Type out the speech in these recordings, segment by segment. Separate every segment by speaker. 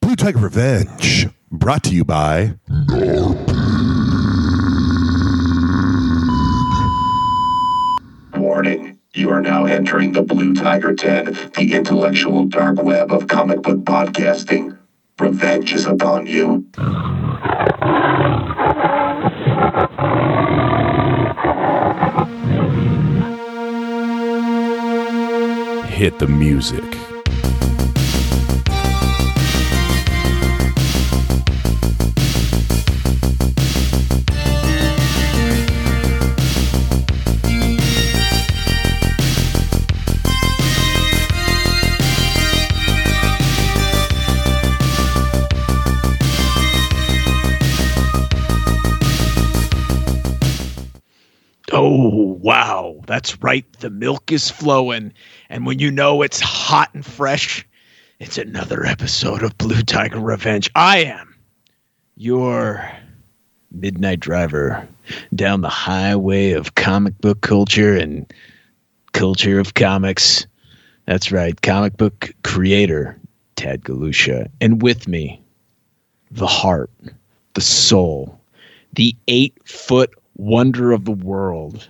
Speaker 1: Blue Tiger Revenge, brought to you by.
Speaker 2: Warning. You are now entering the Blue Tiger 10, the intellectual dark web of comic book podcasting. Revenge is upon you.
Speaker 3: Hit the music.
Speaker 4: Oh, wow. That's right. The milk is flowing. And when you know it's hot and fresh, it's another episode of Blue Tiger Revenge. I am your midnight driver down the highway of comic book culture and culture of comics. That's right. Comic book creator, Tad Galusha. And with me, the heart, the soul, the eight foot wonder of the world,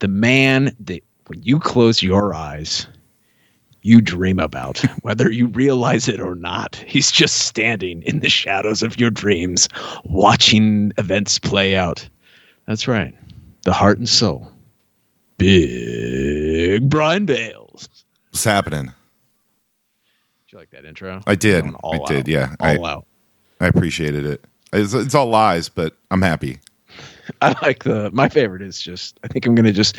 Speaker 4: the man that when you close your eyes, you dream about, whether you realize it or not. He's just standing in the shadows of your dreams, watching events play out. That's right, the heart and soul. Big Brian Bales.
Speaker 1: What's happening?
Speaker 4: Did you like that intro?
Speaker 1: I did.
Speaker 4: Going
Speaker 1: I did,
Speaker 4: out.
Speaker 1: yeah. I-
Speaker 4: All out.
Speaker 1: I appreciated it. It's, it's all lies, but I'm happy.
Speaker 4: I like the my favorite is just I think I'm gonna just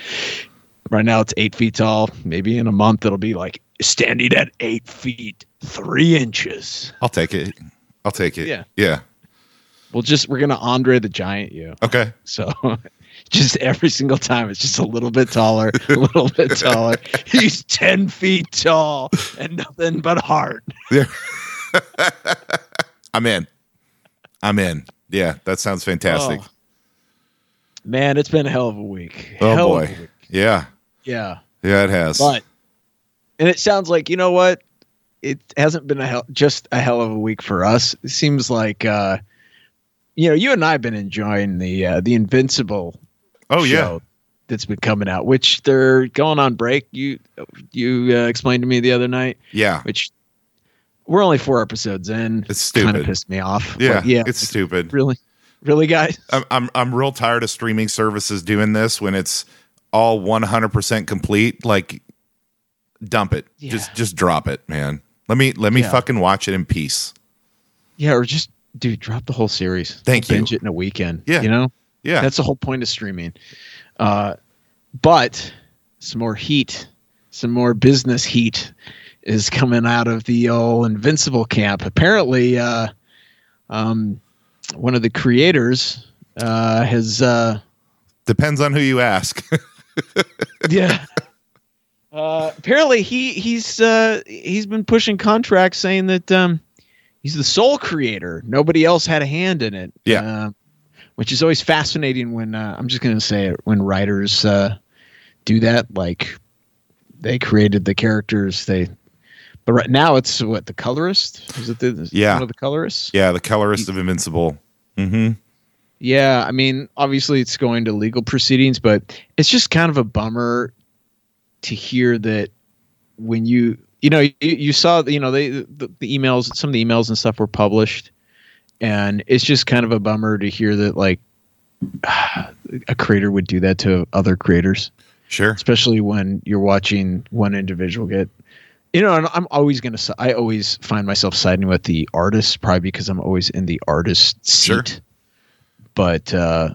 Speaker 4: right now it's eight feet tall. Maybe in a month it'll be like standing at eight feet three inches.
Speaker 1: I'll take it. I'll take it.
Speaker 4: Yeah.
Speaker 1: Yeah.
Speaker 4: We'll just we're gonna Andre the Giant you.
Speaker 1: Okay.
Speaker 4: So just every single time it's just a little bit taller, a little bit taller. He's ten feet tall and nothing but heart.
Speaker 1: There. I'm in. I'm in. Yeah, that sounds fantastic.
Speaker 4: Oh. Man, it's been a hell of a week.
Speaker 1: Oh,
Speaker 4: Hell of a
Speaker 1: boy.
Speaker 4: week.
Speaker 1: Yeah.
Speaker 4: Yeah.
Speaker 1: Yeah, it has.
Speaker 4: But and it sounds like you know what? It hasn't been a hell, just a hell of a week for us. It seems like uh, you know you and I've been enjoying the uh, the Invincible.
Speaker 1: oh yeah.
Speaker 4: show that's been coming out, which they're going on break. You you uh, explained to me the other night,
Speaker 1: Yeah.
Speaker 4: which we're only four episodes in.
Speaker 1: It's
Speaker 4: Kind
Speaker 1: stupid.
Speaker 4: of pissed me off.
Speaker 1: Yeah.
Speaker 4: But yeah.
Speaker 1: It's stupid.
Speaker 4: really, really, guys.
Speaker 1: I'm, I'm I'm real tired of streaming services doing this when it's all 100% complete. Like, dump it.
Speaker 4: Yeah.
Speaker 1: Just just drop it, man. Let me let me
Speaker 4: Yeah.
Speaker 1: fucking watch it in peace.
Speaker 4: Yeah, or just dude, drop the whole series.
Speaker 1: Thank
Speaker 4: We'll
Speaker 1: you.
Speaker 4: Binge it in a weekend.
Speaker 1: Yeah.
Speaker 4: you know.
Speaker 1: Yeah.
Speaker 4: That's the whole point of streaming. Uh, but some more heat, some more business heat is coming out of the old Invincible camp. Apparently, uh, um, one of the creators uh, has. Uh,
Speaker 1: Depends on who you ask.
Speaker 4: yeah. Uh, apparently he he's uh, he's been pushing contracts saying that um, he's the sole creator. Nobody else had a hand in it.
Speaker 1: Yeah.
Speaker 4: Uh, which is always fascinating when uh, I'm just gonna say it when writers uh, do that. Like they created the characters. They but right now it's what the colorist is it the
Speaker 1: Yeah.
Speaker 4: one of the colorists
Speaker 1: yeah, the colorist of Invincible. Mm-hmm.
Speaker 4: yeah, I mean, obviously it's going to legal proceedings, but it's just kind of a bummer to hear that when you you know you, you saw you know they the, the emails some of the emails and stuff were published, and it's just kind of a bummer to hear that like a creator would do that to other creators
Speaker 1: Sure.
Speaker 4: especially when you're watching one individual get you know and i'm always gonna si- i always find myself siding with the artist probably because i'm always in the artist seat
Speaker 1: Sure.
Speaker 4: but uh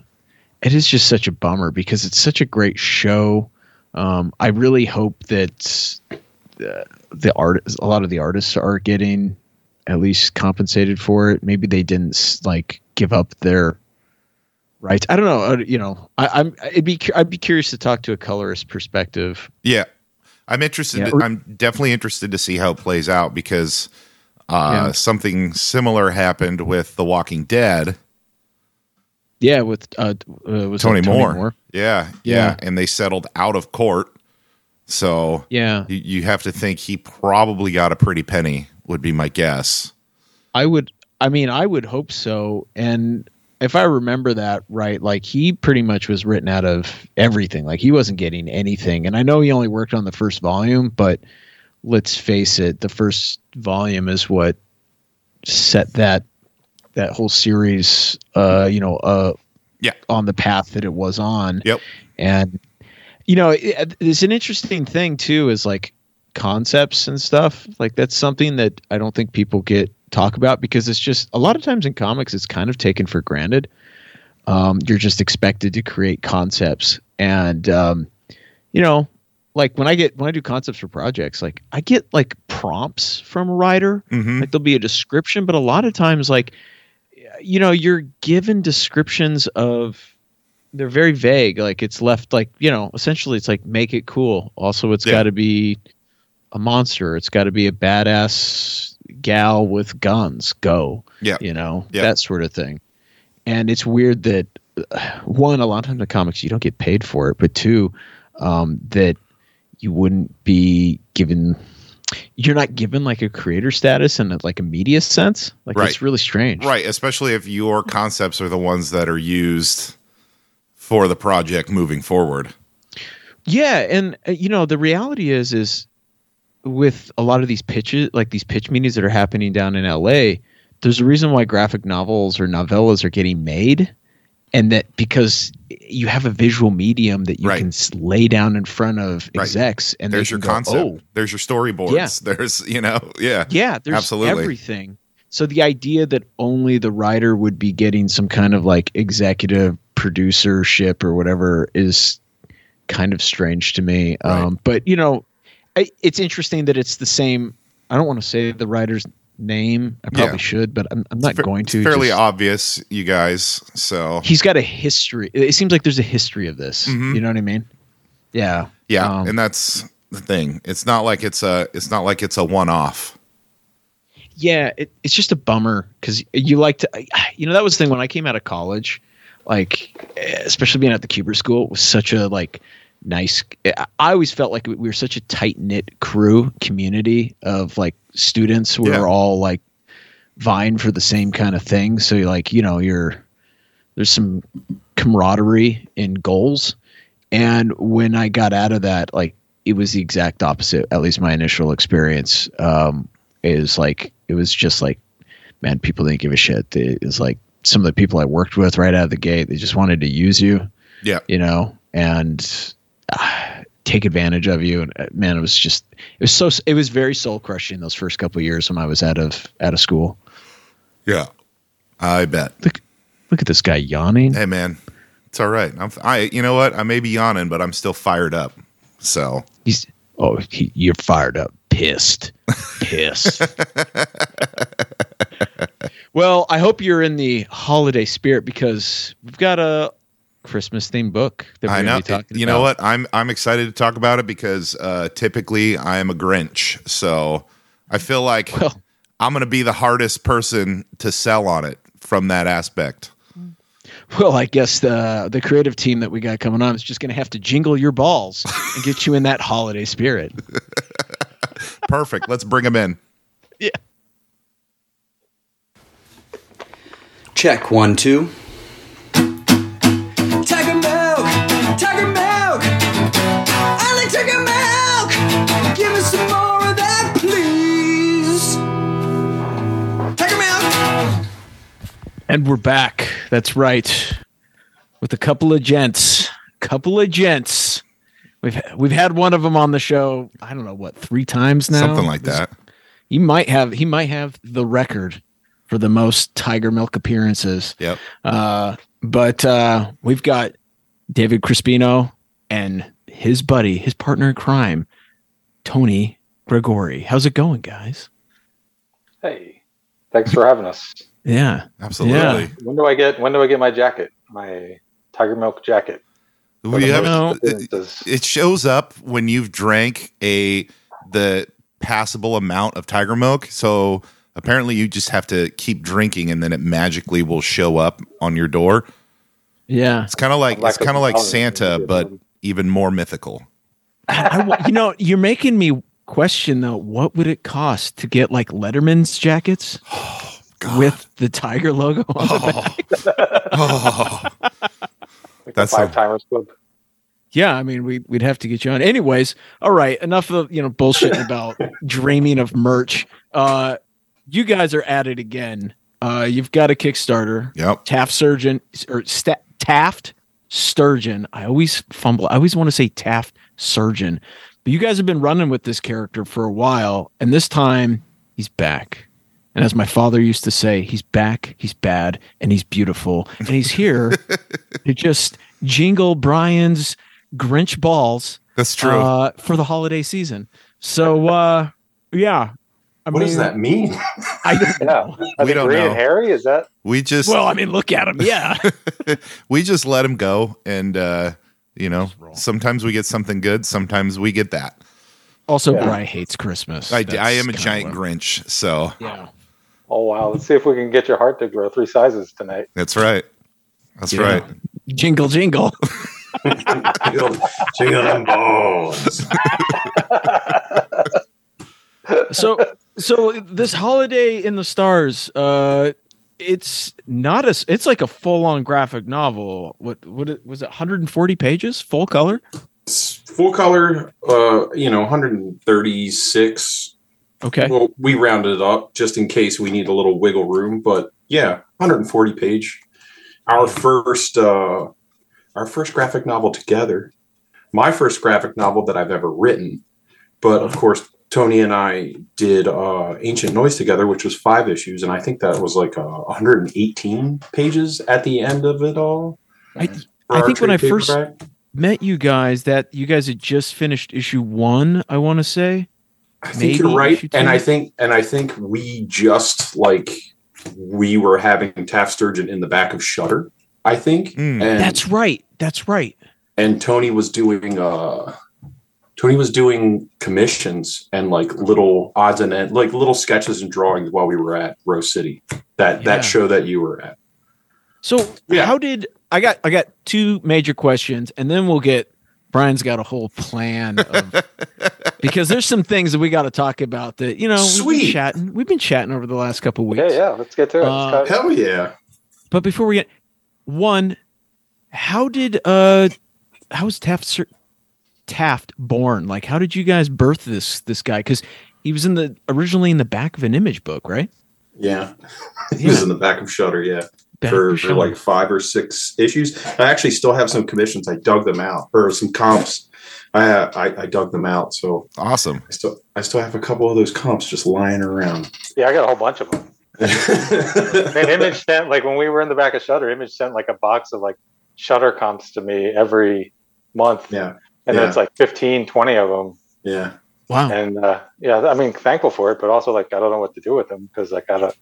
Speaker 4: it is just such a bummer because it's such a great show um i really hope that uh, the art a lot of the artists are getting at least compensated for it maybe they didn't s- like give up their rights i don't know uh, you know I, i'm it'd be cu- i'd be curious to talk to a colorist perspective
Speaker 1: Yeah. I'm interested.
Speaker 4: Yeah.
Speaker 1: to- I'm definitely interested to see how it plays out because uh,
Speaker 4: Yeah.
Speaker 1: something similar happened with The Walking Dead.
Speaker 4: yeah with uh, uh was it
Speaker 1: Tony, Moore.
Speaker 4: moore
Speaker 1: Yeah, yeah,
Speaker 4: Yeah.
Speaker 1: And they settled out of court. So
Speaker 4: yeah
Speaker 1: you, you have to think he probably got a pretty penny, would be my guess.
Speaker 4: I would I mean I would hope so and if I remember that right like he pretty much was written out of everything like he wasn't getting anything and I know he only worked on the first volume but let's face it the first volume is what set that that whole series uh you know uh
Speaker 1: Yeah.
Speaker 4: on the path that it was on
Speaker 1: Yep.
Speaker 4: and you know it, it's an interesting thing too is like concepts and stuff like that's something that i don't think people get talk about because it's just a lot of times in comics it's kind of taken for granted um, you're just expected to create concepts and um, you know like when i get when i do concepts for projects like i get like prompts from a writer
Speaker 1: hmm
Speaker 4: like there'll be a description but a lot of times like you know you're given descriptions of they're very vague like it's left like you know essentially it's like make it cool also it's
Speaker 1: Yeah.
Speaker 4: got to be a monster it's got to be a badass gal with guns go
Speaker 1: Yeah.
Speaker 4: you know
Speaker 1: Yeah.
Speaker 4: that sort of thing and it's weird that uh, one a lot of times in comics you don't get paid for it but two um, that you wouldn't be given you're not given like a creator status in like a media sense like
Speaker 1: Right.
Speaker 4: it's really strange
Speaker 1: Right, especially if your concepts are the ones that are used for the project moving forward.
Speaker 4: Yeah, and uh, you know the reality is is with a lot of these pitches, like these pitch meetings that are happening down in LA, there's a reason why graphic novels or novellas are getting made, and that because you have a visual medium that you
Speaker 1: Right.
Speaker 4: can s- lay down in front of
Speaker 1: Right.
Speaker 4: execs, and they
Speaker 1: there's your
Speaker 4: can go,
Speaker 1: concept.
Speaker 4: "Oh,
Speaker 1: There's your storyboards. There's you know, yeah.
Speaker 4: yeah, there's
Speaker 1: Absolutely.
Speaker 4: everything. So the idea that only the writer would be getting some kind of like executive producership or whatever is kind of strange to me. Um, but you know, I, it's interesting that it's the same. I don't want to say the writer's name. I probably
Speaker 1: Yeah.
Speaker 4: should, but I'm, I'm not
Speaker 1: Fa-
Speaker 4: going to.
Speaker 1: It's fairly
Speaker 4: just-
Speaker 1: obvious, you guys. So
Speaker 4: he's got a history. It seems like there's a history of this.
Speaker 1: Mhm.
Speaker 4: You know what I mean? Yeah.
Speaker 1: yeah,
Speaker 4: um,
Speaker 1: and that's the thing. It's not like it's a it's not like it's a one off.
Speaker 4: yeah it, it's just a bummer because you like to you know that was the thing when i came out of college like eh, especially being at the cuber school it was such a like nice i I always felt like we we were such a tight-knit crew community of like students we
Speaker 1: Yeah.
Speaker 4: were all like vying for the same kind of thing so you're like you know you're there's some camaraderie in goals and when i got out of that like it was the exact opposite at least my initial experience um is like it was just like man people didn't give a shit They- it's like some of the people i worked with right out of the gate they just wanted to use you
Speaker 1: Yeah.
Speaker 4: you know and ah, take advantage of you and uh, man it was just it was so it was very soul crushing those first couple of years when i was out of out of school
Speaker 1: Yeah. I bet.
Speaker 4: look at this guy yawning
Speaker 1: Hey man, it's all right. I'm I you know what? I may be yawning, but I'm still fired up. So
Speaker 4: he's oh he, you're fired up pissed pissed well i hope you're in the holiday spirit because we've got a christmas themed book that we're
Speaker 1: I
Speaker 4: gonna
Speaker 1: know.
Speaker 4: be talking
Speaker 1: You
Speaker 4: about.
Speaker 1: know what? I'm I'm excited to talk about it because uh, typically I am a Grinch, so I feel like
Speaker 4: Well-
Speaker 1: I'm going to be the hardest person to sell on it from that aspect.
Speaker 4: well i guess the the creative team that we got coming on is just gonna have to jingle your balls and get you in that holiday spirit
Speaker 1: Perfect. Let's bring him in.
Speaker 4: yeah
Speaker 5: Check one, two.
Speaker 6: Tiger milk, tiger milk. I like tiger milk. Give us some more of that, please. Tiger milk.
Speaker 4: and we're back that's right with a couple of gents couple of gents We've, we've had one of them on the show. I don't know what three times now.
Speaker 1: Something like
Speaker 4: This-
Speaker 1: that.
Speaker 4: He might have he might have the record for the most Tiger Milk appearances.
Speaker 1: Yep.
Speaker 4: Uh, but uh, we've got David Crispino and his buddy, his partner in crime, Tony Gregori. How's it going, guys?
Speaker 7: Hey, thanks for having us.
Speaker 4: Yeah.
Speaker 1: Absolutely.
Speaker 7: When do I get when do I get my jacket? My tiger milk jacket.
Speaker 1: We have
Speaker 4: No.
Speaker 1: it, it shows up when you've drank a the passable amount of tiger milk. So apparently you just have to keep drinking and then it magically will show up on your door.
Speaker 4: Yeah.
Speaker 1: It's kind of like it's kind of like Santa but even more mythical.
Speaker 4: I wa- you know, you're making me question though, what would it cost to get like Letterman's jackets?
Speaker 1: God.
Speaker 4: with the tiger logo on the back.
Speaker 1: Oh. oh.
Speaker 7: Like
Speaker 1: That's
Speaker 7: the five timers club.
Speaker 4: Yeah, I mean, we, we'd have to get you on. Anyways, all right, enough of you know bullshit about dreaming of merch. Uh, you guys are at it again. Uh, you've got a Kickstarter,
Speaker 1: Yep.
Speaker 4: Taft Surgeon or Sta Taft Sturgeon. I always fumble. I always want to say Taft Surgeon, but you guys have been running with this character for a while, and this time he's back. And as my father used to say, he's back, he's bad, and he's beautiful, and he's here to just jingle Brian's Grinch balls
Speaker 1: That's true.
Speaker 4: uh, for the holiday season. So, uh, yeah, I
Speaker 8: What
Speaker 4: mean,
Speaker 8: does that mean?
Speaker 4: I don't
Speaker 7: Yeah.
Speaker 4: know.
Speaker 7: Are
Speaker 1: We
Speaker 7: they
Speaker 1: don't
Speaker 7: green
Speaker 1: know.
Speaker 7: and hairy? Is that
Speaker 1: we just
Speaker 4: Well, I mean, look at him. Yeah.
Speaker 1: we just let him go and uh you know, sometimes we get something good, sometimes we get that.
Speaker 4: Also,
Speaker 7: Yeah.
Speaker 4: Bry hates Christmas.
Speaker 1: I, I am a
Speaker 4: That's
Speaker 1: giant
Speaker 4: kinda
Speaker 1: Grinch, so
Speaker 4: what- Yeah.
Speaker 7: oh wow, let's see if we can get your heart to grow three sizes tonight.
Speaker 1: that's right. That's
Speaker 4: Yeah.
Speaker 1: right.
Speaker 4: Jingle, jingle.
Speaker 8: Jingle jingle them balls.
Speaker 1: Oh,
Speaker 4: so, so this holiday in the stars, uh, it's not a, s- it's like a full on graphic novel. What, what it- was it? 140 pages, full color.
Speaker 8: It's full color, uh, you know, 136.
Speaker 4: Okay.
Speaker 8: Well, we rounded it up just in case we need a little wiggle room, but yeah, 140 page. Our first, uh, our first graphic novel together. My first graphic novel that I've ever written, but of course Tony and I did uh, Ancient Noise together, which was five issues, and I think that was like uh, 118 pages at the end of it all.
Speaker 4: I,
Speaker 8: for
Speaker 4: I
Speaker 8: our
Speaker 4: think when
Speaker 8: trade
Speaker 4: I first-
Speaker 8: paperback.
Speaker 4: met you guys that you guys had just finished issue one, I want to say.
Speaker 8: I think
Speaker 4: Maybe
Speaker 8: you're right,
Speaker 4: shoot
Speaker 8: and I
Speaker 4: him.
Speaker 8: think and I think we just like we were having Taft Sturgeon in the back of Shutter. I think,
Speaker 1: Mm.
Speaker 8: and
Speaker 4: That's right. That's right.
Speaker 8: and Tony was doing uh, Tony was doing commissions and like little odds and end, like little sketches and drawings while we were at Rose City. That
Speaker 4: Yeah.
Speaker 8: that show that you were at.
Speaker 4: So
Speaker 8: Yeah.
Speaker 4: how did I got I got two major questions and then we'll get Brian's got a whole plan of because there's some things that we got to talk about that you know we've been
Speaker 8: Sweet.
Speaker 4: chatting we've been chatting over the last couple weeks.
Speaker 7: Yeah, yeah. Let's get to it.
Speaker 4: Uh,
Speaker 7: Let's cut it.
Speaker 8: Hell yeah!
Speaker 4: But before we get one, how did uh how was Taft Sir, Taft born? Like how did you guys birth this this guy? Because he was in the originally in the back of an image book, right?
Speaker 8: Yeah, he was in the back of Shutter. Yeah.
Speaker 4: Back
Speaker 8: for,
Speaker 4: of
Speaker 8: for
Speaker 4: Shaun.
Speaker 8: like five or six issues. I actually still have some commissions. I dug them out, or some comps. I I, I dug them out, so
Speaker 1: Awesome.
Speaker 8: I still I still have a couple of those comps just lying around.
Speaker 7: Yeah, I got a whole bunch of them. And
Speaker 8: yeah,
Speaker 7: Image sent like when we were in the back of Shutter, Image sent like a box of like Shutter comps to me every month, and
Speaker 8: yeah.
Speaker 7: that's like 15, 20 of them.
Speaker 8: yeah.
Speaker 4: wow.
Speaker 7: and uh, yeah, I mean, thankful for it, but also like I don't know what to do with them because I gotta.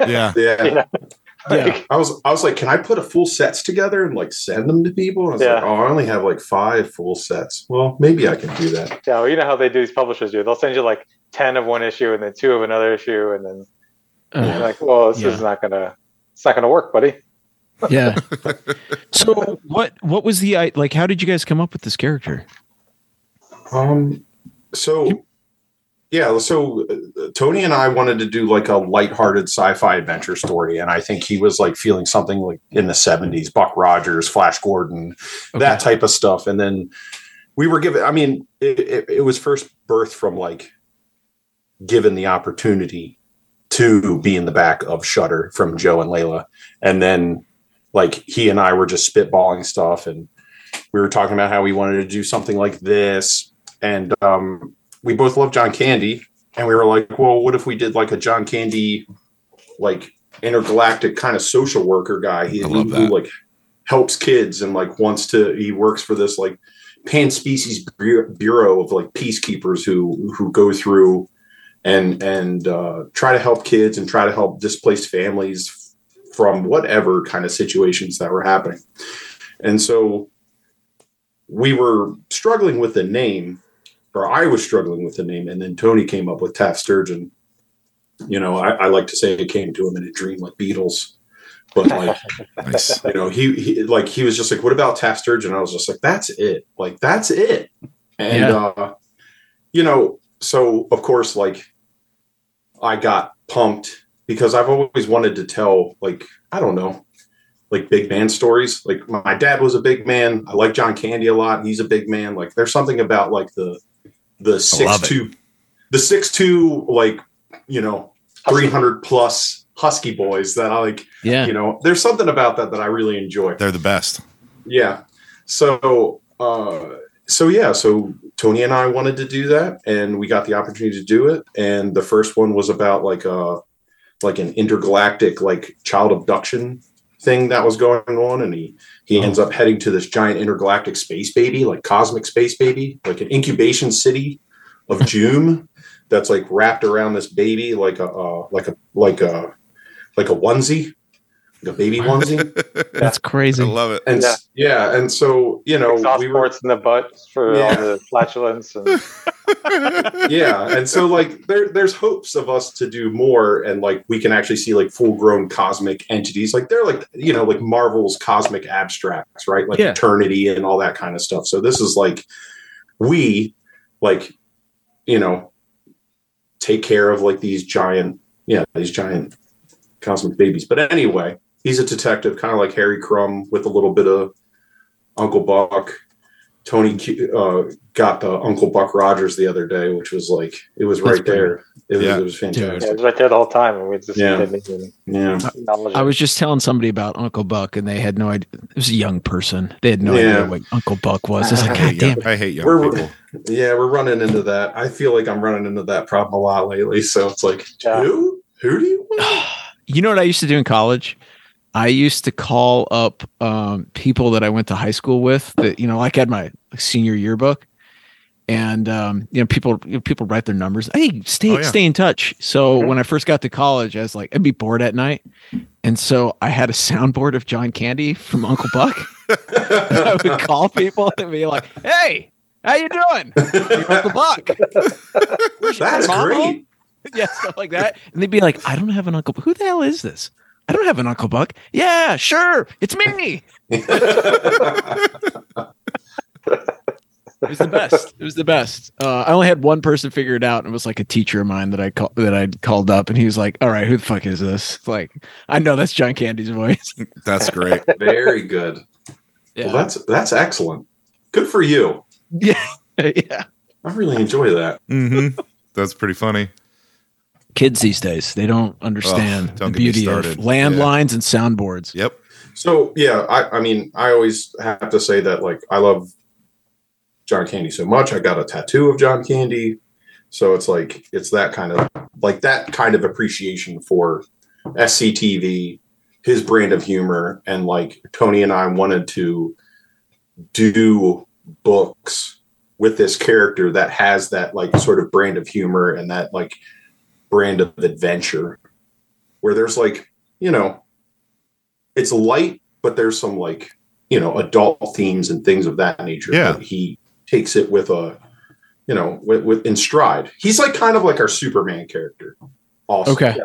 Speaker 1: Yeah.
Speaker 8: Yeah.
Speaker 4: Yeah.
Speaker 8: I was I was like, can I put a full sets together and like send them to people? And I was like,
Speaker 7: Yeah.
Speaker 8: oh, I only have like five full sets. Well, maybe I can do that.
Speaker 7: Yeah, well, you know how they do these publishers do. They'll send you like ten of one issue and then two of another issue, and then
Speaker 4: Uh,
Speaker 7: you're like, well, this
Speaker 4: Yeah.
Speaker 7: is not gonna, it's not gonna work, buddy.
Speaker 4: yeah. so what what was the I like how did you guys come up with this character?
Speaker 8: Um, so yeah, so uh, Tony and I wanted to do like a lighthearted sci-fi adventure story, and I think he was like feeling something like in the '70s, Buck Rogers, Flash Gordon, that type of stuff. And then we were given, I mean, it, it, it was first birth from like given the opportunity to be in the back of Shutter from Joe and Layla. And then like he and I were just spitballing stuff and we were talking about how we wanted to do something like this. And um, we both love John Candy. And we were like, well, what if we did like a John Candy, like intergalactic kind of social worker guy? He,
Speaker 1: I love
Speaker 8: who,
Speaker 1: that.
Speaker 8: like helps kids and like wants to, he works for this like pan species bureau of like peacekeepers who who go through and and uh, try to help kids and try to help displaced families from whatever kind of situations that were happening. And so we were struggling with the name, or I was struggling with the name, and then Tony came up with Taft Sturgeon. You know, I, I like to say it came to him in a dream like Beatles, but like
Speaker 1: Nice.
Speaker 8: you know, he, he like he was just like, "What about Taft Sturgeon?" I was just like, "That's it, like that's it." And
Speaker 4: Yeah.
Speaker 8: uh, you know, so of course, like I got pumped because I've always wanted to tell like I don't know like big man stories. Like my dad was a big man. I like John Candy a lot. He's a big man. Like there's something about like the the six two, the six two like you know three hundred plus husky boys that I like.
Speaker 4: Yeah.
Speaker 8: you know there's something about that that I really enjoy.
Speaker 1: They're the best.
Speaker 8: Yeah. So uh so yeah, so Tony and I wanted to do that and we got the opportunity to do it and the first one was about like a like an intergalactic like child abduction thing that was going on and he he ends up heading to this giant intergalactic space baby, like cosmic space baby, like an incubation city of Joom that's like wrapped around this baby like a uh, like a like a like a onesie, like a baby onesie.
Speaker 4: That's crazy.
Speaker 1: I love it.
Speaker 8: And s- yeah, and so you know,
Speaker 7: Exhaust
Speaker 8: we were
Speaker 7: ports in the butt for
Speaker 8: Yeah.
Speaker 7: all the flatulence and
Speaker 8: yeah, and so like there, there's hopes of us to do more, and like we can actually see like full grown cosmic entities, like they're like you know like Marvel's cosmic abstracts, right? Like
Speaker 4: Yeah.
Speaker 8: Eternity and all that kind of stuff. So this is like we like you know take care of like these giant yeah these giant cosmic babies. But anyway, he's a detective, kind of like Harry Crumb with a little bit of Uncle Buck. Tony Q- uh, got the Uncle Buck Rogers the other day, which was like it was
Speaker 4: That's
Speaker 8: right there. It was,
Speaker 1: Yeah.
Speaker 8: it was
Speaker 7: yeah,
Speaker 8: fantastic.
Speaker 7: it was right there the whole time, and we just
Speaker 8: Yeah.
Speaker 7: didn't even
Speaker 8: Yeah,
Speaker 7: acknowledge
Speaker 4: I
Speaker 7: it.
Speaker 4: was just telling somebody about Uncle Buck, and they had no idea. It was a young person. They had no
Speaker 8: Yeah.
Speaker 4: idea what Uncle Buck was. It's like,
Speaker 1: I
Speaker 4: God
Speaker 1: hate, young,
Speaker 4: damn it.
Speaker 1: I hate young
Speaker 8: We're-
Speaker 1: people.
Speaker 8: yeah, we're running into that. I feel like I'm running into that problem a lot lately. So it's like,
Speaker 7: Yeah.
Speaker 8: who, who do you want?
Speaker 4: You know what I used to do in college? I used to call up um, people that I went to high school with. That you know, like I had my senior yearbook, and um, you know, people you know, people write their numbers. Hey, stay
Speaker 1: Oh, yeah.
Speaker 4: stay in touch. So when I first got to college, I was like, I'd be bored at night, and so I had a soundboard of John Candy from Uncle Buck. I would call people and be like, "Hey, how you doing? You're Uncle Buck." Where's your
Speaker 8: That's
Speaker 4: mom home?"
Speaker 8: great.
Speaker 4: yeah, stuff like that. And they'd be like, I don't have an Uncle Buck. Who the hell is this? I don't have an Uncle Buck. Yeah, sure. It's me. It was the best. It was the best. Uh, I only had one person figure it out, and it was like a teacher of mine that I call, that I called up, and he was like, "All right, who the fuck is this?" It's Like, I know that's John Candy's voice.
Speaker 1: That's great.
Speaker 8: Very good. Well, that's that's excellent. Good for you.
Speaker 4: yeah, yeah.
Speaker 8: I really enjoy that.
Speaker 1: hmm That's pretty funny.
Speaker 4: Kids these days they don't understand
Speaker 1: Ugh, don't
Speaker 4: the
Speaker 1: get me
Speaker 4: beauty of
Speaker 1: started.
Speaker 4: landlines and soundboards.
Speaker 1: Yep.
Speaker 8: So yeah, I, I mean, I always have to say that like I love John Candy so much. I got a tattoo of John Candy, so it's like it's that kind of like that kind of appreciation for SCTV, his brand of humor, and like Tony and I wanted to do books with this character that has that like sort of brand of humor and that like brand of adventure, where there's like you know it's light, but there's some like you know adult themes and things of that nature.
Speaker 1: Yeah.
Speaker 8: But he takes it with a you know with, with in stride. He's like kind of like our Superman character. Also,
Speaker 4: Okay.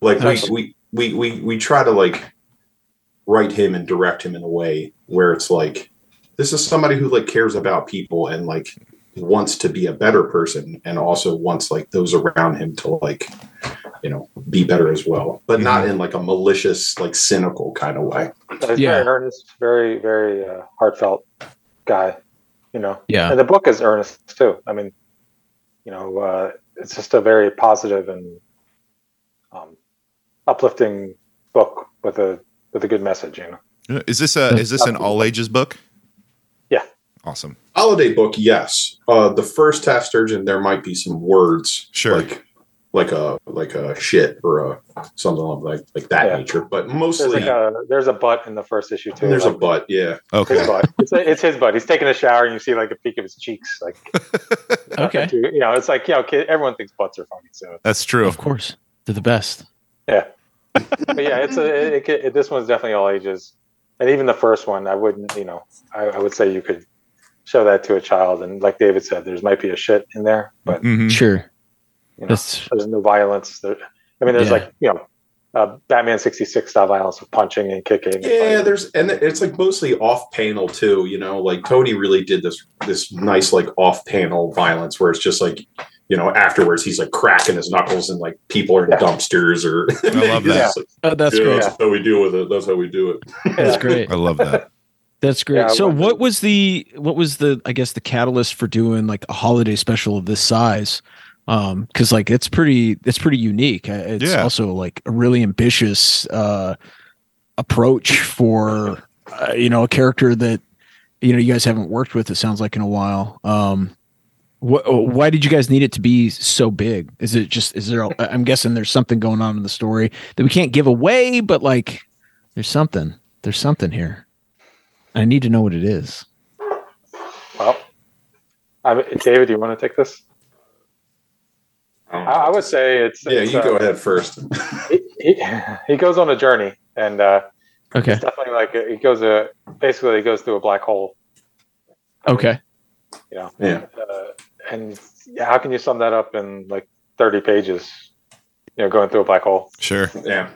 Speaker 8: like
Speaker 4: Nice.
Speaker 8: we, we we we we try to like write him and direct him in a way where it's like this is somebody who like cares about people and like wants to be a better person and also wants like those around him to like you know be better as well but not
Speaker 4: Mm-hmm.
Speaker 8: in like a malicious like cynical kind of way
Speaker 7: But he's
Speaker 4: Yeah.
Speaker 7: very earnest, very very uh, heartfelt guy. You know,
Speaker 4: Yeah.
Speaker 7: and the book is earnest too. I mean, you know, uh, it's just a very positive and um, uplifting book with a with a good message. You know,
Speaker 1: Uh, Is this a is this an all ages book?
Speaker 7: Yeah.
Speaker 1: Awesome.
Speaker 8: holiday book yes uh the first half sturgeon there might be some words
Speaker 1: Sure.
Speaker 8: like like a like a shit or a something of like like that
Speaker 7: Yeah.
Speaker 8: nature but
Speaker 7: there's
Speaker 8: mostly
Speaker 7: like a there's a butt in the first issue too.
Speaker 8: there's a
Speaker 7: like,
Speaker 8: but yeah
Speaker 7: His
Speaker 1: Okay.
Speaker 7: butt. It's, it's his butt. He's taking a shower, and you see like a peek of his cheeks. Like, uh,
Speaker 4: Okay,
Speaker 7: you know, it's like, you know, kid, everyone thinks butts are funny. So,
Speaker 1: That's true.
Speaker 4: of course they're the best.
Speaker 7: yeah. but yeah, it's a, it, it, this one's definitely all ages. And even the first one, I wouldn't, you know, I, I would say you could show that to a child. And like David said, there's might be a shit in there, but
Speaker 1: hmm
Speaker 4: Sure,
Speaker 7: you know,
Speaker 4: that's
Speaker 7: there's no violence. There, I mean, there's
Speaker 4: Yeah.
Speaker 7: like, you know, uh, Batman 66 style violence of punching and kicking. and
Speaker 8: Yeah,
Speaker 7: fighting.
Speaker 8: there's and it's like mostly off panel too. You know, like Tony really did this this nice like off panel violence where it's just like you know, afterwards he's like cracking his knuckles and like people are in
Speaker 7: Yeah.
Speaker 8: dumpsters or.
Speaker 1: I love
Speaker 8: He's
Speaker 1: that.
Speaker 8: just like,
Speaker 4: Oh, that's
Speaker 8: "Yeah,
Speaker 4: great.
Speaker 8: That's how we deal with it. That's how we do it.
Speaker 4: That's great.
Speaker 1: I love that.
Speaker 4: That's great.
Speaker 7: Yeah, I
Speaker 4: so
Speaker 7: love
Speaker 4: what
Speaker 7: it.
Speaker 4: was the what was the I guess the catalyst for doing like a holiday special of this size? Um cuz like it's pretty it's pretty unique. Uh, It's
Speaker 1: Yeah.
Speaker 4: also like a really ambitious uh approach for uh, you know a character that you know you guys haven't worked with it sounds like in a while. Um wh- why did you guys need it to be so big? Is it just is there a, I'm guessing there's something going on in the story that we can't give away but like there's something. There's something here. I need to know what it is.
Speaker 7: Well, I, David, do you want to take this? I, I would say it's.
Speaker 8: Yeah,
Speaker 7: it's,
Speaker 8: you
Speaker 7: uh,
Speaker 8: go ahead first.
Speaker 7: He, he, he goes on a journey, and uh,
Speaker 4: Okay.
Speaker 7: it's definitely like he goes a basically he goes through a black hole.
Speaker 4: Okay.
Speaker 8: Yeah.
Speaker 7: Uh, and yeah, how can you sum that up in like thirty pages? You know, going through a black hole.
Speaker 1: Sure.
Speaker 8: Yeah.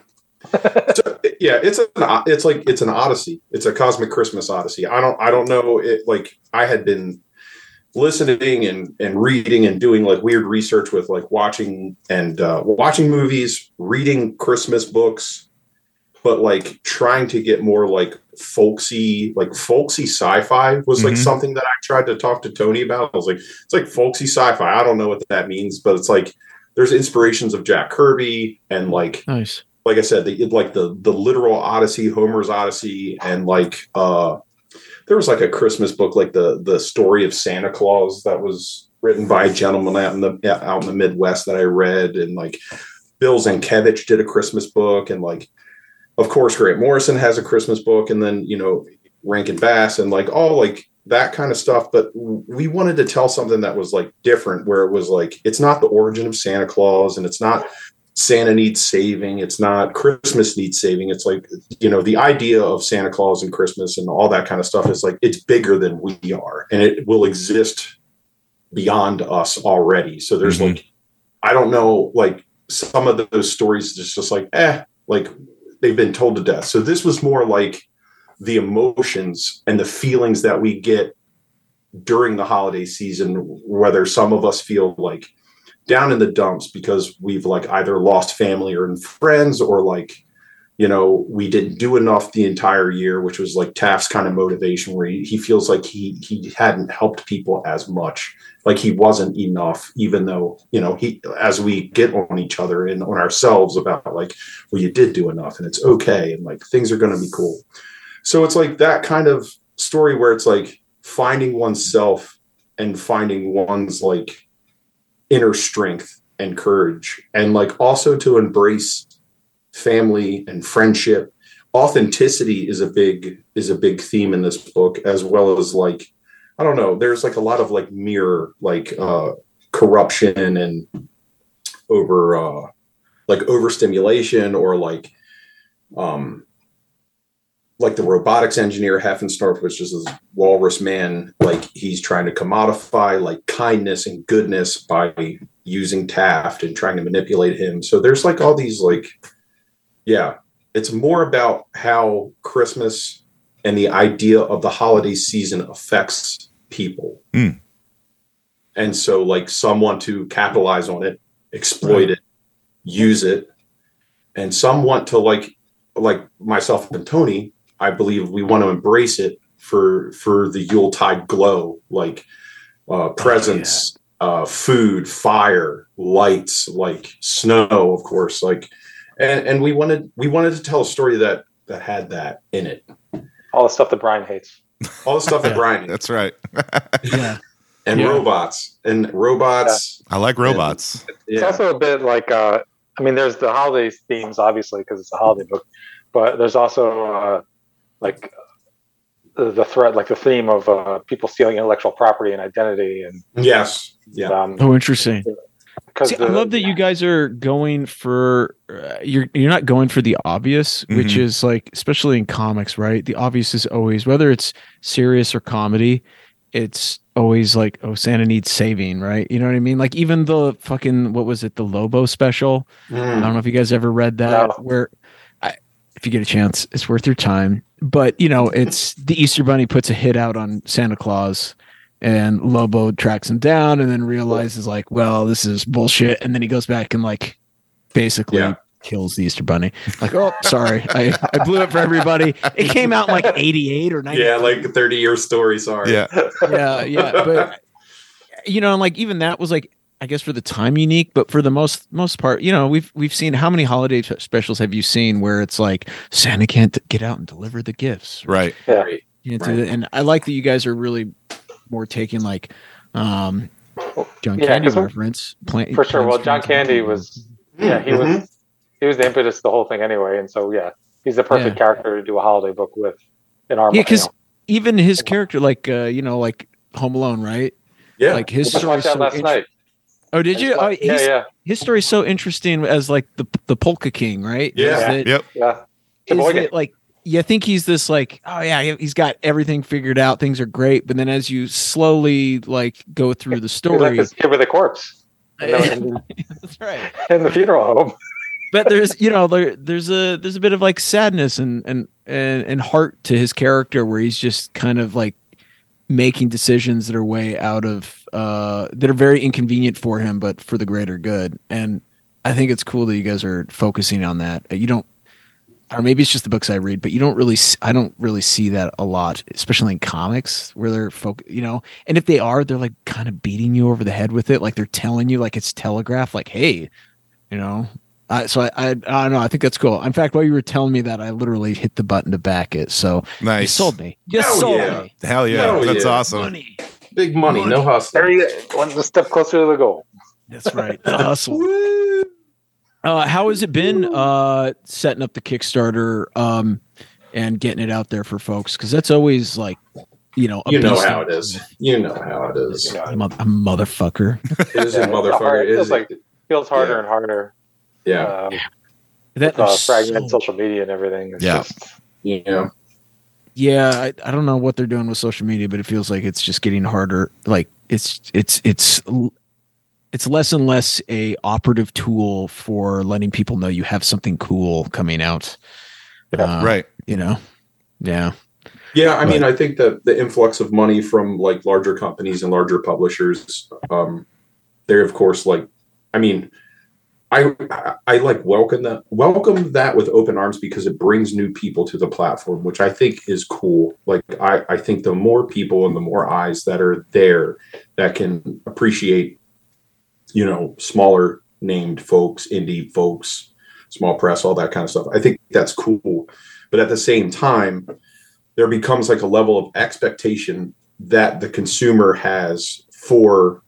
Speaker 8: So, yeah, it's an o- it's like it's an odyssey. It's a cosmic Christmas odyssey. I don't I don't know it like I had been listening and and reading and doing like weird research with like watching and uh watching movies, reading Christmas books, but like trying to get more like folksy like folksy sci-fi was like
Speaker 1: Mhm.
Speaker 8: something that I tried to talk to Tony about. I was like it's like folksy sci-fi. I don't know what that means, but it's like there's inspirations of Jack Kirby and like
Speaker 4: Nice.
Speaker 8: like I said, the, like the the literal Odyssey, Homer's Odyssey, and like uh, there was like a Christmas book, like the the story of Santa Claus that was written by a gentleman out in the yeah, out in the Midwest that I read, and like Bill Zankiewicz did a Christmas book, and like of course Grant Morrison has a Christmas book, and then you know Rankin Bass, and like all like that kind of stuff. But we wanted to tell something that was like different, where it was like it's not the origin of Santa Claus, and it's not Santa needs saving. It's not Christmas needs saving. It's like, you know, the idea of Santa Claus and Christmas and all that kind of stuff is like, it's bigger than we are and it will exist beyond us already. So there's
Speaker 1: Mhm.
Speaker 8: like, I don't know, like some of those stories, it's just like, eh, like they've been told to death. So this was more like the emotions and the feelings that we get during the holiday season, whether some of us feel like, down in the dumps because we've like either lost family or friends or like you know we didn't do enough the entire year which was like taft's kind of motivation where he, he feels like he he hadn't helped people as much like he wasn't enough even though you know he as we get on each other and on ourselves about like well you did do enough and it's okay and like things are going to be cool so it's like that kind of story where it's like finding oneself and finding one's like inner strength and courage and like also to embrace family and friendship authenticity is a big is a big theme in this book as well as like i don't know there's like a lot of like mirror like uh corruption and over uh like overstimulation or like um like the robotics engineer Heffenstorf, which is this walrus man, like he's trying to commodify like kindness and goodness by using Taft and trying to manipulate him. So there's like all these like, yeah, it's more about how Christmas and the idea of the holiday season affects people.
Speaker 1: Hmm.
Speaker 8: And so like some want to capitalize on it, exploit it, use it, and some want to like like myself and Tony, I believe we want to embrace it for for the Yuletide glow, like uh, presents, uh, food, fire, lights, like snow, of course, like, and and we wanted we wanted to tell a story that that had that in it,
Speaker 7: All the stuff that Brian hates.
Speaker 8: all the stuff that Brian did.
Speaker 1: That's right.
Speaker 4: Yeah.
Speaker 8: and
Speaker 4: Yeah.
Speaker 8: robots and robots.
Speaker 1: I like robots.
Speaker 8: Yeah,
Speaker 7: It's also a bit like, uh, I mean, there's the holiday themes, obviously, because it's a holiday book, but there's also uh, like the, the threat, like the theme of uh, people stealing intellectual property and identity, and
Speaker 8: yes, yeah.
Speaker 7: um,
Speaker 4: Oh, interesting.
Speaker 7: because
Speaker 4: See, I love that you guys are going for uh, you're you're not going for the obvious, which
Speaker 1: Mhm.
Speaker 4: is like especially in comics, right? The obvious is always whether it's serious or comedy, it's always like oh Santa needs saving, right? You know what I mean? Like even the fucking what was it, the Lobo special? I
Speaker 8: Mm.
Speaker 4: don't know if you guys ever read that.
Speaker 7: No.
Speaker 4: Where, I, if you get a chance, it's worth your time. But you know, it's the Easter Bunny puts a hit out on Santa Claus, and Lobo tracks him down and then realizes like, well, this is bullshit. And then he goes back and like basically
Speaker 8: Yeah.
Speaker 4: kills the Easter Bunny. Like, oh, sorry, I, I blew it for everybody. It came out in like '88 or '90.
Speaker 8: Yeah, like 30 year story. Sorry.
Speaker 1: Yeah.
Speaker 4: yeah, yeah. But you know, and like even that was like I guess for the time unique, but for the most most part, you know, we've we've seen how many holiday spe- specials have you seen where it's like Santa can't get out and deliver the gifts.
Speaker 1: Right.
Speaker 7: Yeah.
Speaker 4: You know, to the- And I like that you guys are really more taking like um John
Speaker 7: Yeah,
Speaker 4: Candy
Speaker 7: 'cause we-
Speaker 4: reference. Plan,
Speaker 7: For sure.
Speaker 4: plans,
Speaker 7: Well, John
Speaker 4: plans,
Speaker 7: Candy
Speaker 4: plans.
Speaker 7: was yeah he
Speaker 8: Mm-hmm.
Speaker 7: was he was the impetus of the whole thing anyway, and so yeah, he's the perfect character to do a holiday book with in
Speaker 4: yeah,
Speaker 7: our mind, you
Speaker 4: because
Speaker 7: know.
Speaker 4: even his character, like uh, you know, like Home Alone, right?
Speaker 8: Yeah.
Speaker 4: Like his
Speaker 7: I just
Speaker 4: story.
Speaker 7: watched that last night.
Speaker 4: Oh, did you? Oh,
Speaker 7: Yeah,
Speaker 4: he's-
Speaker 7: yeah,
Speaker 4: his story is so interesting as like the the polka king, right?
Speaker 8: Yeah.
Speaker 4: Is that-
Speaker 1: Yep.
Speaker 7: yeah.
Speaker 4: is
Speaker 7: Sheboygan.
Speaker 4: it, like you think he's this like oh yeah he's got everything figured out things are great but then as you slowly like go through the
Speaker 7: He's like
Speaker 4: story
Speaker 7: this kid with a corpse you know, in,
Speaker 4: that's right
Speaker 7: in the funeral home.
Speaker 4: but there's you know there, there's a there's a bit of like sadness and and and and heart to his character where he's just kind of like making decisions that are way out of uh that are very inconvenient for him but for the greater good and i think it's cool that you guys are focusing on that you don't or maybe it's just the books i read but you don't really s- i don't really see that a lot especially in comics where they're folk you know and if they are they're like kind of beating you over the head with it like they're telling you like it's telegraph like hey you know I, Uh, so I, I I don't know. I think that's cool. In fact, while you were telling me that, I literally hit the button to back it. So you
Speaker 1: Nice.
Speaker 4: sold me. You
Speaker 8: Hell
Speaker 4: sold
Speaker 8: yeah.
Speaker 4: me.
Speaker 1: Hell yeah.
Speaker 8: Hell
Speaker 1: That's
Speaker 8: yeah.
Speaker 1: awesome.
Speaker 8: Big money, no hustle.
Speaker 7: There you go. One step closer to the goal.
Speaker 4: That's right. The hustle. Uh, how has it been uh, setting up the Kickstarter um, and getting it out there for folks? Because that's always like, you know, a
Speaker 8: You know
Speaker 4: beast.
Speaker 8: how it is. You know how it is.
Speaker 4: I'm a, a motherfucker.
Speaker 8: It is a
Speaker 7: Yeah, it's
Speaker 8: motherfucker.
Speaker 7: hard. It
Speaker 8: It is,
Speaker 7: feels like feels harder
Speaker 8: Yeah.
Speaker 7: and harder.
Speaker 8: yeah.
Speaker 7: Um,
Speaker 4: That
Speaker 7: uh,
Speaker 4: is so-
Speaker 7: fragmented social media and everything. It's
Speaker 1: Yeah.
Speaker 7: just-
Speaker 8: You know,
Speaker 4: yeah, I, I don't know what they're doing with social media, but it feels like it's just getting harder. Like it's it's it's l- it's less and less a operative tool for letting people know you have something cool coming out.
Speaker 7: Yeah,
Speaker 4: Uh,
Speaker 1: Right.
Speaker 4: You know. Yeah.
Speaker 8: Yeah, I
Speaker 4: But-
Speaker 8: mean, I think that the influx of money from like larger companies and larger publishers, um, they're of course like, I mean, I I- I like welcome that welcome that with open arms because it brings new people to the platform, which I think is cool. Like I I think the more people and the more eyes that are there that can appreciate, you know, smaller named folks, indie folks, small press, all that kind of stuff. I think that's cool, but at the same time there becomes like a level of expectation that the consumer has for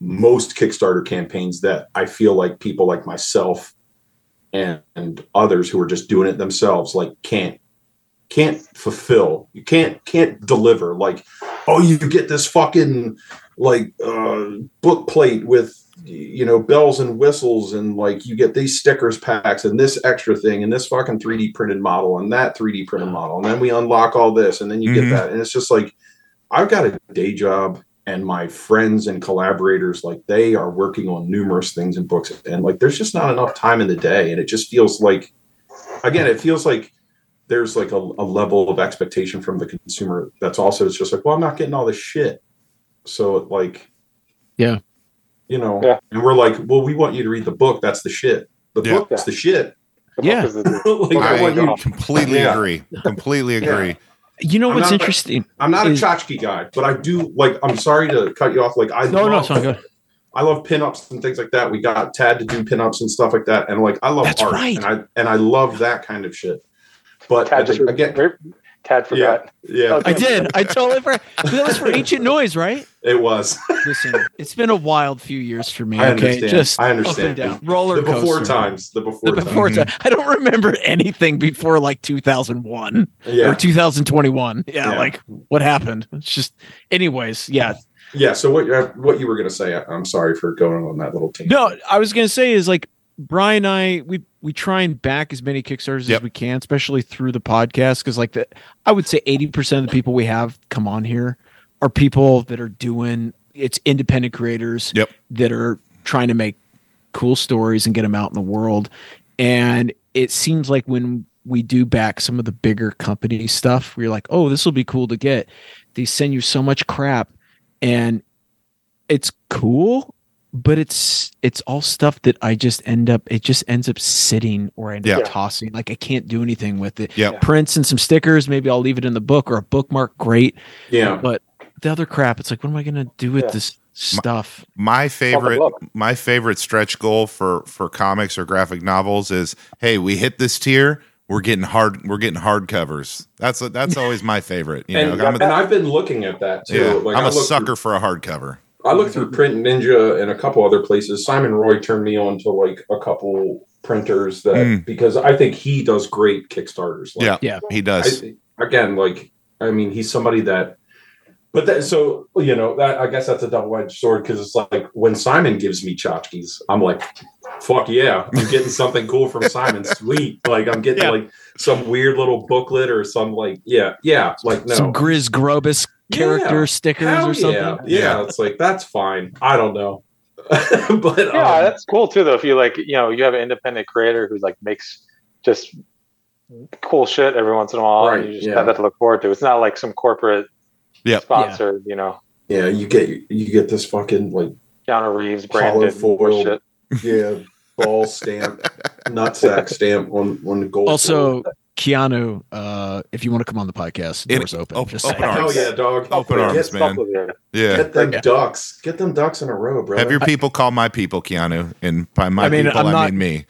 Speaker 8: most Kickstarter campaigns that I feel like people like myself and, and others who are just doing it themselves like can't can't fulfill you can't can't deliver like oh you get this fucking like uh book plate with you know bells and whistles and like you get these stickers packs and this extra thing and this fucking 3d printed model and that 3d printed model and then we unlock all this and then you
Speaker 1: Mhm.
Speaker 8: get that and it's just like i've got a day job and my friends and collaborators like they are working on numerous things and books and like there's just not enough time in the day and it just feels like again it feels like there's like a, a level of expectation from the consumer that's also it's just like well i'm not getting all this shit so like
Speaker 4: Yeah.
Speaker 8: you know
Speaker 7: Yeah.
Speaker 8: and we're like well we want you to read the book that's the shit the
Speaker 1: Yeah.
Speaker 8: book's the shit
Speaker 7: the book
Speaker 4: Yeah.
Speaker 7: is the-
Speaker 8: like I want
Speaker 1: I
Speaker 8: you,
Speaker 1: completely
Speaker 8: Yeah.
Speaker 1: agree. Completely agree.
Speaker 4: You know
Speaker 8: I'm
Speaker 4: what's
Speaker 8: not-
Speaker 4: interesting?
Speaker 8: i'm not a
Speaker 4: Is-
Speaker 8: tchotchke guy but i do like i'm sorry to cut you off like i
Speaker 4: No, no,
Speaker 8: love-
Speaker 4: it's not good.
Speaker 8: I love pinups and things like that. We got Tad to do pinups and stuff like that, and like I love
Speaker 4: That's
Speaker 8: art,
Speaker 4: right.
Speaker 8: and I and I love that kind of shit. But
Speaker 7: Tad just
Speaker 8: again,
Speaker 7: Tad forgot.
Speaker 8: yeah,
Speaker 4: I did. I totally forgot. That was for ancient noise, right?
Speaker 8: it was.
Speaker 4: Listen, it's been a wild few years for me.
Speaker 8: I
Speaker 4: okay,
Speaker 8: understand.
Speaker 4: just
Speaker 8: I
Speaker 4: up and
Speaker 8: understand.
Speaker 4: down, roller
Speaker 8: The before Mm-hmm.
Speaker 4: coaster.
Speaker 8: times, the
Speaker 4: The
Speaker 8: before,
Speaker 4: before
Speaker 8: times.
Speaker 4: time. I don't remember anything before like 2001
Speaker 8: Yeah,
Speaker 4: or 2021. Yeah,
Speaker 8: Yeah.
Speaker 4: like what happened? It's just, anyways. Yeah,
Speaker 8: yeah. So what you're- what you were gonna say? I, I'm sorry for going on that little tangent.
Speaker 4: No, I was gonna say is like Brian and I we we try and back as many Kickstarters
Speaker 1: Yep.
Speaker 4: as we can, especially through the podcast, because like the I would say eighty percent of the people we have come on here are people that are doing it's independent creators
Speaker 1: Yep.
Speaker 4: that are trying to make cool stories and get them out in the world. And it seems like when we do back some of the bigger company stuff, we're like, oh, this will be cool to get. They send you so much crap and it's cool but it's it's all stuff that i just end up it just ends up sitting or I end up
Speaker 1: Yeah.
Speaker 4: tossing like i can't do anything with it
Speaker 1: Yep.
Speaker 4: prints and some stickers maybe i'll leave it in the book or a bookmark great
Speaker 8: Yeah.
Speaker 4: but the other crap it's like what am i gonna do with
Speaker 7: Yeah.
Speaker 4: this stuff
Speaker 1: My favorite,
Speaker 7: look.
Speaker 1: my favorite stretch goal for for comics or graphic novels is, hey, we hit this tier, we're getting hard, we're getting hardcovers. That's that's always my favorite. You
Speaker 8: And,
Speaker 1: know, I'm
Speaker 8: and
Speaker 1: a,
Speaker 8: I've been looking at that too.
Speaker 1: yeah,
Speaker 8: Like,
Speaker 1: I'm
Speaker 8: I
Speaker 1: a
Speaker 8: looked
Speaker 1: sucker for a hardcover.
Speaker 8: I looked through Print Ninja and a couple other places. Simon Roy turned me on to like a couple printers that
Speaker 1: Mm.
Speaker 8: because I think he does great Kickstarters. Like,
Speaker 1: Yeah,
Speaker 4: Yeah.
Speaker 1: he does.
Speaker 8: I, again, like I mean, he's somebody that. But that, so you know, that, I guess that's a double edged sword because it's like when Simon gives me tchotchkes, I'm like, "Fuck yeah, I'm getting something cool from Simon. Sweet, like I'm getting
Speaker 9: Yeah.
Speaker 8: like some weird little booklet or some like yeah, yeah, like no
Speaker 4: some grizz grobus character
Speaker 8: Yeah.
Speaker 4: stickers
Speaker 8: Hell
Speaker 4: or something
Speaker 8: Yeah. yeah, it's like that's fine. I don't know, but
Speaker 7: yeah,
Speaker 8: um,
Speaker 7: that's cool too. Though if you like, you know, you have an independent creator who like makes just cool shit every once in a while,
Speaker 8: Right,
Speaker 7: and you just
Speaker 8: yeah.
Speaker 7: have that to look forward to. It's not like some corporate
Speaker 1: Yep.
Speaker 7: sponsored, you know,
Speaker 8: yeah, you get you get this fucking like
Speaker 7: Keanu Reeves
Speaker 8: Hollow
Speaker 7: branded
Speaker 8: foil.
Speaker 7: shit.
Speaker 8: yeah ball stamp, nutsack stamp on on the gold.
Speaker 4: also keanu uh if you want to come on the podcast
Speaker 1: It-
Speaker 4: doors open
Speaker 1: op-
Speaker 4: just
Speaker 1: open
Speaker 4: saying.
Speaker 1: arms.
Speaker 8: hell yeah, dog.
Speaker 1: Open
Speaker 8: Get-
Speaker 1: arms, man.
Speaker 7: Fuck with you.
Speaker 1: Yeah.
Speaker 8: Get them
Speaker 4: Yeah.
Speaker 8: ducks. Get them ducks in a row, bro.
Speaker 1: Have your people call my people, Keanu, and by my
Speaker 4: I mean,
Speaker 1: people
Speaker 4: I'm
Speaker 1: I
Speaker 4: not-
Speaker 1: mean me.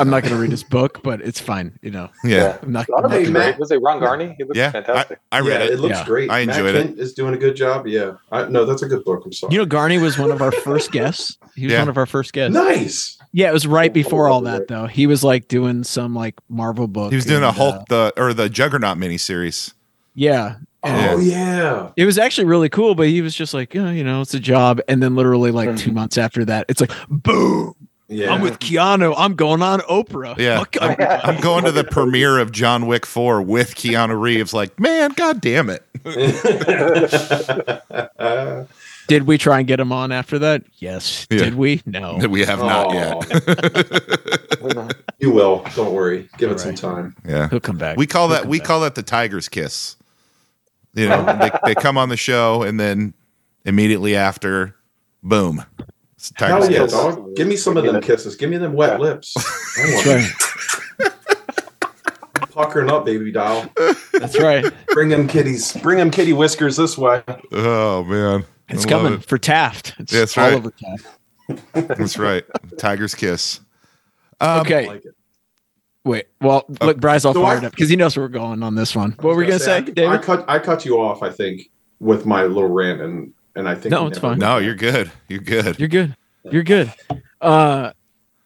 Speaker 4: i'm not gonna read his book but it's fine you know
Speaker 1: Yeah,
Speaker 4: i'm not,
Speaker 7: A lot
Speaker 4: I'm
Speaker 7: of
Speaker 4: not
Speaker 8: Hey,
Speaker 7: it
Speaker 4: gonna-
Speaker 8: Matt.
Speaker 7: was it Ron Garney? He looks
Speaker 1: yeah.
Speaker 7: fantastic.
Speaker 1: I, I read
Speaker 8: Yeah,
Speaker 1: it.
Speaker 8: looks
Speaker 4: Yeah.
Speaker 8: great.
Speaker 1: I enjoyed it.
Speaker 8: Matt Kent is doing a good job. Yeah, I, no, that's a good book. I'm sorry.
Speaker 4: you know garney was one of our first guests he was
Speaker 1: Yeah.
Speaker 4: one of our first guests
Speaker 8: nice.
Speaker 4: Yeah, it was right before all that though. He was like doing some like Marvel book.
Speaker 1: he was doing a
Speaker 4: and,
Speaker 1: Hulk
Speaker 4: uh,
Speaker 1: the or the Juggernaut miniseries.
Speaker 4: yeah.
Speaker 8: Oh yeah.
Speaker 4: It was actually really cool, but he was just like, oh, you know, it's a job. And then literally like two months after that, it's like, boom,
Speaker 8: Yeah.
Speaker 4: I'm with Keanu. I'm going on Oprah.
Speaker 1: Yeah,
Speaker 4: Fuck
Speaker 1: I'm,
Speaker 4: everybody.
Speaker 1: I'm going to the premiere of John Wick Four with Keanu Reeves. Like, man, god damn it!
Speaker 4: Did we try and get him on after that? Yes.
Speaker 1: Yeah.
Speaker 4: Did we? No.
Speaker 1: We have not yet.
Speaker 8: you will. Don't worry. Give it some time.
Speaker 1: yeah,
Speaker 4: He'll come back.
Speaker 1: we call
Speaker 4: He'll
Speaker 1: that
Speaker 4: come
Speaker 1: we
Speaker 4: back.
Speaker 1: call that the Tiger's Kiss. You know, they, they come on the show and then immediately after, boom, it's Tiger's
Speaker 8: Hell yeah,
Speaker 1: Kiss.
Speaker 8: dog. Give me some of them kisses. Give me them wet lips. I want
Speaker 4: That's right.
Speaker 8: them puckering up, baby doll.
Speaker 4: That's right.
Speaker 8: Bring them kitties. Bring them kitty whiskers this way.
Speaker 1: Oh man,
Speaker 4: It's
Speaker 1: I love
Speaker 4: coming
Speaker 1: it.
Speaker 4: for Taft. It's
Speaker 1: That's
Speaker 4: all
Speaker 1: right.
Speaker 4: over Taft.
Speaker 1: That's right, Tiger's Kiss. Um,
Speaker 4: Okay.
Speaker 8: like it.
Speaker 4: Wait. Well, look, Bry's all
Speaker 8: So I-
Speaker 4: fired up because he knows where we're going on this one. What were we gonna say,
Speaker 8: I, I
Speaker 4: David?
Speaker 8: cut. I cut you off. I think with my little rant, and and I think
Speaker 4: No,
Speaker 8: we
Speaker 4: it's
Speaker 8: never-
Speaker 4: fine.
Speaker 1: No, you're good. You're good.
Speaker 4: You're good. You're good. Uh,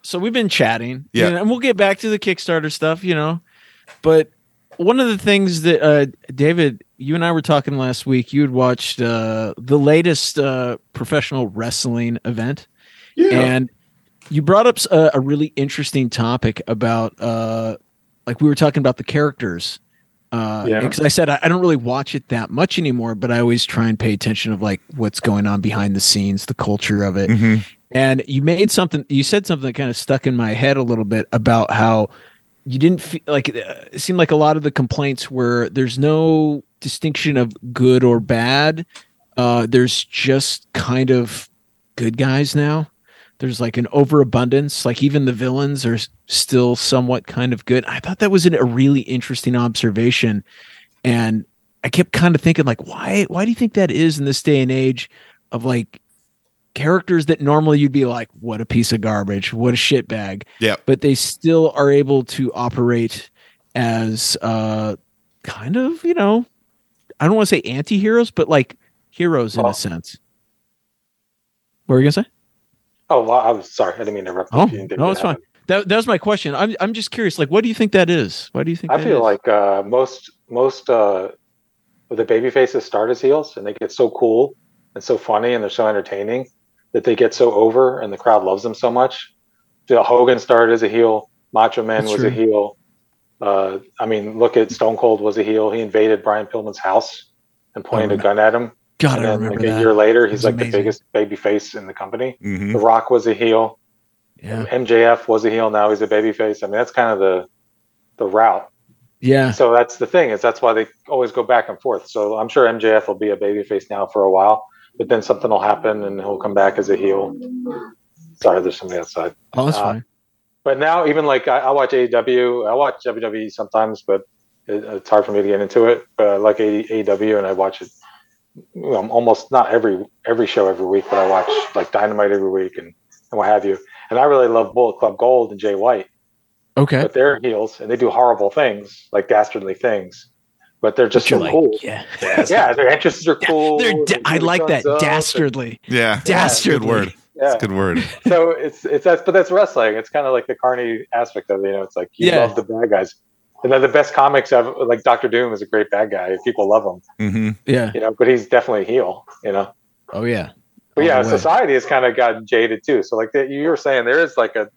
Speaker 4: so we've been chatting,
Speaker 1: Yeah.
Speaker 4: you know, and we'll get back to the Kickstarter stuff, you know. But one of the things that uh, David, you and I were talking last week, you had watched uh, the latest uh, professional wrestling event,
Speaker 8: Yeah.
Speaker 4: and you brought up uh, a, a really interesting topic about, uh, like, we were talking about the characters. Because
Speaker 8: Yeah.
Speaker 4: I said I, I don't really watch it that much anymore, but I always try and pay attention of like what's going on behind the scenes, the culture of it
Speaker 1: Mhm.
Speaker 4: and you made something you said something that kind of stuck in my head a little bit about how you didn't feel like uh, it seemed like a lot of the complaints were there's no distinction of good or bad uh there's just kind of good guys now there's like an overabundance like even the villains are s- still somewhat kind of good i thought that was an, a really interesting observation and i kept kind of thinking like why why do you think that is in this day and age of like characters that normally you'd be like what a piece of garbage what a shitbag
Speaker 1: Yep.
Speaker 4: but they still are able to operate as uh kind of you know i don't want to say anti-heroes but like heroes in
Speaker 7: Well-
Speaker 4: a sense what were you gonna say
Speaker 7: Oh, wow, I was sorry. I didn't mean to interrupt.
Speaker 4: Oh,
Speaker 7: you. You didn't
Speaker 4: no,
Speaker 7: get
Speaker 4: it's
Speaker 7: that.
Speaker 4: fine. That, that was my question. I'm, I'm just curious. Like, what do you think that is? Why do you think?
Speaker 7: I
Speaker 4: that
Speaker 7: feel
Speaker 4: is?
Speaker 7: like uh, most most uh, of the baby faces start as heels, and they get so cool and so funny, and they're so entertaining that they get so over, and the crowd loves them so much. Bill Hogan started as a heel. Macho Man
Speaker 4: That's
Speaker 7: was
Speaker 4: true.
Speaker 7: a heel. Uh, I mean, look at Stone Cold was a heel. He invaded Brian Pillman's house and pointed a
Speaker 4: remember-
Speaker 7: gun at him.
Speaker 4: Oh God,
Speaker 7: and
Speaker 4: I
Speaker 7: then
Speaker 4: remember
Speaker 7: like a
Speaker 4: that.
Speaker 7: year later, he's
Speaker 4: was
Speaker 7: like the
Speaker 4: amazing. Mm-hmm.
Speaker 7: biggest baby face in the company.
Speaker 1: hmm
Speaker 7: The Rock was a heel.
Speaker 4: yeah,
Speaker 7: MJF was a heel, now he's a babyface. I mean, that's kind of the the route.
Speaker 4: yeah,
Speaker 7: So that's the thing is that's why they always go back and forth. So I'm sure MJF will be a babyface now for a while, but then something will happen and he'll come back as a heel. Sorry, there's somebody outside.
Speaker 4: Oh, that's
Speaker 7: Uh,
Speaker 4: fine.
Speaker 7: But now, even like I, I watch AEW, I watch WWE sometimes, but it, it's hard for me to get into it. But I like E, AEW, and I watch it you know, almost not every every show every week, but I watch like Dynamite every week and, and what have you. And I really love Bullet Club Gold and Jay White
Speaker 4: Okay.
Speaker 7: but they're heels and they do horrible things, like dastardly things. But they're
Speaker 4: But
Speaker 7: just
Speaker 4: you're
Speaker 7: so
Speaker 4: like,
Speaker 7: cool.
Speaker 4: yeah.
Speaker 7: Yeah, their entrances are cool.
Speaker 4: They're da-
Speaker 7: They
Speaker 4: I
Speaker 7: really
Speaker 4: like that.
Speaker 7: guns up.
Speaker 4: Dastardly.
Speaker 1: Yeah. That's a
Speaker 4: Dastardly.
Speaker 1: good word.
Speaker 7: Yeah.
Speaker 1: That's a good word.
Speaker 7: So it's it's that's but that's wrestling. It's kind of like the carny aspect of it. You know, it's like you
Speaker 4: Yeah.
Speaker 7: love the bad guys. And then the best comics have like Doctor Doom is a great bad guy. People love him,
Speaker 1: hmm
Speaker 4: Yeah.
Speaker 7: you know, but he's definitely a heel, you know.
Speaker 4: Oh yeah.
Speaker 7: But
Speaker 4: All
Speaker 7: yeah,
Speaker 4: the way.
Speaker 7: society has kind of gotten jaded too. So like that, you were saying, there is like a,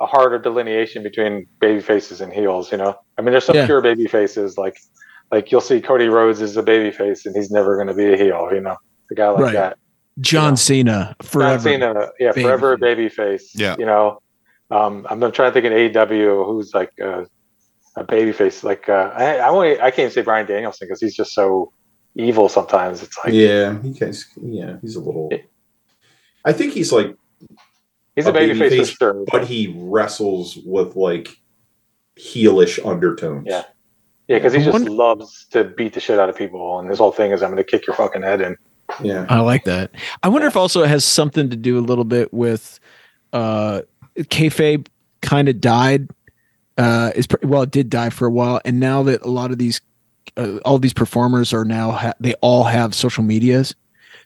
Speaker 7: a harder delineation between baby faces and heels. You know, I mean, there's some
Speaker 4: Yeah.
Speaker 7: pure baby faces like like you'll see Cody Rhodes is a baby face and he's never going to be a heel. You know, a guy like
Speaker 4: Right.
Speaker 7: that.
Speaker 4: John Cena forever.
Speaker 7: John Cena, yeah,
Speaker 4: Baby
Speaker 7: forever a baby face.
Speaker 1: Yeah.
Speaker 7: you know, um, I'm, I'm trying to think of AEW who's like a, a baby face. Like uh, I I, only, I can't say Brian Danielson because he's just so evil sometimes. It's like
Speaker 8: yeah, he guys. Yeah, he's a little. I think he's like,
Speaker 7: he's a,
Speaker 8: A
Speaker 7: baby, face,
Speaker 8: babyface,
Speaker 7: for sure.
Speaker 8: but he wrestles with like heelish undertones.
Speaker 7: Yeah. Yeah, because he
Speaker 4: I
Speaker 7: just
Speaker 4: wonder-
Speaker 7: loves to beat the shit out of people, and his whole thing is, "I'm going to kick your fucking head in."
Speaker 8: yeah.
Speaker 4: I like that. I wonder if also it has something to do a little bit with uh kayfabe kind of died uh is pr- well it did die for a while and now that a lot of these uh, all these performers are now ha- they all have social medias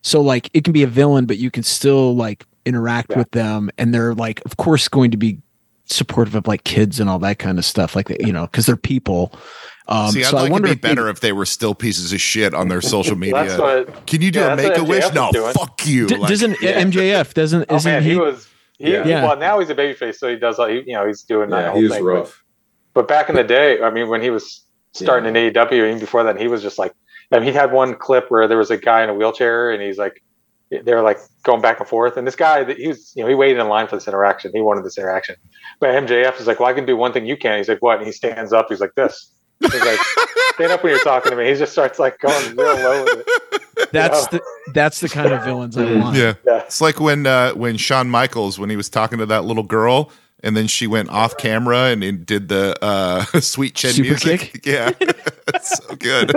Speaker 4: so like it can be a villain but you can still like interact
Speaker 7: Yeah.
Speaker 4: with them and they're like of course going to be supportive of like kids and all that kind of stuff like you know because they're people um
Speaker 1: See, I'd
Speaker 4: so
Speaker 1: like
Speaker 4: i
Speaker 1: to
Speaker 4: wonder
Speaker 1: be
Speaker 4: if maybe-
Speaker 1: better if they were still pieces of shit on their social media.
Speaker 7: That's what.
Speaker 1: Can you do
Speaker 7: Yeah,
Speaker 1: a
Speaker 7: that's
Speaker 1: make a
Speaker 7: what
Speaker 1: wish?
Speaker 7: MJF
Speaker 1: No,
Speaker 7: was doing.
Speaker 1: fuck you.
Speaker 4: D-
Speaker 1: Like,
Speaker 4: doesn't
Speaker 7: Yeah.
Speaker 4: MJF doesn't
Speaker 7: Oh
Speaker 4: isn't
Speaker 7: man, he,
Speaker 4: he,
Speaker 7: was. He,
Speaker 8: Yeah.
Speaker 4: Yeah.
Speaker 7: Well, now he's a babyface, so he does. all- He, you know, he's doing that
Speaker 8: Yeah,
Speaker 7: whole
Speaker 8: he was
Speaker 7: thing.
Speaker 8: rough.
Speaker 7: But back in the day, I mean, when he was starting in AEW, even before then, he was just like, I mean, he had one clip where there was a guy in a wheelchair, and he's like, they were like going back and forth, and this guy, he was, you know, he waited in line for this interaction. He wanted this interaction, but MJF is like, well, I can do one thing you can. He's like, what? And he stands up. He's like, this. He's like, stand up when you're talking to me. He just starts like going real low with it.
Speaker 4: That's
Speaker 7: Yeah.
Speaker 4: the that's the kind of villains I
Speaker 8: Mm.
Speaker 4: want.
Speaker 1: yeah.
Speaker 7: Yeah.
Speaker 1: It's like when uh, when Shawn Michaels when he was talking to that little girl and then she went off camera and, and did the uh, sweet chin
Speaker 4: Super
Speaker 1: music. Yeah. It's so good.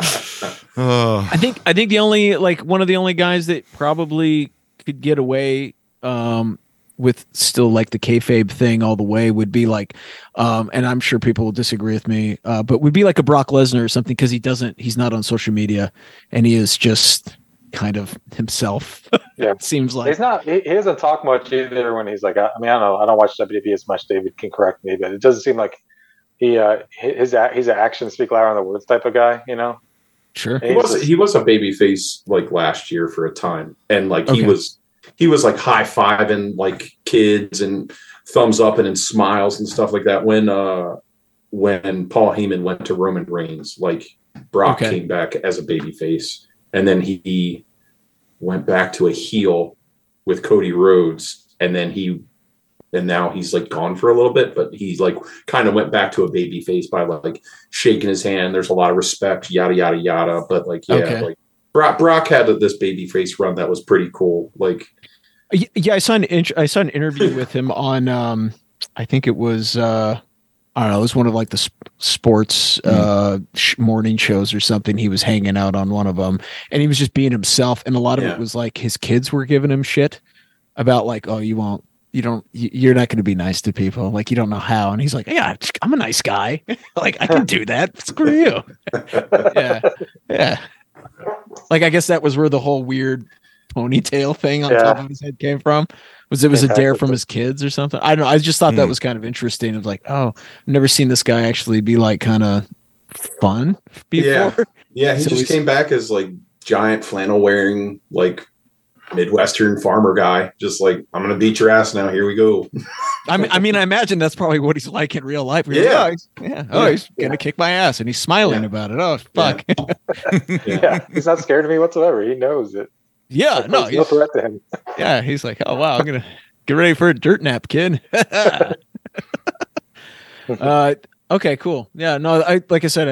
Speaker 1: oh.
Speaker 4: I think I think the only like one of the only guys that probably could get away um with still like the kayfabe thing all the way would be like um and I'm sure people will disagree with me uh but would be like a Brock Lesnar or something cuz he doesn't he's not on social media and he is just kind of himself.
Speaker 7: Yeah.
Speaker 4: it seems like
Speaker 7: He's not. He, he doesn't talk much either. When he's like, I, I mean, I don't know. I don't watch WWE as much. David can correct me, but it doesn't seem like he uh, his a- he's an action speak louder than the words type of guy. You know,
Speaker 4: sure.
Speaker 7: And
Speaker 8: He
Speaker 7: he's
Speaker 8: was
Speaker 7: just-
Speaker 8: he was a baby face like last year for a time, and like
Speaker 4: Okay.
Speaker 8: he was he was like high fiving like kids and thumbs up and, and smiles and stuff like that when uh when Paul Heyman went to Roman Reigns, like Brock
Speaker 4: Okay.
Speaker 8: came back as a baby face, and then he, he went back to a heel with Cody Rhodes, and then he and now he's like gone for a little bit, but he's like kind of went back to a baby face by like shaking his hand. There's a lot of respect, yada yada yada. But like, yeah,
Speaker 4: Okay.
Speaker 8: like Brock, Brock had this baby face run that was pretty cool. Like,
Speaker 4: Y- Yeah, I saw an int- I saw an interview with him on um I think it was uh I don't know, it was one of like the sp- sports uh sh- morning shows or something. He was hanging out on one of them and he was just being himself and a lot of
Speaker 8: Yeah.
Speaker 4: it was like his kids were giving him shit about like oh you won't you don't you- you're not going to be nice to people like you don't know how and he's like yeah i'm a nice guy like i can do that screw you yeah yeah like i guess that was where the whole weird ponytail thing on
Speaker 7: Yeah.
Speaker 4: top of his head came from was it was a dare
Speaker 7: Exactly.
Speaker 4: from his kids or something i don't know i just thought that
Speaker 1: Hmm.
Speaker 4: was kind of interesting of like oh i've never seen this guy actually be like kind of fun before
Speaker 8: Yeah. yeah, he
Speaker 4: So
Speaker 8: just
Speaker 4: he's-
Speaker 8: came back as like giant flannel wearing like midwestern farmer guy. Just like I'm gonna beat your ass now. Here we go.
Speaker 4: I mean, I mean, I imagine that's probably what he's like in real life. We're like,
Speaker 8: Yeah.
Speaker 4: oh, he's- yeah. Oh,
Speaker 8: Yeah.
Speaker 4: he's gonna kick my ass, and he's smiling
Speaker 8: Yeah.
Speaker 4: about it. Oh, fuck. Yeah.
Speaker 7: yeah, he's not scared of me whatsoever. He knows it.
Speaker 4: no.
Speaker 7: There's no
Speaker 4: He's,
Speaker 7: threat to him.
Speaker 4: yeah. He's like, oh wow, I'm gonna get ready for a dirt nap, kid. uh, okay, cool. Yeah. No, I like I said,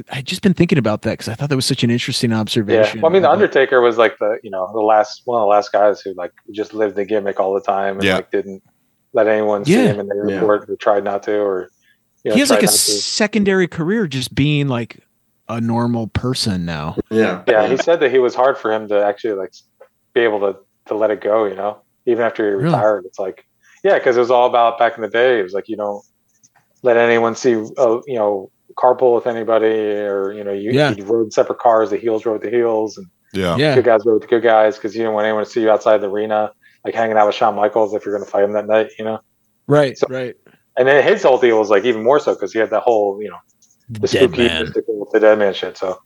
Speaker 4: I I'd just been thinking about that because I thought that was such an interesting
Speaker 7: Yeah.
Speaker 4: observation.
Speaker 7: Well, I mean, the
Speaker 4: Like,
Speaker 7: Undertaker was like the you know the last one of the last guys who like just lived the gimmick all the time and
Speaker 1: Yeah.
Speaker 7: like didn't let anyone see
Speaker 4: Yeah.
Speaker 7: him in the
Speaker 8: Yeah.
Speaker 7: airport or tried not to or you know,
Speaker 4: he has
Speaker 7: tried
Speaker 4: like a
Speaker 7: not to.
Speaker 4: secondary career just being like a normal person now.
Speaker 8: Yeah.
Speaker 7: yeah. He said that he was hard for him to actually like be able to to let it go. You know, even after he
Speaker 4: Really?
Speaker 7: retired, it's like yeah, because it was all about back in the day. It was like you don't let anyone see uh, you know carpool with anybody or you know you,
Speaker 4: Yeah.
Speaker 7: you rode separate cars. The heels rode the heels and
Speaker 1: Yeah.
Speaker 4: Yeah.
Speaker 7: good guys rode with the good guys because you didn't want anyone to see you outside the arena, like hanging out with Shawn Michaels if you're going to fight him that night, you know.
Speaker 4: Right.
Speaker 7: So-
Speaker 4: right.
Speaker 7: And then his whole deal was like even more so because he had that whole you know the spooky mystical, the dead man shit. So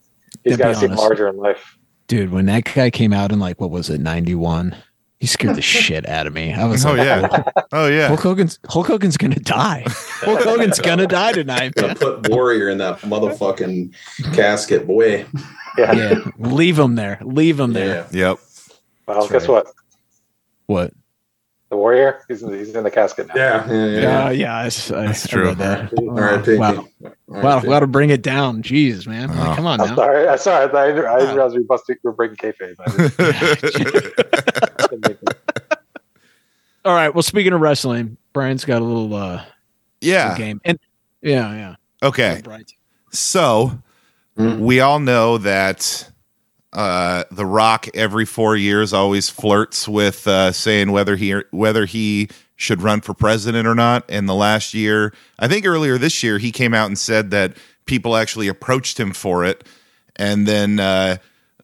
Speaker 7: he's
Speaker 4: To be
Speaker 7: got to seem
Speaker 4: honest.
Speaker 7: larger in life.
Speaker 4: Dude, when that guy came out in like what was it, ninety one, he scared the shit out of me. I was
Speaker 1: Oh
Speaker 4: like,
Speaker 1: yeah. Oh yeah.
Speaker 4: Hulk Hogan's Hulk Hogan's gonna die. Hulk Hogan's gonna die tonight.
Speaker 8: Gonna
Speaker 4: man.
Speaker 8: put Warrior in that motherfucking casket, boy.
Speaker 7: Yeah.
Speaker 4: Yeah, leave him there. Leave him there.
Speaker 8: Yeah.
Speaker 1: Yep.
Speaker 7: Well,
Speaker 4: That's
Speaker 7: guess
Speaker 4: right.
Speaker 7: what?
Speaker 4: What?
Speaker 7: The Warrior, he's in the, he's in the casket now.
Speaker 8: Yeah. Yeah. yeah,
Speaker 4: Yeah,
Speaker 8: yeah.
Speaker 4: uh, yeah. I, s- I-
Speaker 1: That's
Speaker 4: I
Speaker 1: true.
Speaker 4: read that.
Speaker 8: All right, Pinky.
Speaker 4: Wow, wow, wow, to bring it down. Jeez, man. Like,
Speaker 1: Oh.
Speaker 4: come on
Speaker 7: I'm
Speaker 4: now.
Speaker 7: sorry. I'm sorry. I, thought- I, didn't- I didn't realize we busted, we're breaking kayfabe. I didn't- I didn't make it.
Speaker 4: All right. Well, speaking of wrestling, Brian's got a little uh
Speaker 1: yeah.
Speaker 4: game, and yeah, yeah.
Speaker 1: Okay.
Speaker 4: Brian.
Speaker 1: So
Speaker 8: Mhm.
Speaker 1: we all know that uh, The Rock every four years always flirts with uh, saying whether he whether he should run for president or not. And the last year, I think earlier this year, he came out and said that people actually approached him for it, and then uh,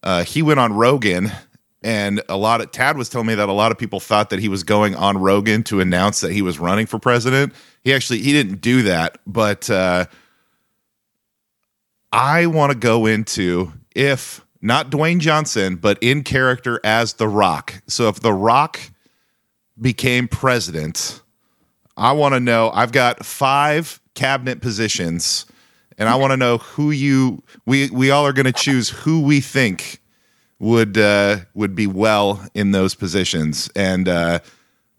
Speaker 1: uh, he went on Rogan. And a lot of Tad was telling me that a lot of people thought that he was going on Rogan to announce that he was running for president. He actually he didn't do that, but uh, I want to go into if not Dwayne Johnson, but in character as The Rock. So if The Rock became president, I want to know. I've got five cabinet positions, and I want to know who you. We we all are going to choose who we think would uh, would be well in those positions, and uh,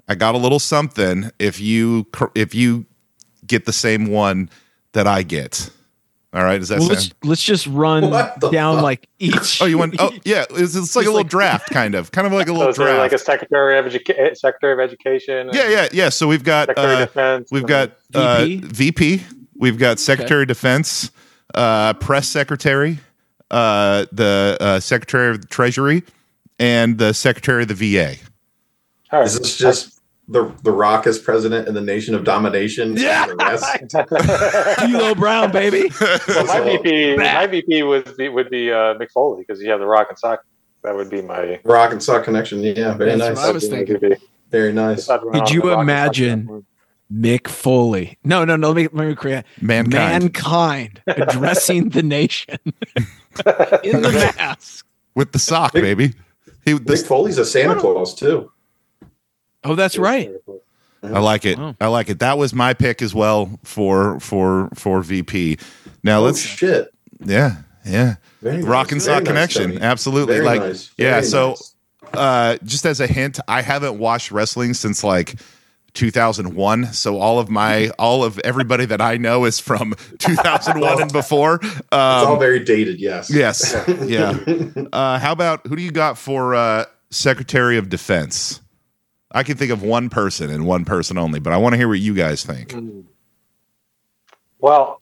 Speaker 1: I got a little something if you cor- if you get the same one that I get. All right, does that
Speaker 4: Well,
Speaker 1: sound?
Speaker 4: let's let's just run
Speaker 8: What the
Speaker 4: down
Speaker 8: fuck?
Speaker 4: like each.
Speaker 1: Oh, you want? Oh, yeah. It's, it's like a
Speaker 4: Just
Speaker 1: little
Speaker 4: like-
Speaker 1: draft, kind of, kind of like a
Speaker 7: So
Speaker 1: little
Speaker 7: is there like
Speaker 1: draft.
Speaker 7: a secretary of education, secretary of education. and
Speaker 1: yeah, yeah, yeah. So we've got
Speaker 7: Secretary
Speaker 1: uh,
Speaker 7: of defense.
Speaker 1: we've got uh,
Speaker 4: VP?
Speaker 1: VP, we've got Secretary of Defense, uh, Press Secretary, uh, the uh, Secretary of the Treasury, and the Secretary of the VA.
Speaker 7: All right.
Speaker 8: Is this just the the Rock as president in the Nation of Domination? Yeah. The rest?
Speaker 4: D'Lo Brown, baby.
Speaker 7: Well, my
Speaker 8: So-
Speaker 7: VP,
Speaker 4: Back.
Speaker 7: my VP would be would be uh, Mick Foley because you have the Rock and Sock. That would be my
Speaker 8: Rock and Sock connection. Yeah. Very
Speaker 4: That's what
Speaker 8: nice.
Speaker 4: I was thinking.
Speaker 7: VP.
Speaker 8: Very nice.
Speaker 7: I'd run
Speaker 4: Did
Speaker 7: off
Speaker 4: you
Speaker 7: the Rock and Sock
Speaker 4: imagine-
Speaker 7: platform.
Speaker 4: Mick Foley. No, no, no. Let me let me create
Speaker 1: Mankind
Speaker 4: mankind addressing the nation in the mask.
Speaker 1: with the sock, baby. He,
Speaker 8: Mick
Speaker 1: this,
Speaker 8: Foley's a Santa Claus too.
Speaker 4: Oh, that's right.
Speaker 1: I like it.
Speaker 4: Wow.
Speaker 1: I like it. That was my pick as well for for for VP. Now
Speaker 8: Oh
Speaker 1: let's,
Speaker 8: shit.
Speaker 1: yeah, yeah.
Speaker 8: Very
Speaker 1: Rock and
Speaker 8: nice. Very
Speaker 1: sock
Speaker 8: nice,
Speaker 1: connection.
Speaker 8: Tony.
Speaker 1: Absolutely.
Speaker 8: Very
Speaker 1: like
Speaker 8: nice.
Speaker 1: yeah,
Speaker 8: Very
Speaker 1: so-
Speaker 8: nice.
Speaker 1: uh just as a hint, I haven't watched wrestling since like 2001. So all of my all of everybody that I know is from 2001 and before.
Speaker 8: it's all
Speaker 1: Um
Speaker 8: very dated. Yes.
Speaker 1: yes. Yeah. Uh how about who do you got for uh Secretary of Defense? I can think of one person and one person only, but I want to hear what you guys think.
Speaker 7: Well,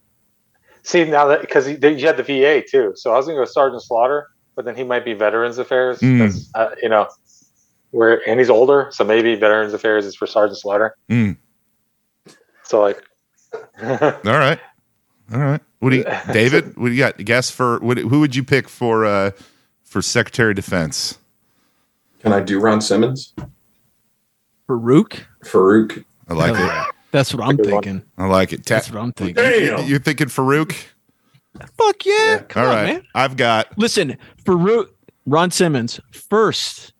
Speaker 7: see now that because you you had the VA too, so I was going to go Sergeant Slaughter, but then he might be Veterans Affairs.
Speaker 1: Mm.
Speaker 7: 'cause, Uh, you know, where and he's older, so maybe Veterans Affairs is for Sergeant Slaughter.
Speaker 1: Mm.
Speaker 7: So like,
Speaker 1: All right. All right. What do you David, what do you got? Guess for what, who would you pick for uh for Secretary of Defense?
Speaker 8: Can I do Ron Simmons?
Speaker 4: Farouk.
Speaker 8: Farouk.
Speaker 1: I like it.
Speaker 4: That's what I'm
Speaker 7: Good one.
Speaker 4: thinking.
Speaker 1: I like it. Ta-
Speaker 4: That's what I'm thinking.
Speaker 8: Damn.
Speaker 1: You're thinking Farouk?
Speaker 4: Fuck yeah!
Speaker 8: Yeah.
Speaker 4: Come
Speaker 1: All
Speaker 4: on,
Speaker 1: right.
Speaker 4: man.
Speaker 1: I've got
Speaker 4: Listen, Farouk Ron Simmons, first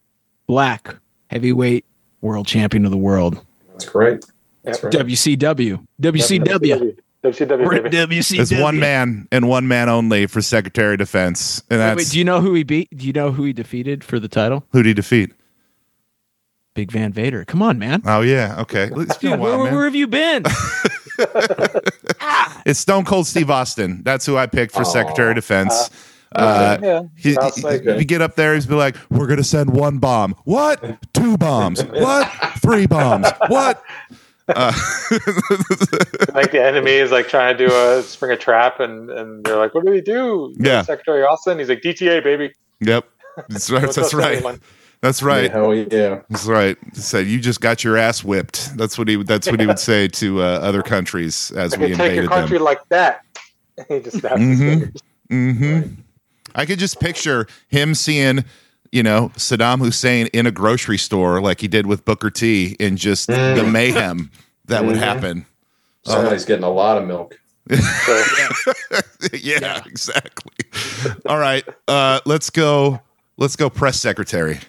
Speaker 4: black heavyweight world champion of the world.
Speaker 8: That's great. That's right.
Speaker 4: WCW, WCW,
Speaker 7: WCW,
Speaker 4: We're at
Speaker 7: baby.
Speaker 4: WCW.
Speaker 1: it's one man and one man only for Secretary of Defense, and
Speaker 4: Wait,
Speaker 1: that's
Speaker 4: wait, do you know who he beat? Do you know who he defeated for the title?
Speaker 1: who do you defeat?
Speaker 4: Big Van Vader. Come on, man.
Speaker 1: Oh yeah, okay. It's been a
Speaker 4: Dude, where,
Speaker 1: while,
Speaker 4: where
Speaker 1: man.
Speaker 4: have you been? ah,
Speaker 1: It's Stone Cold Steve Austin. That's who I picked for Secretary of Defense. Uh,
Speaker 7: yeah,
Speaker 1: he,
Speaker 7: Sounds
Speaker 1: he-
Speaker 7: like
Speaker 1: he-
Speaker 7: it.
Speaker 1: you get up there, he's be like, "We're gonna send one bomb. What? Two bombs. What? Three bombs. What?" Uh,
Speaker 7: like the enemy is like trying to do a spring a trap, and, and they're like, "What do we do?"
Speaker 1: Yeah.
Speaker 7: Secretary Austin. He's like, "DTA, baby."
Speaker 1: yep, that's right.
Speaker 7: Don't
Speaker 1: That's
Speaker 7: trust
Speaker 1: right.
Speaker 7: anyone.
Speaker 1: That's right.
Speaker 8: Hell yeah.
Speaker 1: That's right. He said you just got your ass whipped. That's what he. That's what he would say to uh, other countries as
Speaker 7: I
Speaker 1: we
Speaker 7: can take your
Speaker 1: invaded
Speaker 7: country
Speaker 1: them.
Speaker 7: like that. he just snaps his
Speaker 1: Mhm.
Speaker 7: fingers.
Speaker 1: hmm I could just picture him seeing, you know, Saddam Hussein in a grocery store like he did with Booker T, and just the mayhem that would
Speaker 8: Mhm.
Speaker 1: happen. Uh-huh.
Speaker 8: Somebody's getting a lot of milk.
Speaker 7: So,
Speaker 1: yeah, exactly. All right, uh, let's go. Let's go, press secretary.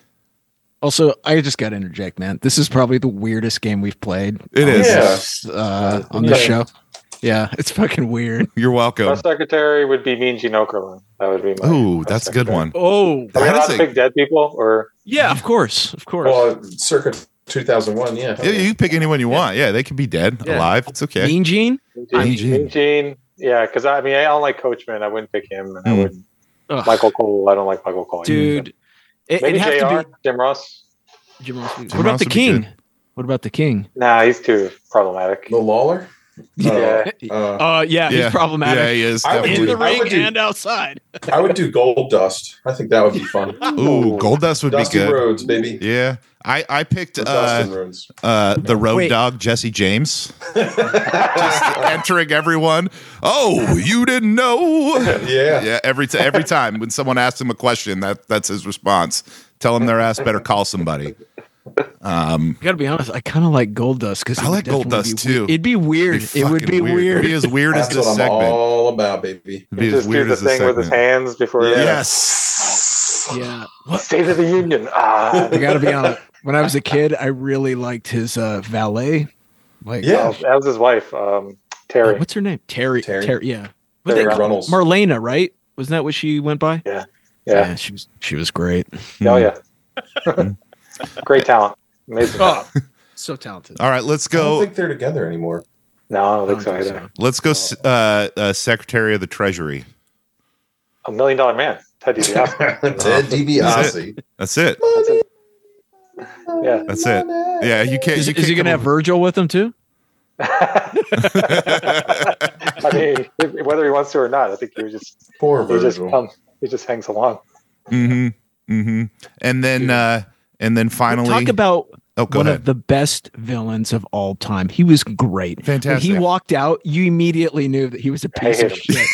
Speaker 4: Also, I just got to interject, man. This is probably the weirdest game we've played
Speaker 1: It is.
Speaker 8: Yeah.
Speaker 4: uh, on this show. Yeah, it's fucking weird.
Speaker 1: You're
Speaker 7: my
Speaker 1: welcome.
Speaker 7: secretary would be Mean Gene Okerlund. That would be my.
Speaker 1: Ooh, that's a good one.
Speaker 4: Oh,
Speaker 7: Are we
Speaker 1: That
Speaker 7: allowed
Speaker 1: is
Speaker 7: to
Speaker 1: a-
Speaker 7: pick dead people or
Speaker 4: yeah, of course, of course.
Speaker 8: Well, circa 2001, yeah.
Speaker 1: Yeah, you can pick anyone you want. Yeah, they could be dead,
Speaker 4: Yeah.
Speaker 1: alive. It's okay.
Speaker 4: Mean Gene.
Speaker 1: Mean
Speaker 7: Mean
Speaker 1: Gene.
Speaker 7: Gene? Mean Gene. Yeah, because I mean, I don't like Coachman. I wouldn't pick him, and I
Speaker 1: Mm.
Speaker 7: would
Speaker 4: Ugh,
Speaker 7: Michael Cole. I don't like Michael Cole. either.
Speaker 4: dude, it,
Speaker 7: maybe
Speaker 4: it'd have
Speaker 7: Jr.
Speaker 4: to be.
Speaker 7: Jim Ross.
Speaker 4: Jim Ross would be-
Speaker 1: Jim
Speaker 4: what about
Speaker 1: Ross
Speaker 4: the
Speaker 1: would be
Speaker 4: King?
Speaker 1: good.
Speaker 4: What about the King?
Speaker 7: Nah, he's too problematic.
Speaker 8: The Lawler?
Speaker 7: Yeah.
Speaker 8: Uh, uh,
Speaker 4: Uh, yeah, he's
Speaker 1: Yeah,
Speaker 4: problematic
Speaker 1: he is.
Speaker 8: I would
Speaker 1: definitely.
Speaker 4: in the
Speaker 8: I would
Speaker 4: ring
Speaker 8: do-
Speaker 4: and outside.
Speaker 8: I would do Gold Dust. I think that would be fun.
Speaker 1: Ooh, gold dust would
Speaker 8: Dusty
Speaker 1: be good.
Speaker 8: Rhodes, baby.
Speaker 1: Yeah, I I picked
Speaker 8: The
Speaker 1: uh,
Speaker 8: Dustin Rhodes.
Speaker 1: uh, the road
Speaker 4: Wait.
Speaker 1: dog Jesse James just entering everyone. Oh, you didn't know?
Speaker 8: Yeah.
Speaker 1: Yeah, every t- every time when someone asks him a question, that that's his response. Tell him their ass better call somebody. Um,
Speaker 4: I gotta be honest, I kind of like Gold Dust because
Speaker 1: I like Gold Dust, too.
Speaker 4: It'd be weird.
Speaker 1: be
Speaker 4: it would
Speaker 1: fucking
Speaker 4: be weird.
Speaker 1: It'd be as weird
Speaker 8: That's
Speaker 1: as this
Speaker 8: what I'm
Speaker 1: segment.
Speaker 8: all about, baby.
Speaker 1: It'd be as
Speaker 7: Just do
Speaker 1: weird
Speaker 7: the
Speaker 1: as this
Speaker 7: thing with his
Speaker 1: segment.
Speaker 7: hands before. uh,
Speaker 8: Yeah.
Speaker 1: Yes.
Speaker 4: yeah. What?
Speaker 7: State of the Union. Ah,
Speaker 4: I gotta be honest. When I was a kid, I really liked his uh, valet. Like,
Speaker 8: Yeah.
Speaker 7: that was his wife, um,
Speaker 4: uh,
Speaker 7: Terry.
Speaker 4: what's her name? Terry.
Speaker 8: Terry.
Speaker 4: Terry. yeah. What
Speaker 7: Terry
Speaker 4: they call-
Speaker 8: Runnels.
Speaker 4: Marlena, right? Wasn't that what she went by?
Speaker 7: yeah.
Speaker 4: she was. She was great.
Speaker 7: Oh
Speaker 1: Hmm.
Speaker 7: yeah. Great talent. Amazing. talent.
Speaker 4: Oh, so talented.
Speaker 1: All right, let's
Speaker 8: I don't
Speaker 1: go.
Speaker 8: think they're together anymore.
Speaker 7: No, I don't
Speaker 4: I
Speaker 7: think
Speaker 4: don't
Speaker 7: so
Speaker 4: think
Speaker 7: either.
Speaker 4: so.
Speaker 1: Let's go. s- Uh, uh, Secretary of the Treasury.
Speaker 7: A million dollar man, Ted
Speaker 1: Uh,
Speaker 7: DiBiase.
Speaker 8: Ted DiBiase.
Speaker 1: That's it.
Speaker 7: yeah.
Speaker 1: That's it. Yeah, you can't.
Speaker 4: Is,
Speaker 1: you
Speaker 4: is he
Speaker 1: can't
Speaker 4: gonna have Virgil with him too?
Speaker 7: I mean, whether he wants to or not, I think he was just
Speaker 8: Poor
Speaker 7: he just
Speaker 8: Virgil.
Speaker 7: um, he just hangs along.
Speaker 1: Mm-hmm. Mm-hmm. And then, uh, and then finally,
Speaker 4: Talk about
Speaker 1: oh, go
Speaker 4: one
Speaker 1: ahead.
Speaker 4: of the best villains of all time. He was great. When
Speaker 1: Fantastic.
Speaker 4: he walked out, you immediately knew that he was a piece
Speaker 7: hate
Speaker 4: of
Speaker 7: him.
Speaker 4: shit.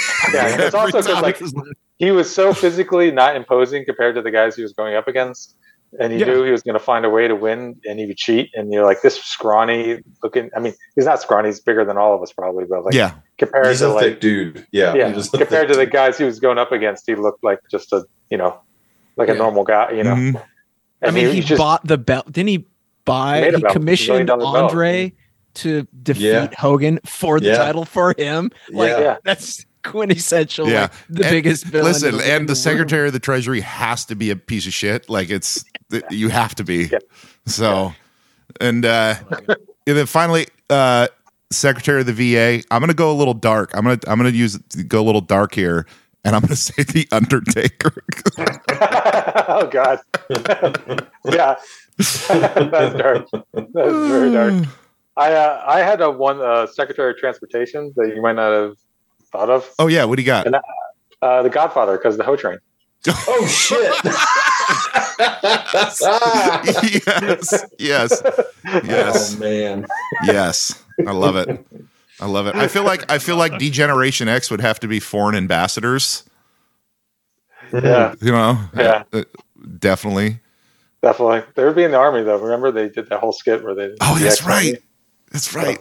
Speaker 7: Yeah, it's also
Speaker 1: Every
Speaker 7: because
Speaker 1: time
Speaker 7: like he was so physically not imposing compared to the guys he was going up against, and he
Speaker 4: Yeah.
Speaker 7: knew he was going to find a way to win, and he would cheat. And you're like this scrawny looking. I mean, he's not scrawny; he's bigger than all of us probably, but like
Speaker 1: yeah.
Speaker 7: compared
Speaker 8: He's
Speaker 7: to
Speaker 8: a
Speaker 7: like
Speaker 8: thick dude. Yeah.
Speaker 7: yeah,
Speaker 8: he was a
Speaker 7: compared to
Speaker 8: thick
Speaker 7: the guys he was going up against, he looked like just a you know like a
Speaker 4: Yeah. Mm-hmm.
Speaker 7: normal guy. You know,
Speaker 1: Mhm.
Speaker 4: I
Speaker 7: And
Speaker 4: mean, he,
Speaker 7: was just-
Speaker 4: bought the belt. Didn't he buy?
Speaker 7: Made a
Speaker 4: He
Speaker 7: belt,
Speaker 4: commissioned
Speaker 7: million-dollar belt.
Speaker 4: Andre to defeat
Speaker 8: Yeah.
Speaker 4: Hogan for the
Speaker 8: Yeah.
Speaker 4: title for him. Like
Speaker 8: Yeah.
Speaker 7: Yeah.
Speaker 4: that's quintessential.
Speaker 1: Yeah.
Speaker 4: Like, the
Speaker 1: And
Speaker 4: biggest villain.
Speaker 1: Listen,
Speaker 4: in
Speaker 1: and the
Speaker 4: world.
Speaker 1: Secretary of the Treasury has to be a piece of shit. Like it's th- you have to be.
Speaker 7: Yeah.
Speaker 1: So, and uh, and then finally, uh, Secretary of the VA. I'm gonna go a little dark. I'm gonna I'm gonna use go a little dark here, and I'm gonna say the Undertaker.
Speaker 7: oh god. yeah. That's dark. That's very
Speaker 1: Mm.
Speaker 7: dark. I uh, I had a one uh, Secretary of Transportation that you might not have thought of.
Speaker 1: oh yeah, what do you got?
Speaker 7: And Uh, the Godfather, because the Ho Train.
Speaker 8: dude. Oh, shit.
Speaker 1: yes, yes,
Speaker 4: Um,
Speaker 1: yes.
Speaker 8: Oh, man.
Speaker 1: yes i love it i love it i feel like i feel like degeneration x would have to be foreign ambassadors
Speaker 7: Yeah,
Speaker 1: you know
Speaker 7: Yeah.
Speaker 1: Uh, definitely
Speaker 7: definitely. They would be in the army though. Remember they did that whole skit where they.
Speaker 1: oh that's
Speaker 7: the-
Speaker 1: right that's right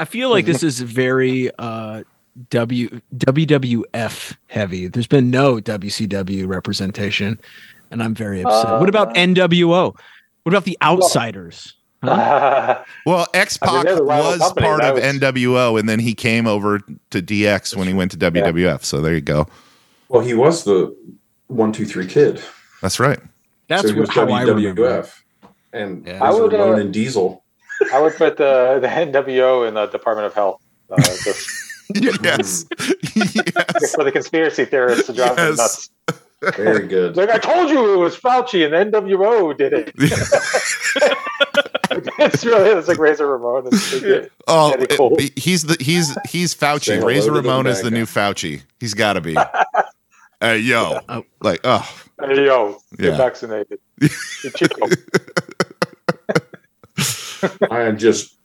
Speaker 4: I feel like this is very uh, W WWF heavy. There's been no WCW representation, and I'm very upset. what about NWO? What about the Outsiders?
Speaker 1: well x-pac
Speaker 7: I mean, they're the rival
Speaker 1: was
Speaker 7: company,
Speaker 1: part
Speaker 7: that
Speaker 1: of
Speaker 7: was-
Speaker 1: nwo and then he came over to dx when he went to wwf so there you go
Speaker 8: Well, he was the one, two, three kid.
Speaker 1: that's right
Speaker 4: That's
Speaker 8: so he was
Speaker 4: what, how I remember. it.
Speaker 8: WWF. E And
Speaker 4: Yeah.
Speaker 8: I
Speaker 7: I
Speaker 8: would
Speaker 7: would,
Speaker 8: Ramon
Speaker 7: uh,
Speaker 8: and Diesel.
Speaker 7: I would put the the NWO in the uh, Department of Health. uh, just
Speaker 1: yes. yes.
Speaker 7: for the conspiracy theorists to drive them
Speaker 1: Yes.
Speaker 7: nuts.
Speaker 8: Very good.
Speaker 7: Like I told you, it was Fauci and NWO did it. it's really it's like Razor Ramon. It's, it,
Speaker 1: Oh,
Speaker 7: That'd be cool.
Speaker 1: it- he's the he's he's
Speaker 8: Say
Speaker 1: Fauci.
Speaker 8: hello
Speaker 1: Razor
Speaker 8: to the
Speaker 1: Ramon is
Speaker 8: bad
Speaker 1: the
Speaker 8: guy.
Speaker 1: new Fauci. He's got to be. Hey yo,
Speaker 4: Oh.
Speaker 1: like oh
Speaker 7: hey, yo, get
Speaker 1: Yeah.
Speaker 7: vaccinated. Hey, Chico,
Speaker 8: I am just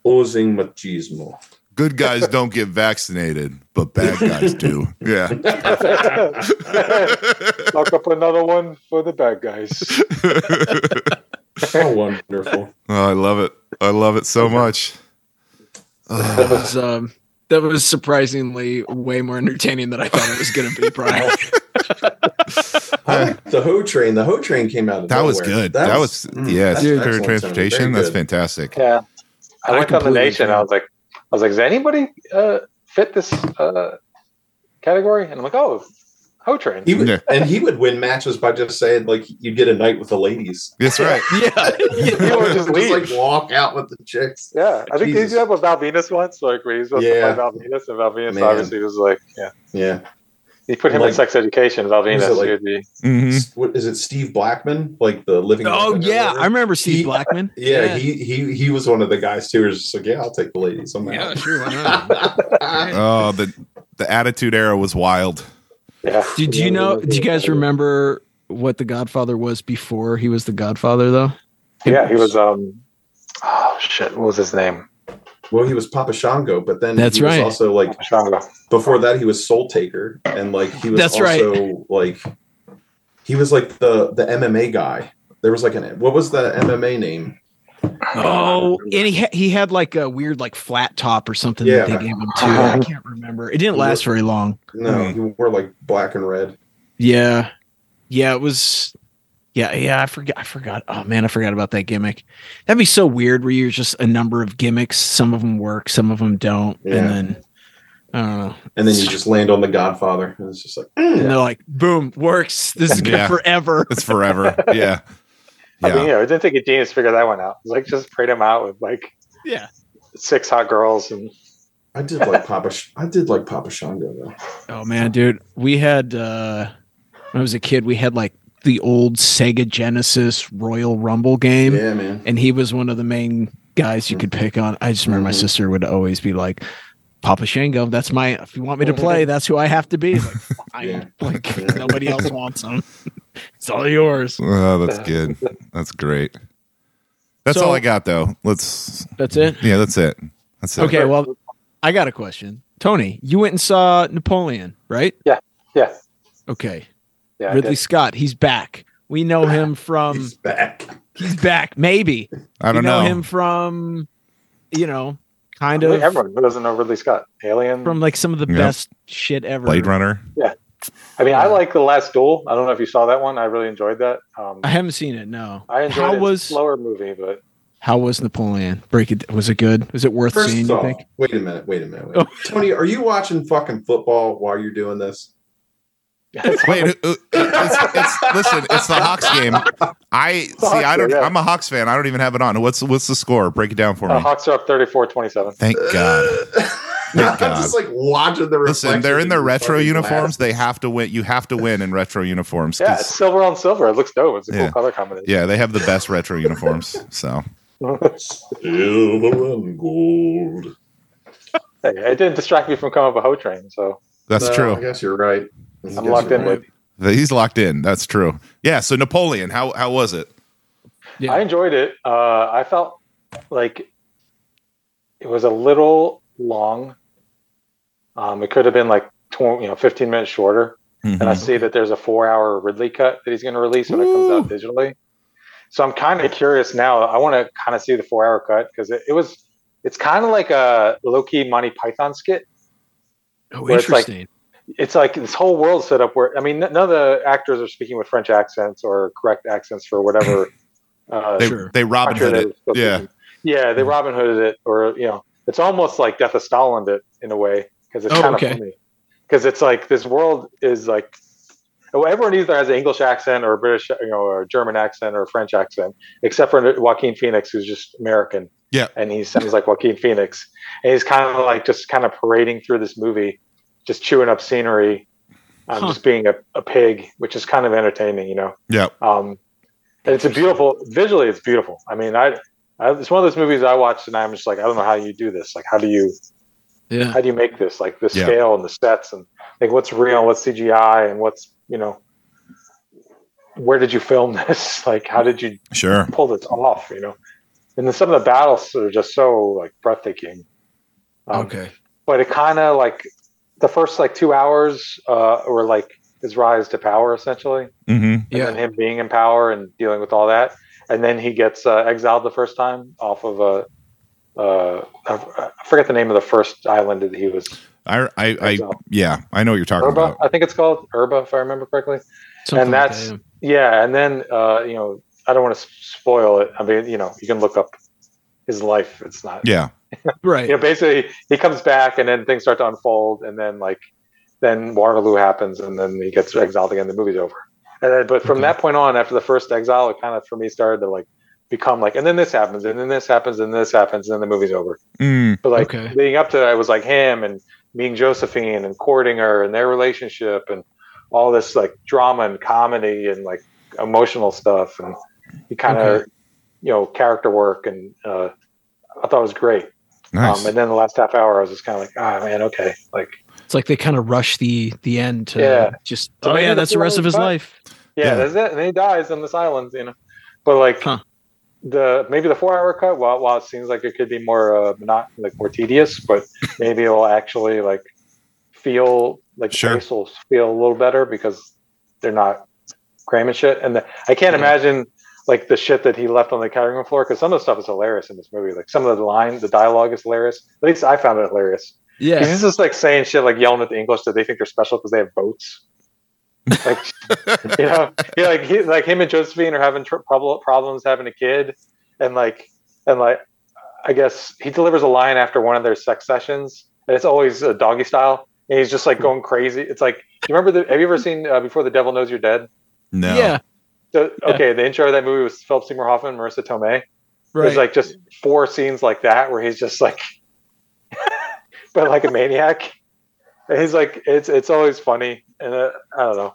Speaker 8: oozing machismo.
Speaker 1: good guys don't get vaccinated, but bad guys do. Yeah.
Speaker 7: lock up another one for the bad guys.
Speaker 8: Oh, wonderful.
Speaker 1: Oh, I love it. I love it so much.
Speaker 4: That was um, that was surprisingly way more entertaining than I thought it was going to be, Brian.
Speaker 8: I like the Ho Train. The Ho Train came out. Of
Speaker 1: That was
Speaker 8: nowhere.
Speaker 1: good. That was,
Speaker 8: mm,
Speaker 1: yeah,
Speaker 8: that's
Speaker 1: Secretary of
Speaker 8: excellent sounding.
Speaker 1: Transportation.
Speaker 8: Very
Speaker 1: That's
Speaker 8: good.
Speaker 1: fantastic.
Speaker 7: Yeah,
Speaker 4: I
Speaker 7: I, went on the
Speaker 4: completely
Speaker 7: nation.
Speaker 4: agree.
Speaker 7: I was like, I was like, does anybody uh, fit this uh, category? And I'm like, oh, Ho Train.
Speaker 8: He would,
Speaker 1: Yeah.
Speaker 8: and he would win matches by just saying like you'd get a night with the ladies.
Speaker 1: That's right.
Speaker 4: yeah,
Speaker 7: You would just leave.
Speaker 8: like walk out with the chicks.
Speaker 7: Yeah, I think
Speaker 8: Jesus.
Speaker 7: did you have a Valvinus once? Like where he was supposed to
Speaker 8: Yeah.
Speaker 7: play Valvinus, and Valvinus
Speaker 8: Man.
Speaker 7: obviously was like, yeah,
Speaker 8: Yeah.
Speaker 7: he put him
Speaker 8: Like-
Speaker 7: in sex education.
Speaker 8: Was it
Speaker 7: Valvinus
Speaker 8: like-
Speaker 7: would be
Speaker 1: Mhm.
Speaker 8: S- What is it? Steve Blackman, like the living.
Speaker 4: Oh
Speaker 8: Legend or
Speaker 4: yeah,
Speaker 8: whatever?
Speaker 4: I remember Steve
Speaker 8: He-
Speaker 4: Blackman.
Speaker 8: Yeah, he he he was one of the guys too. who Was just like, yeah, I'll take the ladies. I'm
Speaker 4: yeah,
Speaker 8: out.
Speaker 4: sure. Why not?
Speaker 1: Oh, the the Attitude Era was wild.
Speaker 7: yeah.
Speaker 4: Do, do you know? Do you guys remember what the Godfather was before he was the Godfather, though?
Speaker 7: Yeah, he was. um Oh shit! What was his name?
Speaker 8: Well, he was Papa Shango, but then
Speaker 4: That's
Speaker 8: he was
Speaker 4: right.
Speaker 8: also like
Speaker 7: Shango.
Speaker 8: before that he was Soul Taker, and like he was
Speaker 4: That's right.
Speaker 8: also like he was like the the MMA guy. There was like an what was the MMA name?
Speaker 4: Oh, and he ha- he had like a weird like flat top or something that
Speaker 8: Yeah.
Speaker 4: they gave him too. I can't remember. It didn't last very long.
Speaker 8: No,
Speaker 1: Hmm.
Speaker 8: he wore like black and red.
Speaker 4: Yeah, yeah, it was. Yeah, yeah, I forgot. I forgot. Oh man, I forgot about that gimmick. That'd be so weird where you're just a number of gimmicks. Some of them work, some of them don't,
Speaker 8: Yeah.
Speaker 4: and then I don't know.
Speaker 8: And then you just land on the Godfather, and it's just like
Speaker 4: And
Speaker 8: "Hmm,
Speaker 4: they're like, boom, works. This is good
Speaker 1: Yeah.
Speaker 4: forever.
Speaker 1: It's forever. Yeah.
Speaker 7: I mean,
Speaker 1: Yeah.
Speaker 7: you know, it didn't take a genius to figure that one out. It was like just prayed him out with like
Speaker 4: Yeah.
Speaker 7: six hot girls and
Speaker 8: I did like Papa. Sh- I did like Papa Shango though.
Speaker 4: Oh man, dude, we had uh when I was a kid, we had like the old Sega Genesis Royal Rumble game,
Speaker 8: Yeah, man.
Speaker 4: and he was one of the main guys you could pick on. I just remember my
Speaker 8: Mhm.
Speaker 4: sister would always be like, "Papa Shango, that's my. If you want me to play, that's who I have to be." Like, fine.
Speaker 8: Yeah.
Speaker 4: like
Speaker 8: Yeah.
Speaker 4: nobody else wants him. it's all yours.
Speaker 1: Oh, that's good. That's great. That's
Speaker 4: So-
Speaker 1: all I got though. Let's
Speaker 4: That's it.
Speaker 1: yeah, that's it. That's it.
Speaker 4: Okay, well, I got a question, Tony. You went and saw Napoleon, right?
Speaker 7: yeah,
Speaker 4: Okay,
Speaker 7: yeah. I
Speaker 4: Ridley
Speaker 7: did.
Speaker 4: Scott, he's back. We know him from
Speaker 8: He's back.
Speaker 4: he's back. Maybe
Speaker 1: I don't
Speaker 4: you
Speaker 1: know.
Speaker 4: know, him from, you know, kind
Speaker 7: I think
Speaker 4: of
Speaker 7: Everyone doesn't know Ridley Scott. Alien.
Speaker 4: from like some of the
Speaker 1: Yeah.
Speaker 4: best shit ever.
Speaker 1: Blade Runner.
Speaker 7: I mean, I like the Last Duel. I don't know if you saw that one. I really enjoyed that. Um,
Speaker 4: I haven't seen it. No.
Speaker 7: I enjoyed
Speaker 4: how
Speaker 7: it.
Speaker 4: was
Speaker 7: slower movie, but uh,
Speaker 4: how was Napoleon? Break it. Was it good? Was it worth seeing?
Speaker 8: First
Speaker 4: You
Speaker 8: off,
Speaker 4: think? Oh.
Speaker 8: wait a minute. Wait a minute. Wait. a minute. Tony, are you watching fucking football while you're doing this?
Speaker 1: Wait, who- who- it's, it's, listen, it's the Hawks game. I see.
Speaker 7: the Hawks
Speaker 1: I don't.
Speaker 7: game, yeah.
Speaker 1: I'm a Hawks fan. I don't even have it on. What's what's the score? Break it down for
Speaker 7: uh,
Speaker 1: me.
Speaker 7: Hawks uh, are up 34-27.
Speaker 1: Thank God.
Speaker 8: I'm
Speaker 1: Thank
Speaker 8: just like watching the
Speaker 1: Listen,
Speaker 8: reflection
Speaker 1: they're in their
Speaker 8: the
Speaker 1: retro
Speaker 8: fucking
Speaker 1: uniforms. They have to win. You have to win in retro uniforms.
Speaker 7: Yeah,
Speaker 1: 'cause-
Speaker 7: it's silver on silver. It looks dope. It's a
Speaker 1: Yeah.
Speaker 7: cool color combination.
Speaker 1: yeah, they have the best retro uniforms. So
Speaker 8: glass. Silver and gold.
Speaker 7: Hey, it didn't distract me from coming up a Ho Train, so
Speaker 1: that's
Speaker 8: No, I
Speaker 1: true.
Speaker 8: guess you're right. I guess
Speaker 7: I'm locked
Speaker 8: you're
Speaker 7: in
Speaker 8: right.
Speaker 7: with
Speaker 1: He's locked in. That's true. Yeah. So Napoleon, how how was it?
Speaker 4: Yeah.
Speaker 7: I enjoyed it. Uh, I felt like it was a little long. Um, it could have been like 20, you know, 15 minutes shorter.
Speaker 1: Mm-hmm.
Speaker 7: And I see that there's a four hour Ridley cut that he's going to release when it comes out digitally. So I'm kind of curious now. I want to kind of see the four hour cut because it, it was, it's kind of like a low key Monty Python skit.
Speaker 4: Oh,
Speaker 7: where it's like-
Speaker 4: interesting.
Speaker 7: it's like this whole world set up where I mean, none of the actors are speaking with French accents or correct accents for whatever. Uh,
Speaker 1: They
Speaker 4: Sure.
Speaker 1: they Robin
Speaker 7: country
Speaker 1: Hood
Speaker 7: they
Speaker 1: it.
Speaker 7: were supposed to
Speaker 1: Yeah.
Speaker 7: be in. yeah, they Robin Hooded it, or you know, it's almost like Death of Stalin it in a way because it's
Speaker 4: Oh,
Speaker 7: kind of
Speaker 4: okay.
Speaker 7: funny because it's like this world is like. well, Everyone either has an English accent or a British, you know, or a German accent or a French accent, except for Joaquin Phoenix, who's just American.
Speaker 1: Yeah.
Speaker 7: and he sounds like Joaquin Phoenix, and he's kind of like just kind of parading through this movie, just chewing up scenery, um,
Speaker 9: Huh.
Speaker 7: just being a, a pig, which is kind of entertaining, you know.
Speaker 1: Yeah.
Speaker 7: Um, and it's a beautiful visually. It's beautiful. I mean, I, I it's one of those movies I watched, and I'm just like, I don't know how you do this. Like, how do you
Speaker 4: Yeah.
Speaker 7: how do you make this like the
Speaker 1: Yeah.
Speaker 7: scale and the sets and like what's real and what's CGI and what's you know where did you film this? like, how did you
Speaker 1: Sure.
Speaker 7: pull this off? You know, and then some of the battles are just so like breathtaking. Um,
Speaker 10: Okay.
Speaker 7: but it kind of like the first like two hours uh, were like his rise to power essentially
Speaker 1: hmm
Speaker 4: Yeah.
Speaker 7: and then him being in power and dealing with all that, and then he gets uh, exiled the first time off of a. Uh, I I forget the name of the first island that he was.
Speaker 1: I, I, I,
Speaker 7: Exile.
Speaker 1: yeah, I know what you're talking
Speaker 7: Urba,
Speaker 1: about.
Speaker 7: I think it's called Urba, if I remember correctly.
Speaker 4: Something like
Speaker 7: that's-
Speaker 4: that,
Speaker 7: Yeah, and then uh, you know, I don't want to spoil it. I mean, you know, you can look up his life. It's not.
Speaker 1: Yeah.
Speaker 4: yeah. right.
Speaker 7: You know, basically, he comes back, and then things start to unfold, and then like, then Waterloo happens, and then he gets exiled again. The movie's over. And then, but from
Speaker 4: Okay.
Speaker 7: that point on, after the first exile, it kind of for me started to like become like, and then this happens, and then this happens, and this happens, and then the movie's over.
Speaker 1: Mm,
Speaker 7: But like
Speaker 4: Okay.
Speaker 7: leading up to that, it was like him and meeting Josephine and courting her and their relationship and all this like drama and comedy and like emotional stuff and he kind of
Speaker 4: Okay.
Speaker 7: you know character work and uh, I thought it was great.
Speaker 1: nice.
Speaker 7: Um, and then the last half hour, I was just kind of like, ah man, okay, like
Speaker 4: It's like they kind of rush the the end to
Speaker 7: Yeah.
Speaker 4: just.
Speaker 7: So
Speaker 4: oh
Speaker 7: maybe
Speaker 4: yeah,
Speaker 7: the
Speaker 4: that's the rest of his
Speaker 7: feeling-
Speaker 4: life.
Speaker 7: yeah,
Speaker 1: Yeah.
Speaker 7: that's it. And he dies on this island, you know. But like
Speaker 4: Huh.
Speaker 7: the maybe the four hour cut, while while it seems like it could be more uh, not like more tedious, but maybe it'll actually like feel like the
Speaker 1: Sure.
Speaker 7: pace will feel a little better because they're not cramming shit. And the, I can't imagine like the shit that he left on the cutting room floor because some of the stuff is hilarious in this movie. Like some of the lines, the dialogue is hilarious. At least I found it hilarious. He's
Speaker 4: Yeah.
Speaker 7: just like saying shit like yelling at the English that they think they're special because they have votes. Like, you know, he, like he, like him and Josephine are having tr- prob- problems having a kid, and like and like I guess he delivers a line after one of their sex sessions, and it's always uh, doggy style, and he's just like going crazy. It's like you remember the Have you ever seen uh, Before the Devil Knows You're Dead?
Speaker 1: no.
Speaker 4: Yeah.
Speaker 7: The, okay, the intro of that movie was Philip Seymour Hoffman, and Marissa Tomei.
Speaker 4: Right.
Speaker 7: There's like just four scenes like that where he's just like, but like a maniac. And he's like, it's it's always funny, and uh, I don't know.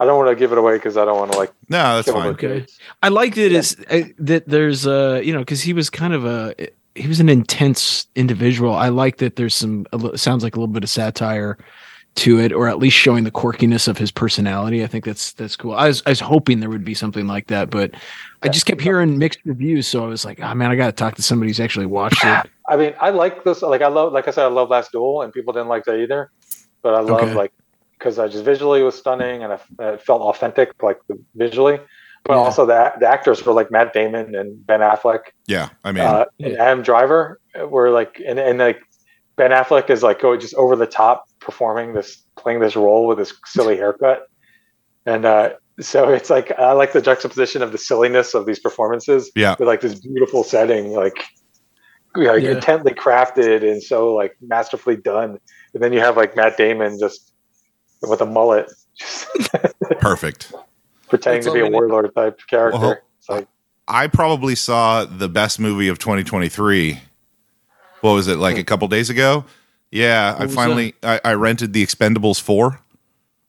Speaker 7: I don't want to give it away because I don't want to like
Speaker 1: No, that's
Speaker 7: kill
Speaker 1: fine.
Speaker 7: the kids.
Speaker 4: I like that it's I, uh, that there's a you know because he was kind of a he was an intense individual. I like that there's some a li- sounds like a little bit of satire to it, or at least showing the quirkiness of his personality. I think that's that's cool. I was I was hoping there would be something like that, but I just kept hearing mixed reviews, so I was like, oh man, I got to talk to somebody who's actually watched it.
Speaker 7: I mean, I like this. Like I love, like I said, I love Last Duel, and people didn't like that either. But I love
Speaker 4: Okay.
Speaker 7: like because I just visually was stunning, and I, I felt authentic, like visually. But
Speaker 4: Yeah.
Speaker 7: also the the actors were like Matt Damon and Ben Affleck.
Speaker 1: Yeah. I mean,
Speaker 7: uh,
Speaker 4: Yeah.
Speaker 7: and Adam Driver were like, and, and like Ben Affleck is like going just over the top performing this, playing this role with this silly haircut. And uh, so it's like, I like the juxtaposition of the silliness of these performances
Speaker 1: yeah.
Speaker 7: with like this beautiful setting, like, like
Speaker 4: Yeah.
Speaker 7: intently crafted and so like masterfully done. And then you have like Matt Damon just with a mullet, just
Speaker 1: Perfect.
Speaker 7: pretending to be a warlord type character.
Speaker 1: Well,
Speaker 7: it's like,
Speaker 1: I probably saw the best movie of 2023. What was it like a couple days ago? Yeah, I
Speaker 4: was
Speaker 1: finally I, I rented The Expendables 4.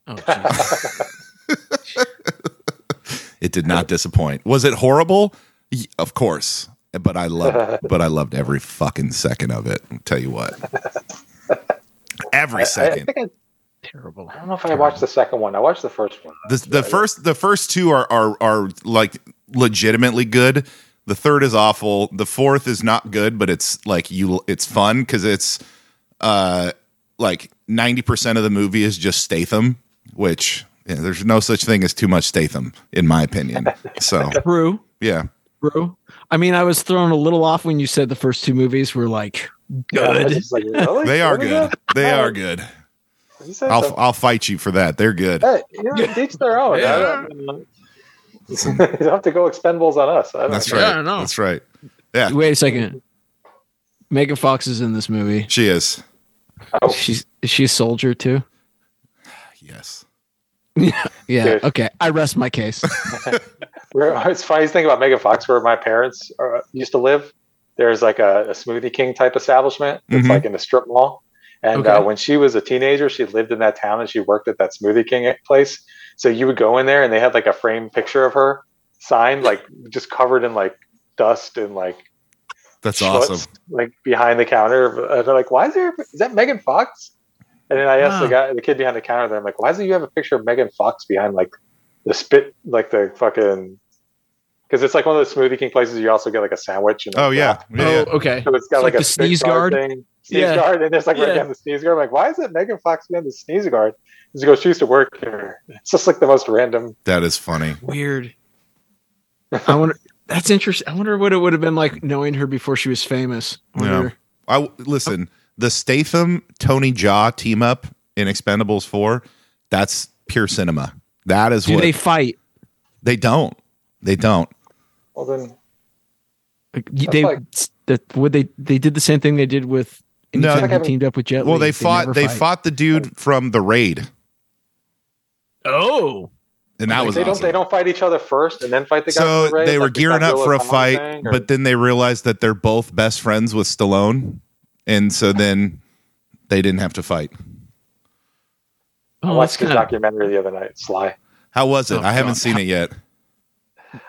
Speaker 4: Oh, geez.
Speaker 1: It did not disappoint. Was it horrible? Y- Of course, but I loved but I loved every fucking second of it. I'll tell you what. Every
Speaker 7: I, I
Speaker 1: second.
Speaker 7: think I,
Speaker 4: terrible.
Speaker 7: I don't know if I watched the second one. I watched the first one.
Speaker 1: The the first the first two are are are like legitimately good. The third is awful. The fourth is not good, but it's like you it's fun cuz it's uh like 90% of the movie is just Statham, which yeah, there's no such thing as too much Statham in my opinion. So,
Speaker 4: True,
Speaker 1: yeah.
Speaker 4: true. I mean, I was thrown a little off when you said the first two movies were like
Speaker 7: I was
Speaker 4: good.
Speaker 7: just like, really?
Speaker 1: They are
Speaker 7: What is
Speaker 1: good.
Speaker 7: that?
Speaker 1: They are good.
Speaker 7: You said
Speaker 1: I'll
Speaker 7: something.
Speaker 1: I'll fight you for that. They're good.
Speaker 7: Hey, you know, teach their own. I don't- you don't have to go expendables on us. I don't
Speaker 1: That's
Speaker 4: I
Speaker 1: right.
Speaker 4: don't know.
Speaker 1: That's right.
Speaker 4: Wait a second. Megan Fox is in this movie.
Speaker 1: She is.
Speaker 7: Oh,
Speaker 4: She's is she a soldier too?
Speaker 1: Yes.
Speaker 4: Yeah.
Speaker 7: Yes.
Speaker 4: Okay. I rest my case.
Speaker 7: We're, it's funny thing about Megan Fox, where my parents are, used to live. there's like a, a Smoothie King type establishment. It's
Speaker 1: Mhm.
Speaker 7: like in a strip mall. And uh,
Speaker 4: Okay.
Speaker 7: when she was a teenager, she lived in that town and she worked at that Smoothie King eh, place. So you would go in there and they had like a framed picture of her signed, like just covered in like dust and like
Speaker 1: That's
Speaker 7: schmutz,
Speaker 1: awesome.
Speaker 7: Like behind the counter, and they're like, "Why is there? Is that Megan Fox?" And then I asked the guy, the kid behind the counter, there, I'm like, "Why do you have a picture of Megan Fox behind like the spit, like the fucking?" Because it's like one of those Smoothie King places. You also get like a sandwich. And
Speaker 1: Oh
Speaker 7: like,
Speaker 1: yeah. yeah, yeah.
Speaker 4: Oh, okay.
Speaker 7: So it's
Speaker 4: It's
Speaker 7: got like,
Speaker 4: like
Speaker 7: a
Speaker 4: the
Speaker 7: spit
Speaker 4: sneeze
Speaker 7: guard,
Speaker 4: guard.
Speaker 7: thing, sneeze
Speaker 4: Yeah.
Speaker 7: guard, and there's like right
Speaker 4: Yeah.
Speaker 7: down the sneeze guard. I'm like, why is it Megan Fox behind the sneeze guard? Because goes, she used to work here. It's just like the most random.
Speaker 1: That is funny.
Speaker 4: Weird. I wonder. That's interesting. I wonder what it would have been like knowing her before she was famous. I
Speaker 1: Yeah.
Speaker 4: wonder-
Speaker 1: I listen. The Statham Tony Jaw team up in Expendables Four. That's pure cinema. That is
Speaker 4: Do
Speaker 1: what
Speaker 4: they fight?
Speaker 1: they don't. They don't.
Speaker 7: Well then,
Speaker 4: Like, you- they
Speaker 7: like-
Speaker 4: that would they they did the same thing they did with
Speaker 1: No.
Speaker 4: anytime
Speaker 7: Like
Speaker 4: he teamed up with Jet.
Speaker 1: Well,
Speaker 4: Li,
Speaker 1: they fought.
Speaker 4: never
Speaker 1: They
Speaker 4: fight.
Speaker 1: fought the dude from the raid,
Speaker 9: Oh,
Speaker 1: and that was
Speaker 7: they don't
Speaker 1: awesome.
Speaker 7: they don't fight each other first and then fight the guy.
Speaker 1: so
Speaker 7: from the raid,
Speaker 1: they were
Speaker 7: like the
Speaker 1: gearing up
Speaker 7: Godzilla
Speaker 1: for a
Speaker 7: Kong
Speaker 1: fight,
Speaker 7: thing, or-
Speaker 1: but then they realized that they're both best friends with Stallone, and so then they didn't have to fight.
Speaker 7: I
Speaker 4: Oh, that's
Speaker 7: watched this
Speaker 4: kind of
Speaker 7: documentary the other night, Sly.
Speaker 1: How was it?
Speaker 4: Oh,
Speaker 1: I haven't
Speaker 4: God.
Speaker 1: seen it yet.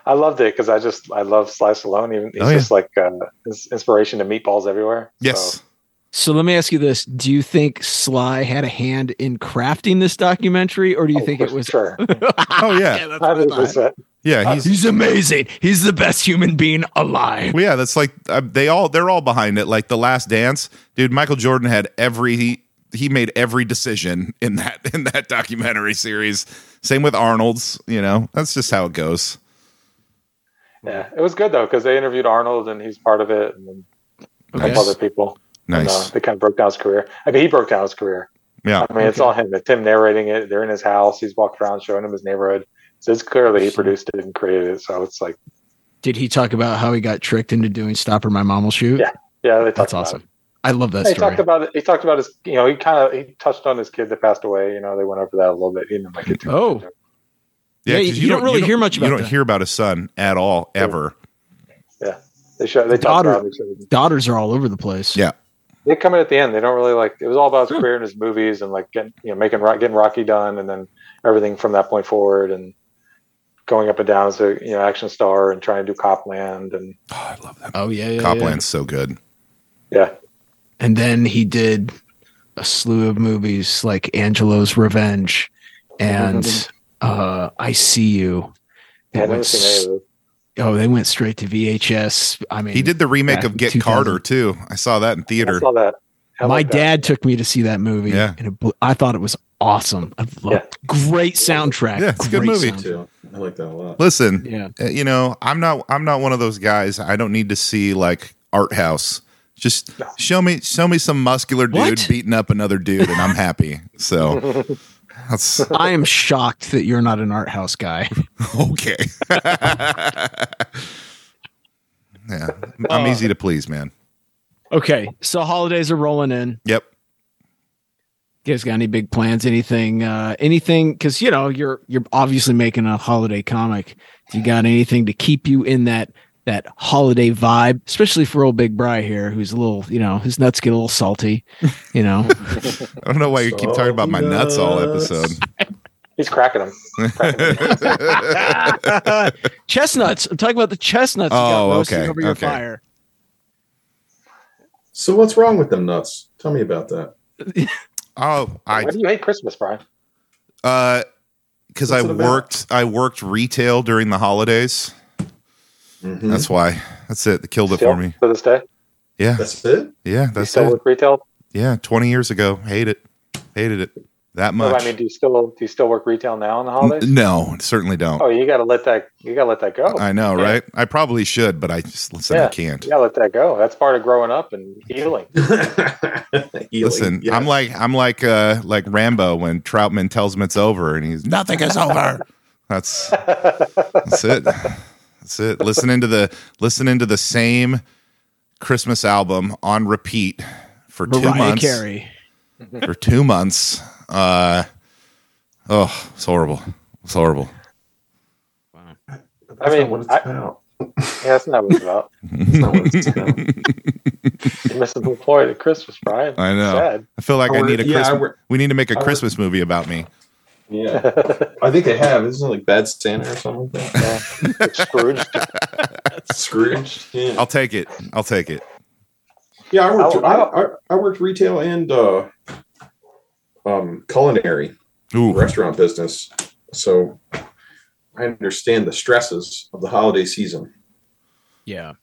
Speaker 7: I loved it because I just I love Sly Stallone. Even he's
Speaker 1: Oh, yeah.
Speaker 7: just like uh, his inspiration to meatballs everywhere.
Speaker 1: Yes,
Speaker 7: So,
Speaker 4: So let me ask you this: Do you think Sly had a hand in crafting this documentary, or do you
Speaker 7: oh,
Speaker 4: think
Speaker 7: for
Speaker 4: it was?
Speaker 7: sure?
Speaker 1: Oh, yeah.
Speaker 4: that's what I
Speaker 7: Hundred
Speaker 4: thought.
Speaker 7: percent.
Speaker 1: yeah, he's
Speaker 4: He's amazing. He's the best human being alive.
Speaker 1: Well, yeah, that's like uh, they all they're all behind it. Like the Last Dance, dude. Michael Jordan had every he, he made every decision in that in that documentary series. Same with Arnold's. You know, that's just how it goes.
Speaker 7: Yeah, it was good though because they interviewed Arnold and he's part of it, and then a couple other people. And, uh,
Speaker 1: Nice.
Speaker 7: they kind of broke down his career. I mean, he broke down his career.
Speaker 1: Yeah.
Speaker 7: I mean, it's all him. Tim narrating it. They're in his house. He's walked around showing him his neighborhood. So it's clearly he produced it and created it. So it's like,
Speaker 4: Did he talk about how he got tricked into doing "Stop or My Mom Will Shoot"?
Speaker 7: Yeah, yeah, they talked
Speaker 4: that's
Speaker 7: about it.
Speaker 4: awesome. I love that
Speaker 7: He
Speaker 4: story.
Speaker 7: talked about it. He talked about his. You know, he kind of he touched on his kid that passed away. You know, they went over that a little bit. He didn't like it too
Speaker 4: Oh.
Speaker 7: much.
Speaker 4: Yeah,
Speaker 1: 'cause
Speaker 4: you- you don't really hear much
Speaker 1: You
Speaker 4: about
Speaker 1: don't
Speaker 4: that.
Speaker 1: hear about his son at all ever.
Speaker 7: They show they talked
Speaker 4: Daughter.
Speaker 7: about it. They showed-
Speaker 4: Daughters are all over the place.
Speaker 1: Yeah.
Speaker 7: They come in at the end. They don't really like. It was all about his career and his movies and like getting you know making Ro- getting Rocky done and then everything from that point forward and going up and down as a you know action star and trying to do Copland and
Speaker 1: Oh, I love that.
Speaker 4: Oh yeah, yeah, yeah.
Speaker 1: Copland's so good.
Speaker 7: yeah.
Speaker 4: And then he did a slew of movies like Angelo's Revenge and uh, I See You.
Speaker 7: Mm-hmm.
Speaker 4: That
Speaker 7: yeah I never
Speaker 4: went
Speaker 7: seen any of those.
Speaker 4: s- oh, they went straight to VHS. I mean,
Speaker 1: He did the remake
Speaker 4: back
Speaker 1: of
Speaker 4: in
Speaker 1: Get
Speaker 4: 2000.
Speaker 1: Carter too. I saw that in
Speaker 7: I
Speaker 1: theater.
Speaker 7: saw that. I
Speaker 4: my
Speaker 7: like that.
Speaker 4: dad took me to see that movie,
Speaker 1: Yeah.
Speaker 4: and it, blew- I thought it was awesome. I loved,
Speaker 7: Yeah.
Speaker 4: Great soundtrack.
Speaker 1: Yeah, it's a good
Speaker 4: great
Speaker 1: movie.
Speaker 4: sound-
Speaker 8: too. I like that a lot.
Speaker 1: Listen,
Speaker 4: Yeah,
Speaker 1: Uh, you know i'm not i'm not one of those guys i don't need to see like art house just show me show me some muscular dude
Speaker 4: What?
Speaker 1: beating up another dude and i'm happy so that's
Speaker 4: I am shocked that you're not an art house guy.
Speaker 1: okay yeah
Speaker 8: Oh.
Speaker 1: i'm easy to please man
Speaker 4: Okay, so holidays are rolling in.
Speaker 1: yep
Speaker 4: You guys got any big plans? Anything? Uh, anything? Because you know you're you're obviously making a holiday comic. Do you got anything to keep you in that that holiday vibe? Especially for old Big Bry here, who's a little you know his nuts get a little salty. You know,
Speaker 1: i don't know why you keep talking about my nuts all episode
Speaker 7: He's cracking them.
Speaker 4: chestnuts. I'm talking about the chestnuts. you got
Speaker 1: Oh,
Speaker 4: roasting
Speaker 1: okay,
Speaker 4: Over your
Speaker 1: okay.
Speaker 4: fire.
Speaker 8: So what's wrong with them nuts? Tell me about that.
Speaker 1: oh i
Speaker 7: Why do you hate Christmas, Brian?
Speaker 1: uh because i
Speaker 8: What's it about?
Speaker 1: worked i worked retail during the holidays
Speaker 8: Mhm.
Speaker 1: that's why that's it they killed it
Speaker 7: Still
Speaker 1: for me
Speaker 7: to this day,
Speaker 1: yeah
Speaker 8: That's it.
Speaker 1: yeah
Speaker 7: you
Speaker 1: that's
Speaker 7: still
Speaker 1: it
Speaker 7: with retail.
Speaker 1: Yeah, 20 years ago. Hate it. Hated it that
Speaker 7: Well,
Speaker 1: much.
Speaker 7: I mean, do you still do you still work retail now on the holidays?
Speaker 1: N- no, certainly don't.
Speaker 7: Oh, you gotta let that you gotta let that go.
Speaker 1: I know,
Speaker 7: yeah.
Speaker 1: right? I probably should, but I just listen, I
Speaker 7: Yeah.
Speaker 1: can't.
Speaker 7: You gotta let that go. That's part of growing up and healing.
Speaker 1: Listen, I'm like I'm like uh like Rambo when Troutman tells him it's over and he's nothing is over. That's that's it. That's it. Listening to the listening to the same Christmas album on repeat for two
Speaker 4: Mariah
Speaker 1: months.
Speaker 4: Carey.
Speaker 1: For two months. Uh oh, it's horrible. It's horrible.
Speaker 7: I mean,
Speaker 8: what it's
Speaker 7: I-
Speaker 8: about.
Speaker 7: Yeah, that's not what it's about. That's not what it's about. You're missing the point at Christmas, Brian.
Speaker 1: I know.
Speaker 7: Sad.
Speaker 1: I feel like I,
Speaker 8: Or-
Speaker 1: need a
Speaker 8: yeah, I
Speaker 1: Christmas.
Speaker 8: wor-
Speaker 1: we need to make a
Speaker 8: I wor-
Speaker 1: Christmas movie about me.
Speaker 8: Yeah, I think they have. Isn't it like Bad Santa or something like that?
Speaker 7: Yeah. Scrooge.
Speaker 8: Scrooge. Yeah,
Speaker 1: I'll take it. I'll take it.
Speaker 8: yeah. I worked.
Speaker 7: I'll-
Speaker 8: I, I, I worked retail and uh, um, culinary
Speaker 1: Ooh,
Speaker 8: restaurant business, so I understand the stresses of the holiday season.
Speaker 4: Yeah.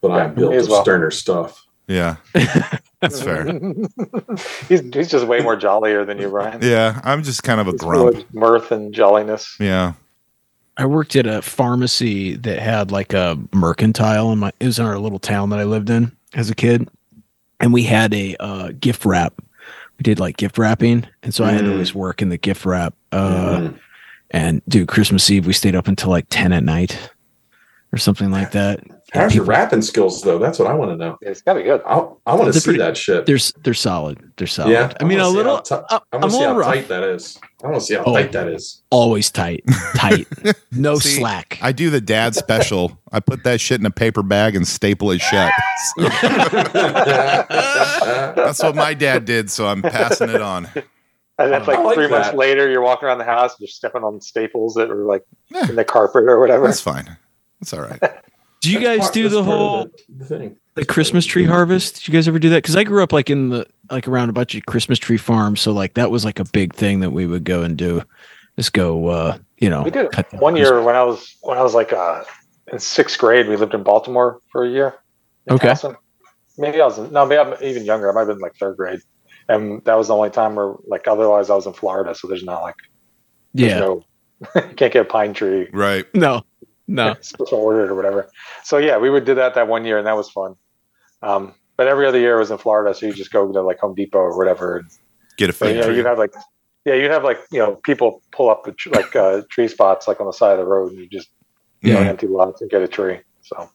Speaker 8: But
Speaker 7: Yeah,
Speaker 8: I'm built
Speaker 7: me as
Speaker 8: of
Speaker 7: well.
Speaker 8: sterner stuff.
Speaker 1: yeah, that's fair.
Speaker 7: he's, he's just way more jollier than you, Brian.
Speaker 1: Yeah, I'm just kind of a
Speaker 7: He's full
Speaker 1: grump.
Speaker 7: of mirth and jolliness.
Speaker 1: Yeah.
Speaker 4: I worked at a pharmacy that had like a mercantile in my it was in our little town that I lived in as a kid. And we had a uh, gift wrap. We did like gift wrapping. And so I had to
Speaker 8: Mm.
Speaker 4: always work in the gift wrap. Uh,
Speaker 8: Mhm.
Speaker 4: and dude, Christmas Eve we stayed up until like ten at night or something like that. And
Speaker 8: How's your
Speaker 4: people-
Speaker 8: rapping skills though? That's what I want to know.
Speaker 7: Yeah, it's got to be good.
Speaker 8: I, I want to
Speaker 4: They're
Speaker 8: see
Speaker 4: pretty-
Speaker 8: that shit.
Speaker 4: They're s- they're solid. They're solid.
Speaker 8: Yeah,
Speaker 4: I mean
Speaker 8: wanna
Speaker 4: a
Speaker 8: see
Speaker 4: little.
Speaker 8: how tight-
Speaker 4: uh,
Speaker 8: I
Speaker 4: I'm a
Speaker 8: want to see
Speaker 4: little
Speaker 8: how
Speaker 4: rough.
Speaker 8: tight that is. I want to see how
Speaker 4: Oh.
Speaker 8: tight that is.
Speaker 4: Always tight, tight, no
Speaker 1: See,
Speaker 4: slack.
Speaker 1: I do the dad special. I put that shit in a paper bag and staple it shut. So
Speaker 8: I
Speaker 1: that's what my dad did, so I'm passing it on.
Speaker 7: And that's like,
Speaker 8: I like
Speaker 7: three months
Speaker 8: that.
Speaker 7: later, you're walking around the house and you're stepping on staples that were like
Speaker 1: Yeah.
Speaker 7: in the carpet or whatever.
Speaker 1: That's fine. That's all right.
Speaker 4: do you guys do the whole
Speaker 8: thing.
Speaker 4: the Christmas tree harvest? Did you guys ever do that? Because I grew up like in the like around a bunch of Christmas tree farms, so like that was like a big thing that we would go and do. Just go, uh, you know,
Speaker 7: We did
Speaker 4: cut the
Speaker 7: one
Speaker 4: Christmas-
Speaker 7: year when I was when I was like uh, in sixth grade. We lived in Baltimore for a year. in
Speaker 4: Okay.
Speaker 7: Towson. Maybe I was no, maybe I'm even younger. I might have been like third grade, and that was the only time where like otherwise I was in Florida, so there's not like there's
Speaker 4: Yeah,
Speaker 7: no can't get a pine tree
Speaker 1: Right.
Speaker 4: no, no,
Speaker 7: special ordered or whatever. So yeah, we would do that that one year, and that was fun. Um, but every other year was in Florida, so you just go to like Home Depot or whatever, and
Speaker 1: Get a
Speaker 7: so
Speaker 1: fake
Speaker 7: yeah,
Speaker 1: tree.
Speaker 7: you'd have like, yeah, you'd have like you know people pull up the tr- like uh, tree spots like on the side of the road, and you just you know,
Speaker 1: Yeah.
Speaker 7: empty lots and get a tree. So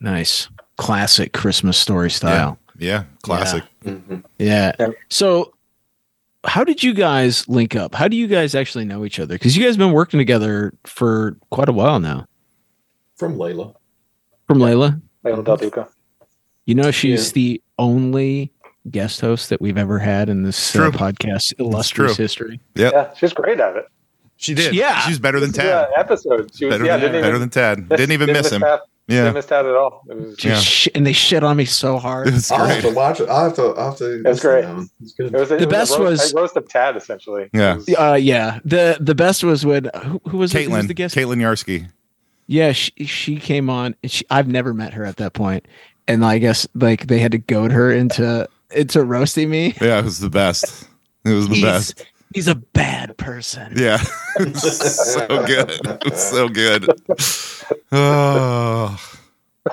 Speaker 4: nice, classic Christmas story style.
Speaker 1: Yeah. Classic.
Speaker 8: Mm-hmm.
Speaker 4: Yeah.
Speaker 7: Yeah.
Speaker 4: So, how did you guys link up? How do you guys actually know each other? Because you guys have been working together for quite a while now.
Speaker 8: From Layla.
Speaker 4: From Layla,
Speaker 7: Leyland Del
Speaker 1: Mm-hmm.
Speaker 7: Duca.
Speaker 4: you know she's
Speaker 8: Yeah.
Speaker 4: the only guest host that we've ever had in this uh,
Speaker 1: True.
Speaker 4: podcast illustrious
Speaker 1: true.
Speaker 4: history.
Speaker 7: Yeah, she's great at it.
Speaker 1: She did.
Speaker 4: Yeah.
Speaker 1: She's better than
Speaker 7: Yeah,
Speaker 1: Tad.
Speaker 7: episode. She was,
Speaker 1: Better,
Speaker 7: yeah,
Speaker 1: than,
Speaker 7: didn't
Speaker 1: better
Speaker 7: even,
Speaker 1: than Tad. Didn't even miss him.
Speaker 7: Half, Didn't
Speaker 1: Yeah.
Speaker 7: miss Tad at all. It was,
Speaker 4: Dude,
Speaker 1: Yeah.
Speaker 4: sh- and they shit on me so hard.
Speaker 1: It was
Speaker 8: I'll have
Speaker 1: great.
Speaker 8: to watch it. I'll have to. I'll have to
Speaker 7: That's
Speaker 8: listen to
Speaker 7: great.
Speaker 8: that one. It's
Speaker 7: it was
Speaker 8: good.
Speaker 7: it
Speaker 4: The
Speaker 7: was a
Speaker 4: best
Speaker 7: roast,
Speaker 4: was-
Speaker 7: a roast of Tad essentially.
Speaker 1: Yeah.
Speaker 7: It was-
Speaker 4: Uh, yeah. The the best was when who, who was it? Who was
Speaker 1: Caitlin.
Speaker 4: the guest?
Speaker 1: Caitlin Yarsky.
Speaker 4: Yeah, she, she came on. and She, I've never met her at that point, and I guess like they had to goad her into into roasting me.
Speaker 1: Yeah, it was the best. It was the
Speaker 4: He's-
Speaker 1: best.
Speaker 4: He's a bad person.
Speaker 1: Yeah. It was so good. It was so good. Oh.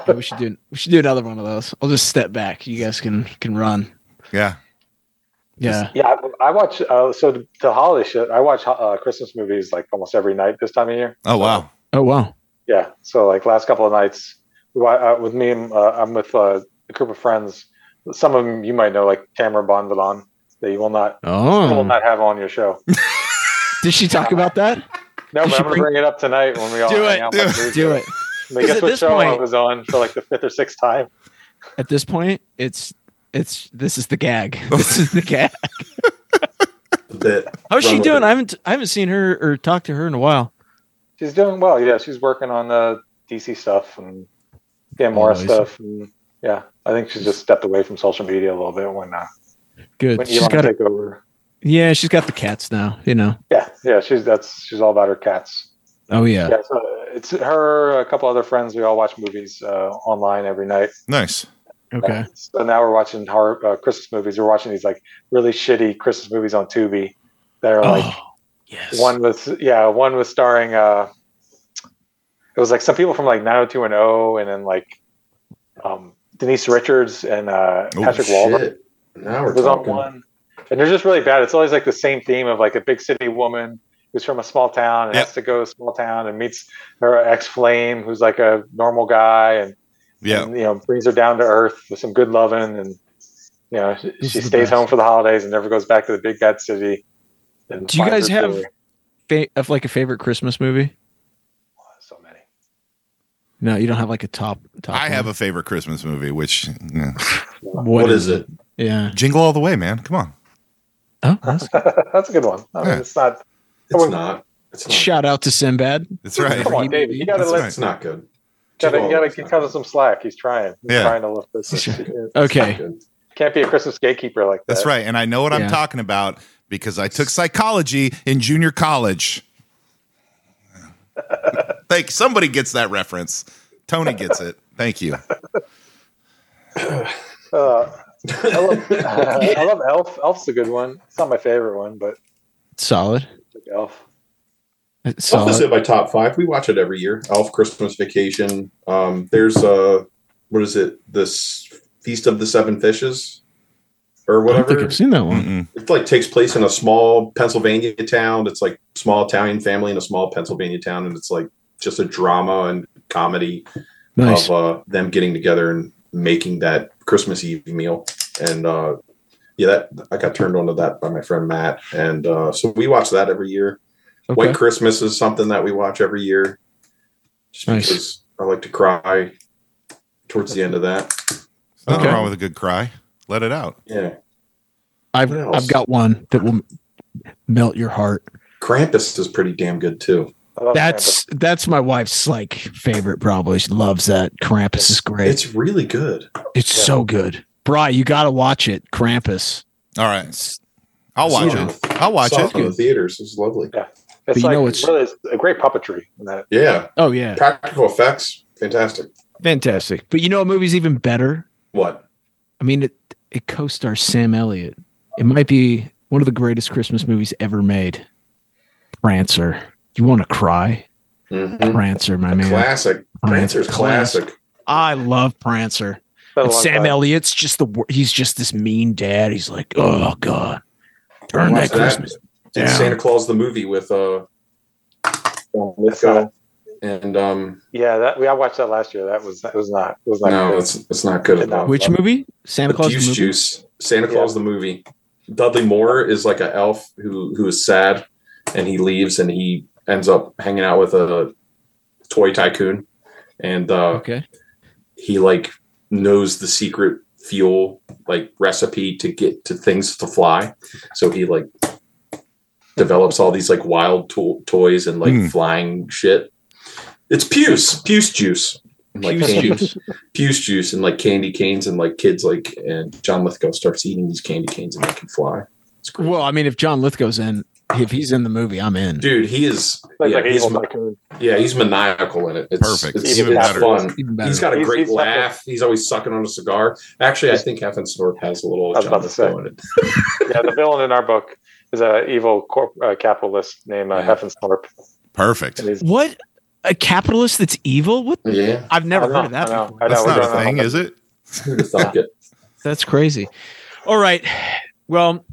Speaker 4: Yeah, we should do we should do another one of those. I'll just step back. You guys can can run.
Speaker 1: Yeah.
Speaker 4: Yeah.
Speaker 7: Yeah, I, I watch. Uh, so the, the holiday shit. I watch uh, Christmas movies like almost every night this time of year.
Speaker 1: Oh wow.
Speaker 4: Oh wow.
Speaker 7: Yeah. So like last couple of nights, we, wa- uh, with me, and, uh, I'm with uh, a group of friends. Some of them you might know, like Tamara Bonvillain, that you will not you
Speaker 1: Hmm.
Speaker 7: will
Speaker 4: Oh,
Speaker 7: not have on your show.
Speaker 4: did she talk about that?
Speaker 7: No,
Speaker 4: You
Speaker 7: but
Speaker 4: should
Speaker 7: I'm gonna
Speaker 4: bring-
Speaker 7: bring it up tonight when we all
Speaker 4: Do
Speaker 7: hang
Speaker 4: it.
Speaker 7: out.
Speaker 1: Do
Speaker 7: like
Speaker 1: it.
Speaker 7: we
Speaker 4: Do it.
Speaker 7: I mean, guess
Speaker 4: at
Speaker 7: what
Speaker 4: this
Speaker 7: show I
Speaker 4: point-
Speaker 7: was on for like the fifth or sixth time?
Speaker 4: At this point, it's it's this is the gag. This is the gag.
Speaker 8: That-
Speaker 4: How's
Speaker 8: Run
Speaker 4: she
Speaker 8: with
Speaker 4: doing?
Speaker 8: it.
Speaker 4: I haven't I haven't seen her or talked to her in a while.
Speaker 7: She's doing well. Yeah, she's working on uh, DC stuff and Dan Morris
Speaker 4: Always.
Speaker 7: stuff. And, yeah, I think she's just stepped away from social media a little bit when uh,
Speaker 4: Good.
Speaker 7: when
Speaker 4: She's
Speaker 7: Elon
Speaker 4: got a,
Speaker 7: take over.
Speaker 4: yeah, she's got the cats now. You know.
Speaker 7: Yeah, yeah, she's that's she's all about her cats.
Speaker 4: Oh yeah.
Speaker 7: Yeah, so it's her, a couple other friends. We all watch movies uh, online every night.
Speaker 1: Nice.
Speaker 4: Okay.
Speaker 7: So now we're watching horror uh, Christmas movies. We're watching these like really shitty Christmas movies on Tubi that are like
Speaker 4: Oh, yes.
Speaker 7: one was yeah one was starring uh it was like some people from like 90210 and then like um denise richards and uh
Speaker 1: Oh,
Speaker 7: patrick Wahlberg
Speaker 8: Shit. Now we're
Speaker 7: was on
Speaker 8: talking.
Speaker 7: one and they're just really bad it's always like the same theme of like a big city woman who's from a small town and
Speaker 1: Yep.
Speaker 7: has to go to a small town and meets her ex flame who's like a normal guy and,
Speaker 1: Yeah.
Speaker 7: and, you know brings her down to earth with some good loving and you know she,
Speaker 4: This
Speaker 7: she
Speaker 4: is the
Speaker 7: stays
Speaker 4: best.
Speaker 7: home for the holidays and never goes back to the big bad city and
Speaker 4: Do you
Speaker 7: finds
Speaker 4: guys
Speaker 7: her
Speaker 4: have-
Speaker 7: story.
Speaker 4: Fa- of like a favorite Christmas movie.
Speaker 7: so many
Speaker 4: No, you don't have like a top. top
Speaker 1: I have
Speaker 4: one.
Speaker 1: a favorite Christmas movie, which yeah.
Speaker 8: what is it?
Speaker 4: Yeah.
Speaker 1: Jingle All the Way, man. Come on.
Speaker 4: Oh, that's-
Speaker 7: That's a good one. I mean,
Speaker 1: Yeah.
Speaker 7: it's not. Oh,
Speaker 8: It's not. It's not.
Speaker 4: shout out to Sinbad.
Speaker 1: That's right.
Speaker 7: Come on, David. You gotta
Speaker 1: That's
Speaker 7: let.
Speaker 1: right.
Speaker 8: It's not good.
Speaker 7: Gotta, you gotta
Speaker 8: It's
Speaker 7: give
Speaker 8: not
Speaker 7: Kevin some slack. He's trying. He's
Speaker 1: Yeah.
Speaker 7: trying to lift this.
Speaker 4: Okay.
Speaker 8: good.
Speaker 7: Can't be a Christmas gatekeeper like that.
Speaker 1: That's right. And I know what
Speaker 4: Yeah.
Speaker 1: I'm talking about because I took psychology in junior college. like somebody gets that reference. Tony gets it. Thank you.
Speaker 7: Uh, I, love, I love Elf. Elf's a good one. It's not my favorite one, but
Speaker 4: Solid.
Speaker 7: Elf.
Speaker 4: It's
Speaker 8: Elf is
Speaker 4: solid.
Speaker 8: in my top five. We watch it every year. Elf, Christmas Vacation. Um, there's uh, what is it? This Feast of the Seven Fishes, or
Speaker 4: I don't think
Speaker 8: whatever. Mm.
Speaker 4: I've seen that one.
Speaker 1: Mm-mm.
Speaker 8: It like takes place in a small Pennsylvania town. It's like small Italian family in a small Pennsylvania town, and it's like just a drama and comedy
Speaker 4: Nice.
Speaker 8: of uh, them getting together and making that Christmas Eve meal. And uh, yeah, that I got turned on to that by my friend Matt, and uh, so we watch that every year.
Speaker 4: Okay.
Speaker 8: White Christmas is something that we watch every year. Just
Speaker 4: Nice.
Speaker 8: because I like to cry towards the end of that.
Speaker 1: There's nothing
Speaker 4: Okay.
Speaker 1: wrong with a good cry. Let it out.
Speaker 8: Yeah.
Speaker 4: I've
Speaker 8: What else?
Speaker 4: I've got one that will melt your heart.
Speaker 8: Krampus is pretty damn good too.
Speaker 7: I love
Speaker 4: That's that's my wife's like favorite. Probably she loves that. Krampus is great. It's,
Speaker 8: It's really good.
Speaker 4: so good. Bry, you got to watch it. Krampus.
Speaker 1: All right. I'll watch
Speaker 8: Yeah.
Speaker 1: it. I'll watch
Speaker 8: Saw
Speaker 1: it.
Speaker 8: it in the theaters. It's lovely.
Speaker 7: Krampus. It's
Speaker 4: you
Speaker 7: like
Speaker 4: know it's-
Speaker 7: really it's a great puppetry in that.
Speaker 8: Yeah.
Speaker 4: Oh yeah,
Speaker 8: Practical effects. Fantastic.
Speaker 4: fantastic. But you know, a movie's even better.
Speaker 8: What?
Speaker 4: I mean, it it co-stars Sam Elliott. It might be one of the greatest Christmas movies ever made. Prancer. You want to cry?
Speaker 8: Mhm.
Speaker 4: Prancer, my man.
Speaker 8: Classic. Prancer's
Speaker 4: Classic.
Speaker 8: classic.
Speaker 4: I love Prancer.
Speaker 7: It's been a
Speaker 4: And
Speaker 7: long
Speaker 4: Sam
Speaker 7: time.
Speaker 4: Elliott's just the wor- he's just this mean dad. He's like, oh god, turn
Speaker 8: Watch
Speaker 4: that Christmas.
Speaker 8: Did
Speaker 4: down."
Speaker 8: Santa Claus the movie with uh John Lithgow and um
Speaker 7: Yeah, that we I watched that last year. That was that was not it was not
Speaker 8: no,
Speaker 7: good.
Speaker 8: it's it's not good at all.
Speaker 4: Which movie? Santa
Speaker 8: The
Speaker 4: Claus. the
Speaker 8: Juice
Speaker 4: movie?
Speaker 8: Juice. Santa Claus the movie. Dudley Moore is like an elf who who is sad, and he leaves, and he ends up hanging out with a toy tycoon, and uh,
Speaker 4: Okay.
Speaker 8: he like knows the secret fuel like recipe to get to things to fly. So he like develops all these like wild to- toys and like
Speaker 1: Hmm.
Speaker 8: flying shit. It's puce, puce juice, like
Speaker 4: Juice
Speaker 8: candy
Speaker 4: Juice.
Speaker 8: puce juice and like candy canes and like kids like and John Lithgow starts eating these candy canes and they can fly.
Speaker 4: Well, I mean, if John Lithgow's in, if he's in the movie, I'm in.
Speaker 8: Dude, he is
Speaker 7: Like,
Speaker 8: yeah,
Speaker 7: like an
Speaker 8: he's,
Speaker 7: evil
Speaker 8: ma-
Speaker 7: tycoon.
Speaker 8: yeah, he's maniacal in it. It's
Speaker 1: Perfect.
Speaker 8: It's,
Speaker 7: Even
Speaker 8: it's
Speaker 7: better.
Speaker 8: fun.
Speaker 4: Even better.
Speaker 8: He's got a
Speaker 7: He's-
Speaker 8: great
Speaker 7: he's like a-
Speaker 8: laugh. he's always sucking on a cigar. Actually, I think Half and Snort has a little
Speaker 7: I was
Speaker 8: John
Speaker 7: about to say.
Speaker 8: Lithgow in it.
Speaker 7: Yeah, the villain in our book is a evil corp, uh, capitalist named uh,
Speaker 8: Yeah.
Speaker 7: Heffenstorp.
Speaker 1: Perfect.
Speaker 7: And he's-
Speaker 4: what a capitalist that's evil. What?
Speaker 8: Yeah,
Speaker 4: I've never heard of
Speaker 7: I
Speaker 4: that
Speaker 7: know,
Speaker 4: before.
Speaker 7: I know,
Speaker 1: That's
Speaker 7: we're
Speaker 1: not
Speaker 7: going
Speaker 1: a
Speaker 7: on
Speaker 1: thing,
Speaker 7: about-
Speaker 1: is it?
Speaker 8: who'd have thunk it?
Speaker 4: That's crazy. All right. Well,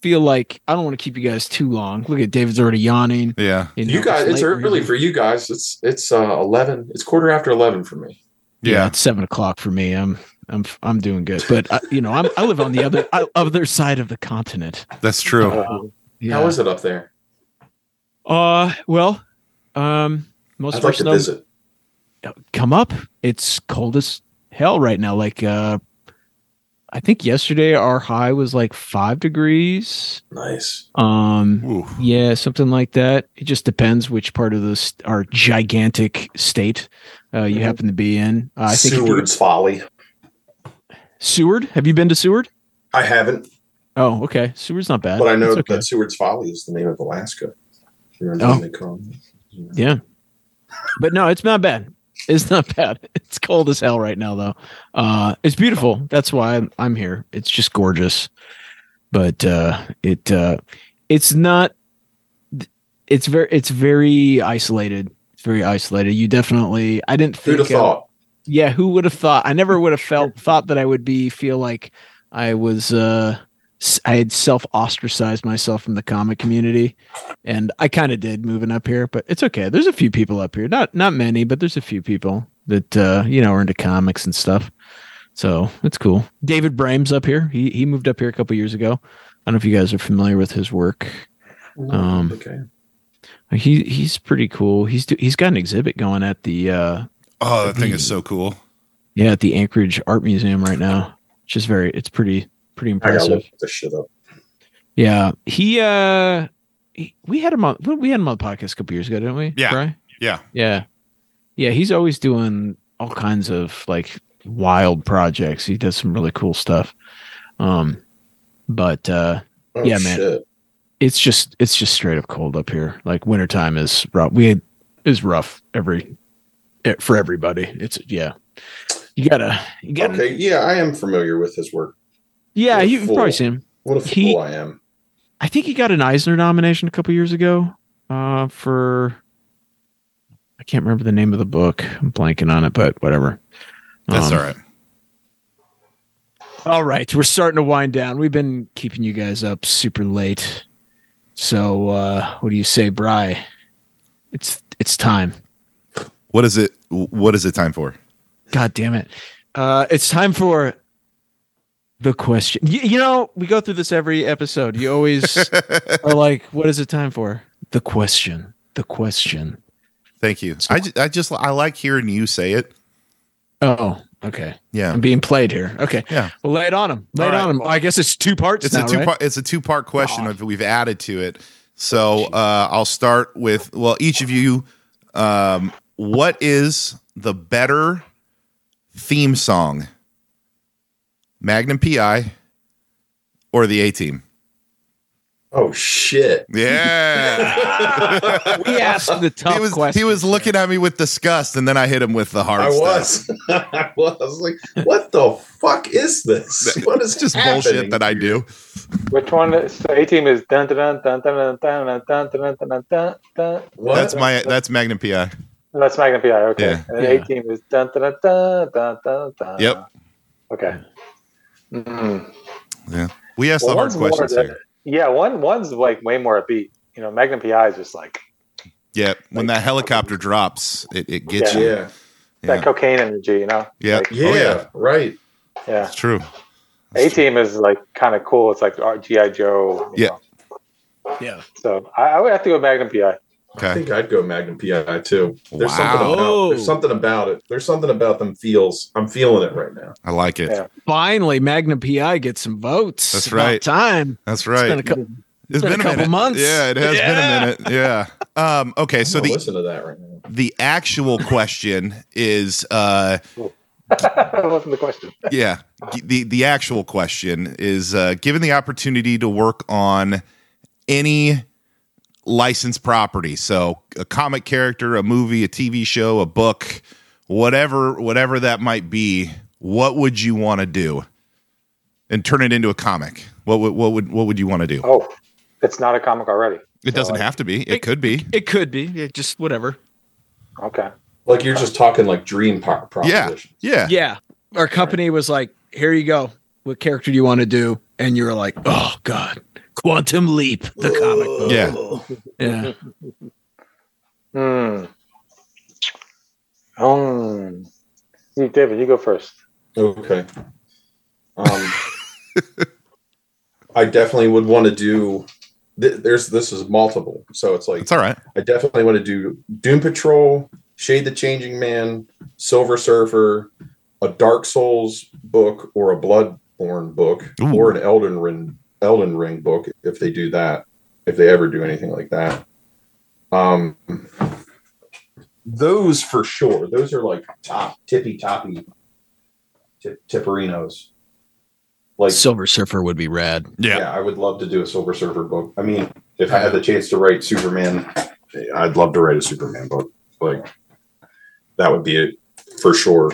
Speaker 4: feel like I don't want to keep you guys too long. Look at David's already yawning.
Speaker 1: Yeah.
Speaker 4: know,
Speaker 8: You guys, it's
Speaker 4: late
Speaker 8: early
Speaker 4: reading.
Speaker 8: for you guys. It's it's uh, eleven. It's quarter after eleven for me.
Speaker 4: yeah,
Speaker 1: Yeah.
Speaker 4: it's seven o'clock for me. I'm I'm I'm doing good, but I, you know I'm I live on the other I, other side of the continent.
Speaker 1: That's
Speaker 7: Uh-huh.
Speaker 1: true.
Speaker 4: Yeah.
Speaker 8: Uh, How is it up there?
Speaker 4: uh well, um most
Speaker 8: I'd
Speaker 4: of our
Speaker 8: like to
Speaker 4: snow
Speaker 8: visit.
Speaker 4: come up. It's cold as hell right now. Like uh, I think yesterday our high was like five degrees.
Speaker 8: Nice.
Speaker 4: Um,
Speaker 1: Ooh.
Speaker 4: Yeah, something like that. It just depends which part of this our gigantic state uh, you happen to be in. Uh, I think if you-
Speaker 8: Seward's Folly.
Speaker 4: Seward. Have you been to Seward?
Speaker 8: I haven't,
Speaker 4: Oh, okay. Seward's not bad.
Speaker 8: but I know
Speaker 4: It's okay.
Speaker 8: that Seward's Folly is the name of Alaska. You remember
Speaker 4: Oh.
Speaker 8: when they call it?
Speaker 4: Yeah, but no, it's not bad. It's not bad. It's cold as hell right now, though. Uh, it's beautiful. That's why I'm, I'm here. It's just gorgeous, but uh, it uh, it's not. It's very it's very isolated. It's very isolated. You definitely. I didn't think.
Speaker 8: Who'd have
Speaker 4: uh,
Speaker 8: thought?
Speaker 4: yeah who would have thought i never would have felt thought that i would be feel like i was uh s- i had self ostracized myself from the comic community and i kind of did moving up here but it's okay there's a few people up here not not many but there's a few people that uh you know are into comics and stuff so it's cool david brames up here he he moved up here a couple years ago i don't know if you guys are familiar with his work Um,
Speaker 8: okay.
Speaker 4: he he's pretty cool he's do, he's got an exhibit going at the uh
Speaker 1: Oh, that thing is so cool.
Speaker 4: Yeah, at the Anchorage Art Museum right now, which is very it's pretty pretty
Speaker 8: I gotta
Speaker 4: impressive.
Speaker 8: look this shit up.
Speaker 4: Yeah, he uh, he, we had him on we had him on the podcast a couple years ago, didn't we?
Speaker 1: Yeah.
Speaker 4: Bri?
Speaker 1: Yeah.
Speaker 4: yeah, yeah. He's always doing all kinds of like wild projects. He does some really cool stuff. Um, but uh,
Speaker 8: Oh,
Speaker 4: Yeah, man.
Speaker 8: shit.
Speaker 4: it's just it's just straight up cold up here. Like wintertime is rough. We had, is rough every eh, for everybody. It's yeah. You gotta you gotta
Speaker 8: Okay, yeah, I am familiar with his work.
Speaker 4: yeah.
Speaker 8: you're a
Speaker 4: You've
Speaker 8: fool.
Speaker 4: probably seen him.
Speaker 8: What a
Speaker 4: He-
Speaker 8: fool I am.
Speaker 4: I think he got an Eisner nomination a couple years ago uh, for I can't remember the name of the book. I'm blanking on it, but whatever.
Speaker 1: That's
Speaker 4: Um,
Speaker 1: all right.
Speaker 4: All right, we're starting to wind down. We've been keeping you guys up super late, so uh, what do you say, Bry? It's it's time.
Speaker 1: What is it? What is it time for?
Speaker 4: God damn it! Uh, it's time for the question. You, you know, we go through this every episode. You always are like, "What is it time for?" The question. The question.
Speaker 1: Thank you. I, ju- I just I like hearing you say it.
Speaker 4: Oh, okay.
Speaker 1: Yeah.
Speaker 4: I'm being played here. Okay.
Speaker 1: Yeah.
Speaker 4: Well, lay it on him. Lay
Speaker 1: All
Speaker 4: it
Speaker 1: right.
Speaker 4: on him. I guess it's two parts.
Speaker 1: It's
Speaker 4: now,
Speaker 1: a two
Speaker 4: right?
Speaker 1: part. It's a two part question. If we've added to it, so uh, I'll start with well, each of you. Um, what is the better theme song, Magnum PI or the A Team?
Speaker 8: Oh shit.
Speaker 1: Yeah,
Speaker 4: We asked the tough
Speaker 1: he was
Speaker 4: question.
Speaker 1: he was looking at me with disgust, and then I hit him with the hard.
Speaker 8: I
Speaker 1: stuff.
Speaker 8: was. I was like, what the fuck is this? What is
Speaker 1: It's just bullshit
Speaker 8: happening?
Speaker 1: that I do.
Speaker 7: Which one? is- So A team is dun dun dun dun dun dun dun dun dun dun dun dun.
Speaker 8: What?
Speaker 1: That's my that's Magnum PI.
Speaker 7: That's Magnum PI. Okay.
Speaker 1: Yeah.
Speaker 7: And then
Speaker 4: Yeah.
Speaker 7: A team is dun dun dun dun dun dun.
Speaker 1: Yep.
Speaker 7: Okay. Mm.
Speaker 1: Yeah, we asked
Speaker 7: Well,
Speaker 1: the hard
Speaker 7: one's more
Speaker 1: questions
Speaker 7: than-
Speaker 1: here.
Speaker 7: Yeah, one one's like way more upbeat. You know, Magnum PI is just like
Speaker 1: Yeah, when that helicopter drops, it, it gets
Speaker 7: Yeah.
Speaker 1: you.
Speaker 8: Yeah.
Speaker 1: Yeah.
Speaker 7: that cocaine energy. You know.
Speaker 1: Oh, Yeah.
Speaker 7: Like,
Speaker 8: Yeah,
Speaker 1: Oh, yeah.
Speaker 8: right.
Speaker 7: yeah.
Speaker 1: It's true.
Speaker 7: A team is like kind of cool. It's like our GI Joe. you
Speaker 1: Yeah.
Speaker 7: know.
Speaker 4: Yeah.
Speaker 7: So I, I would have to go Magnum PI.
Speaker 8: I
Speaker 1: Okay.
Speaker 8: think I'd go Magnum PI too. There's
Speaker 1: Wow.
Speaker 8: something about
Speaker 4: Oh.
Speaker 8: there's something about it. There's something about them feels. I'm feeling it right now.
Speaker 1: I like it.
Speaker 7: Yeah.
Speaker 4: Finally, Magna PI gets some votes.
Speaker 1: That's
Speaker 4: About
Speaker 1: right.
Speaker 4: Time.
Speaker 1: That's
Speaker 4: It's been
Speaker 1: right.
Speaker 4: a couple-
Speaker 1: It's
Speaker 4: been a couple
Speaker 1: minute.
Speaker 4: months.
Speaker 1: Yeah, it has been a minute. Yeah. Um, okay, so
Speaker 8: I'm gonna
Speaker 1: the
Speaker 8: listen to that right now.
Speaker 1: the actual question is uh
Speaker 7: that wasn't the question.
Speaker 1: yeah, g- the the actual question is uh given the opportunity to work on any licensed property, so a comic character, a movie, a TV show, a book, whatever whatever that might be, what would you want to do? And turn it into a comic. What would what would what would you want to do?
Speaker 7: Oh, it's not a comic already.
Speaker 1: It doesn't
Speaker 7: like-
Speaker 1: have to be. It could be.
Speaker 4: It could be. Yeah, just whatever.
Speaker 7: Okay.
Speaker 8: Like you're just talking like dream pro-
Speaker 1: Yeah.
Speaker 8: proposition.
Speaker 1: Yeah.
Speaker 4: Yeah. Our company was like, here you go. What character do you want to do? And you were like, oh, God. Quantum Leap, the comic book.
Speaker 1: Yeah.
Speaker 4: Yeah.
Speaker 7: Hmm. Um, you, David, you go first.
Speaker 8: Okay. Um, I definitely would want to do. Th- there's this is multiple, so it's like
Speaker 1: It's all right.
Speaker 8: I definitely want to do Doom Patrol, Shade the Changing Man, Silver Surfer, a Dark Souls book, or a Bloodborne book,
Speaker 1: Ooh.
Speaker 8: or an Elden Ring Elden Ring book if they do that, if they ever do anything like that. Um, those for sure. Those are like top tippy toppy tip, tipperinos. Like
Speaker 4: Silver Surfer would be rad.
Speaker 1: Yeah.
Speaker 8: yeah. I would love to do a Silver Surfer book. I mean, if I had the chance to write Superman, I'd love to write a Superman book. Like that would be it for sure.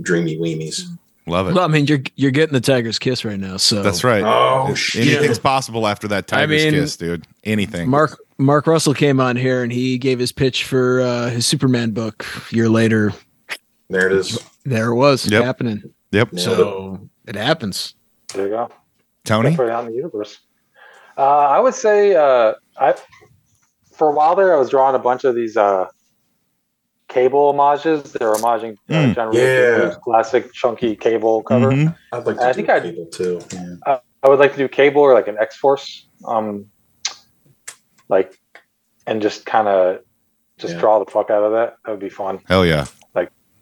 Speaker 8: Dreamy weemies.
Speaker 1: Love it.
Speaker 4: Well, I mean, you're you're getting the tiger's kiss right now. So
Speaker 1: That's right.
Speaker 8: Oh
Speaker 1: Anything's possible after that tiger's
Speaker 4: I mean-
Speaker 1: kiss, dude. Anything.
Speaker 4: Mark Mark Russell came on here and he gave his pitch for uh, his Superman book. A year later,
Speaker 8: There it is.
Speaker 4: there it was
Speaker 1: Yep.
Speaker 4: happening.
Speaker 1: Yep.
Speaker 8: Yeah.
Speaker 4: So it happens.
Speaker 7: There you go.
Speaker 1: Tony.
Speaker 7: Put it out in the universe. Uh, I would say uh, I for a while there I was drawing a bunch of these uh, cable homages. They're homaging
Speaker 1: Mm.
Speaker 7: uh, John
Speaker 8: Yeah.
Speaker 7: Ridley's classic chunky cable cover.
Speaker 1: Mhm.
Speaker 8: I'd like to
Speaker 7: I
Speaker 8: do
Speaker 7: think
Speaker 8: a
Speaker 7: I'd-
Speaker 8: cable too. Yeah.
Speaker 7: I would like to do cable or like an X Force, um, like, and just kind of just
Speaker 8: Yeah.
Speaker 7: draw the fuck out of that. That would be fun.
Speaker 1: Hell yeah.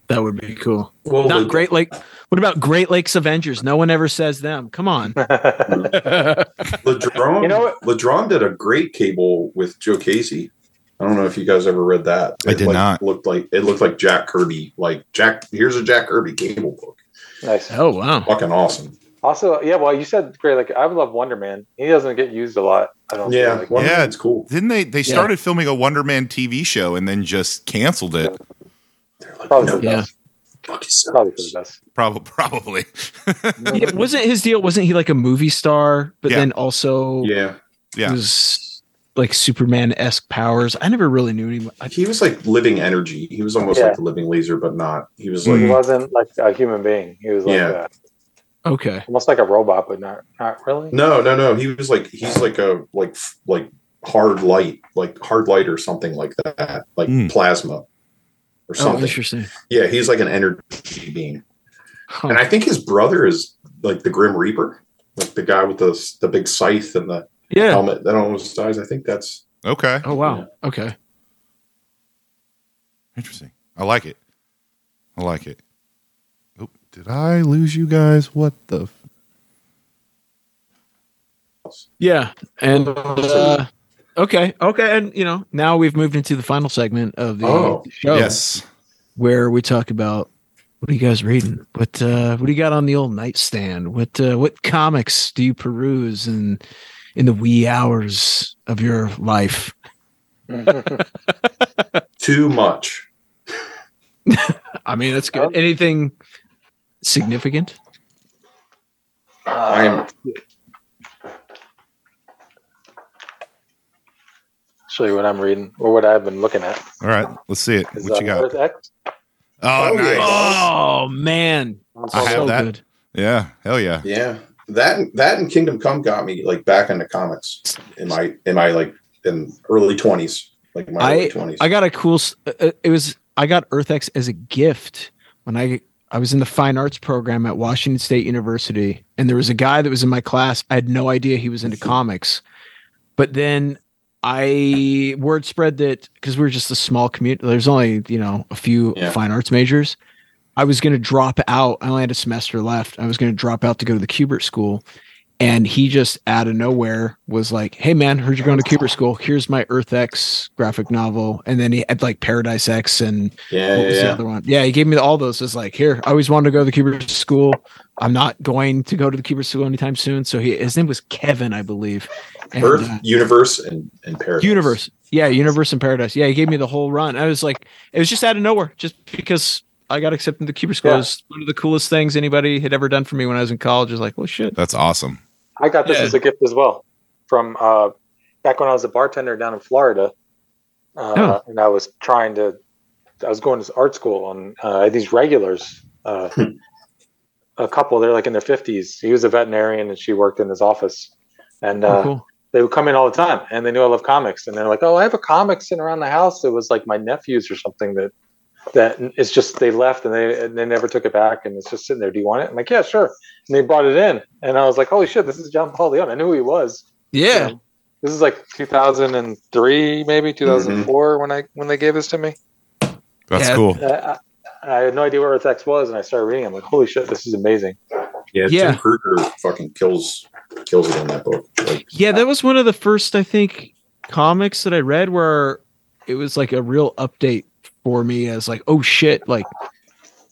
Speaker 4: That would be cool.
Speaker 8: Well,
Speaker 4: Not
Speaker 8: the-
Speaker 4: Great Lake. What about Great Lakes Avengers? No one ever says them. Come on.
Speaker 8: Ladron,
Speaker 7: You know what?
Speaker 8: Ladron did a great cable with Joe Casey. I don't know if you guys ever read that.
Speaker 1: I
Speaker 8: It,
Speaker 1: did
Speaker 8: like,
Speaker 1: not.
Speaker 8: Looked like it looked like Jack Kirby. Like Jack, here's a Jack Kirby cable book.
Speaker 7: nice.
Speaker 4: Oh wow.
Speaker 8: Fucking awesome.
Speaker 7: Also, yeah. Well, you said great. Like I would love Wonder Man. He doesn't get used a lot. I don't. feel
Speaker 8: Yeah,
Speaker 7: Like.
Speaker 8: Wonder
Speaker 1: Yeah.
Speaker 8: Man's cool.
Speaker 1: Didn't they? They
Speaker 4: Yeah.
Speaker 1: started filming a Wonder Man TV show and then just canceled it.
Speaker 8: They're like,
Speaker 7: Probably
Speaker 8: no,
Speaker 7: for the
Speaker 4: Yeah.
Speaker 7: best.
Speaker 8: fuck yourself.
Speaker 7: Probably for the best.
Speaker 1: Probably, probably.
Speaker 4: Yeah, wasn't his deal? Wasn't he like a movie star, but
Speaker 1: Yeah.
Speaker 4: then also
Speaker 8: Yeah,
Speaker 1: Yeah.
Speaker 4: was like Superman esque powers? I never really knew him. I-
Speaker 8: he was like living energy. He was almost
Speaker 7: Yeah. Mm-hmm.
Speaker 8: like a living laser, but not. He was
Speaker 7: He
Speaker 8: like,
Speaker 7: wasn't like a human being. He was like
Speaker 8: Yeah.
Speaker 7: uh,
Speaker 4: Okay.
Speaker 7: almost like a robot, but not not really.
Speaker 8: no, no, no. He was like, he's like a like f- like hard light, like hard light or something like that, like
Speaker 1: Hmm.
Speaker 8: plasma or
Speaker 4: Oh,
Speaker 8: something.
Speaker 4: interesting. Oh.
Speaker 8: yeah, he's like an energy being.
Speaker 4: Huh.
Speaker 8: And I think his brother is like the Grim Reaper, like the guy with the the big scythe and the
Speaker 4: Yeah.
Speaker 8: helmet that almost dies. I think that's
Speaker 1: Okay.
Speaker 4: Oh wow. Okay.
Speaker 1: Interesting. I like it. I like it. Oh, did I lose you guys? What the? F-
Speaker 4: Yeah. And
Speaker 1: Oh,
Speaker 4: uh, okay. Okay. And you know, now we've moved into the final segment of the
Speaker 8: Oh,
Speaker 4: show
Speaker 1: Yes.
Speaker 4: where we talk about what are you guys reading? What uh what do you got on the old nightstand? What uh what comics do you peruse in in the wee hours of your life?
Speaker 8: too much.
Speaker 4: I mean, that's
Speaker 1: Um,
Speaker 4: good. Anything significant?
Speaker 8: I am
Speaker 7: Show you what I'm reading or what I've been looking at.
Speaker 1: All right. Let's see it.
Speaker 7: Is,
Speaker 1: What you
Speaker 7: uh,
Speaker 1: got?
Speaker 7: Earth X.
Speaker 1: Oh,
Speaker 8: Oh,
Speaker 1: nice.
Speaker 4: Oh man,
Speaker 1: I have
Speaker 4: so
Speaker 1: that.
Speaker 4: good.
Speaker 1: Yeah. Hell yeah.
Speaker 8: yeah. That that and Kingdom Come got me like back into comics in my in my like in early twenties, like my early twenties.
Speaker 4: I got a cool. s- uh, uh, It was I got EarthX as a gift when I I was in the fine arts program at Washington State University, and there was a guy that was in my class. I had no idea he was into comics, but then I word spread that because we were just a small community. There's only you know a few
Speaker 8: Yeah.
Speaker 4: fine arts majors. I was going to drop out. I only had a semester left. I was going to drop out to go to the Kubert School. And he just out of nowhere was like, "Hey man, heard you're going to Cooper School. Here's my Earth X graphic novel." And then he had like Paradise X and
Speaker 8: yeah,
Speaker 4: what was the
Speaker 8: yeah,
Speaker 4: other one? Yeah, he gave me all those. It's like, here, I always wanted to go to the Cooper School. I'm not going to go to the Cooper School anytime soon. So he, his name was Kevin, I believe.
Speaker 8: yeah.
Speaker 4: And,
Speaker 8: Earth,
Speaker 4: uh,
Speaker 8: universe, and and paradise.
Speaker 4: Universe. Yeah, Universe and Paradise. Yeah, he gave me the whole run. I was like, it was just out of nowhere, just because I got accepted to Cooper School. It
Speaker 7: Yeah.
Speaker 4: was one of the coolest things anybody had ever done for me when I was in college. I was like, well, shit.
Speaker 1: That's awesome.
Speaker 7: I got this
Speaker 4: Yeah.
Speaker 7: as a gift as well from uh, back when I was a bartender down in Florida, uh,
Speaker 4: Oh.
Speaker 7: and I was trying to. I was going to art school, and uh, I had these regulars, uh, a couple, they're like in their fifties. He was a veterinarian, and she worked in his office, and uh,
Speaker 4: Oh, cool.
Speaker 7: they would come in all the time, and they knew I love comics, and they're like, "Oh, I have a comic sitting around the house." It was like my nephews or something that that it's just they left and they and they never took it back, and it's just sitting there. Do you want it? I'm like, "Yeah, sure." And they brought it in, and I was like, "Holy shit, this is John Paul Leon." I knew who he was.
Speaker 4: Yeah.
Speaker 7: Um, this is like 2003, maybe 2004 when I when they gave this to me.
Speaker 1: That's
Speaker 4: Yeah.
Speaker 1: cool.
Speaker 7: I, I, I had no idea what Earth X was, and I started reading. I'm like, "Holy shit, this is amazing!"
Speaker 8: Yeah,
Speaker 4: Yeah.
Speaker 8: Tim Kruger fucking kills kills it in that book. Like,
Speaker 4: Yeah, that was one of the first, I think, comics that I read where it was like a real update for me as like, oh shit, like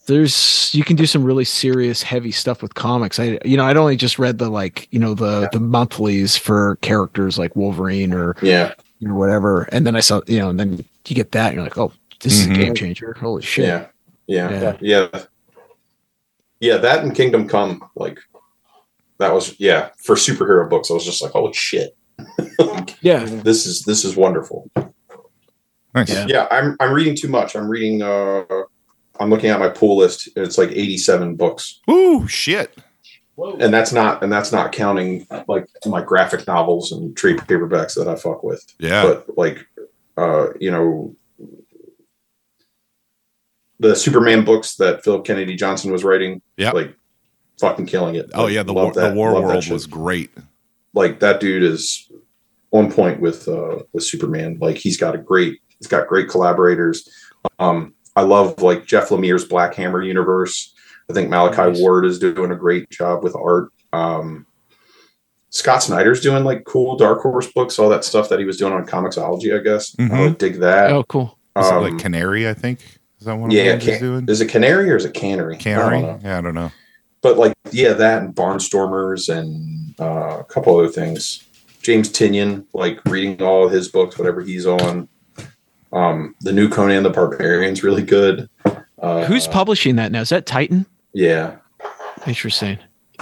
Speaker 4: there's you can do some really serious heavy stuff with comics. I you know, I'd only just read the like, you know, the the monthlies for characters like Wolverine or
Speaker 8: yeah,
Speaker 4: or whatever. And then I saw, you know, and then you get that and you're like, oh, this
Speaker 1: Mhm.
Speaker 4: is a game changer. Holy shit.
Speaker 8: yeah, yeah,
Speaker 4: Yeah.
Speaker 8: yeah, yeah, That and Kingdom Come, like that was yeah for superhero books. I was just like, holy shit,
Speaker 4: Yeah.
Speaker 8: this is this is wonderful.
Speaker 1: Nice.
Speaker 4: Yeah.
Speaker 8: Yeah, I'm I'm reading too much. I'm reading. uh I'm looking at my pool list. It's like 87 books,
Speaker 1: Ooh, shit.
Speaker 8: and that's not and that's not counting like my graphic novels and trade paperbacks that I fuck with.
Speaker 1: Yeah.
Speaker 8: but like uh you know the superman books that philip kennedy johnson was writing
Speaker 1: Yep.
Speaker 8: like fucking killing it
Speaker 1: oh
Speaker 8: Like,
Speaker 1: yeah. The
Speaker 8: love
Speaker 1: war, the war
Speaker 8: love that
Speaker 1: world
Speaker 8: shit.
Speaker 1: was great.
Speaker 8: like that dude is on point with uh with superman like he's got a great he's got great collaborators um I love like Jeff Lemire's Black Hammer universe. I think Malachi
Speaker 4: Nice.
Speaker 8: Ward is doing a great job with art. Um, Scott Snyder's doing like cool Dark Horse books, all that stuff that he was doing on Comixology, I guess.
Speaker 1: Mhm.
Speaker 8: I would dig that.
Speaker 4: Oh, cool.
Speaker 1: Is it
Speaker 8: Um,
Speaker 1: like Canary? I think is that one?
Speaker 8: yeah,
Speaker 1: of the ones he's
Speaker 8: can-
Speaker 1: doing
Speaker 8: is it Canary or is it Canary? I don't
Speaker 1: Canary.
Speaker 8: know.
Speaker 1: yeah, I don't know.
Speaker 8: But like, yeah, that and Barnstormers and uh, a couple other things. James Tinian, like reading all his books, whatever he's on. Um, the new Conan the Barbarian's really good. Uh,
Speaker 4: Who's publishing that now? Is that Titan?
Speaker 8: yeah?
Speaker 4: Interesting.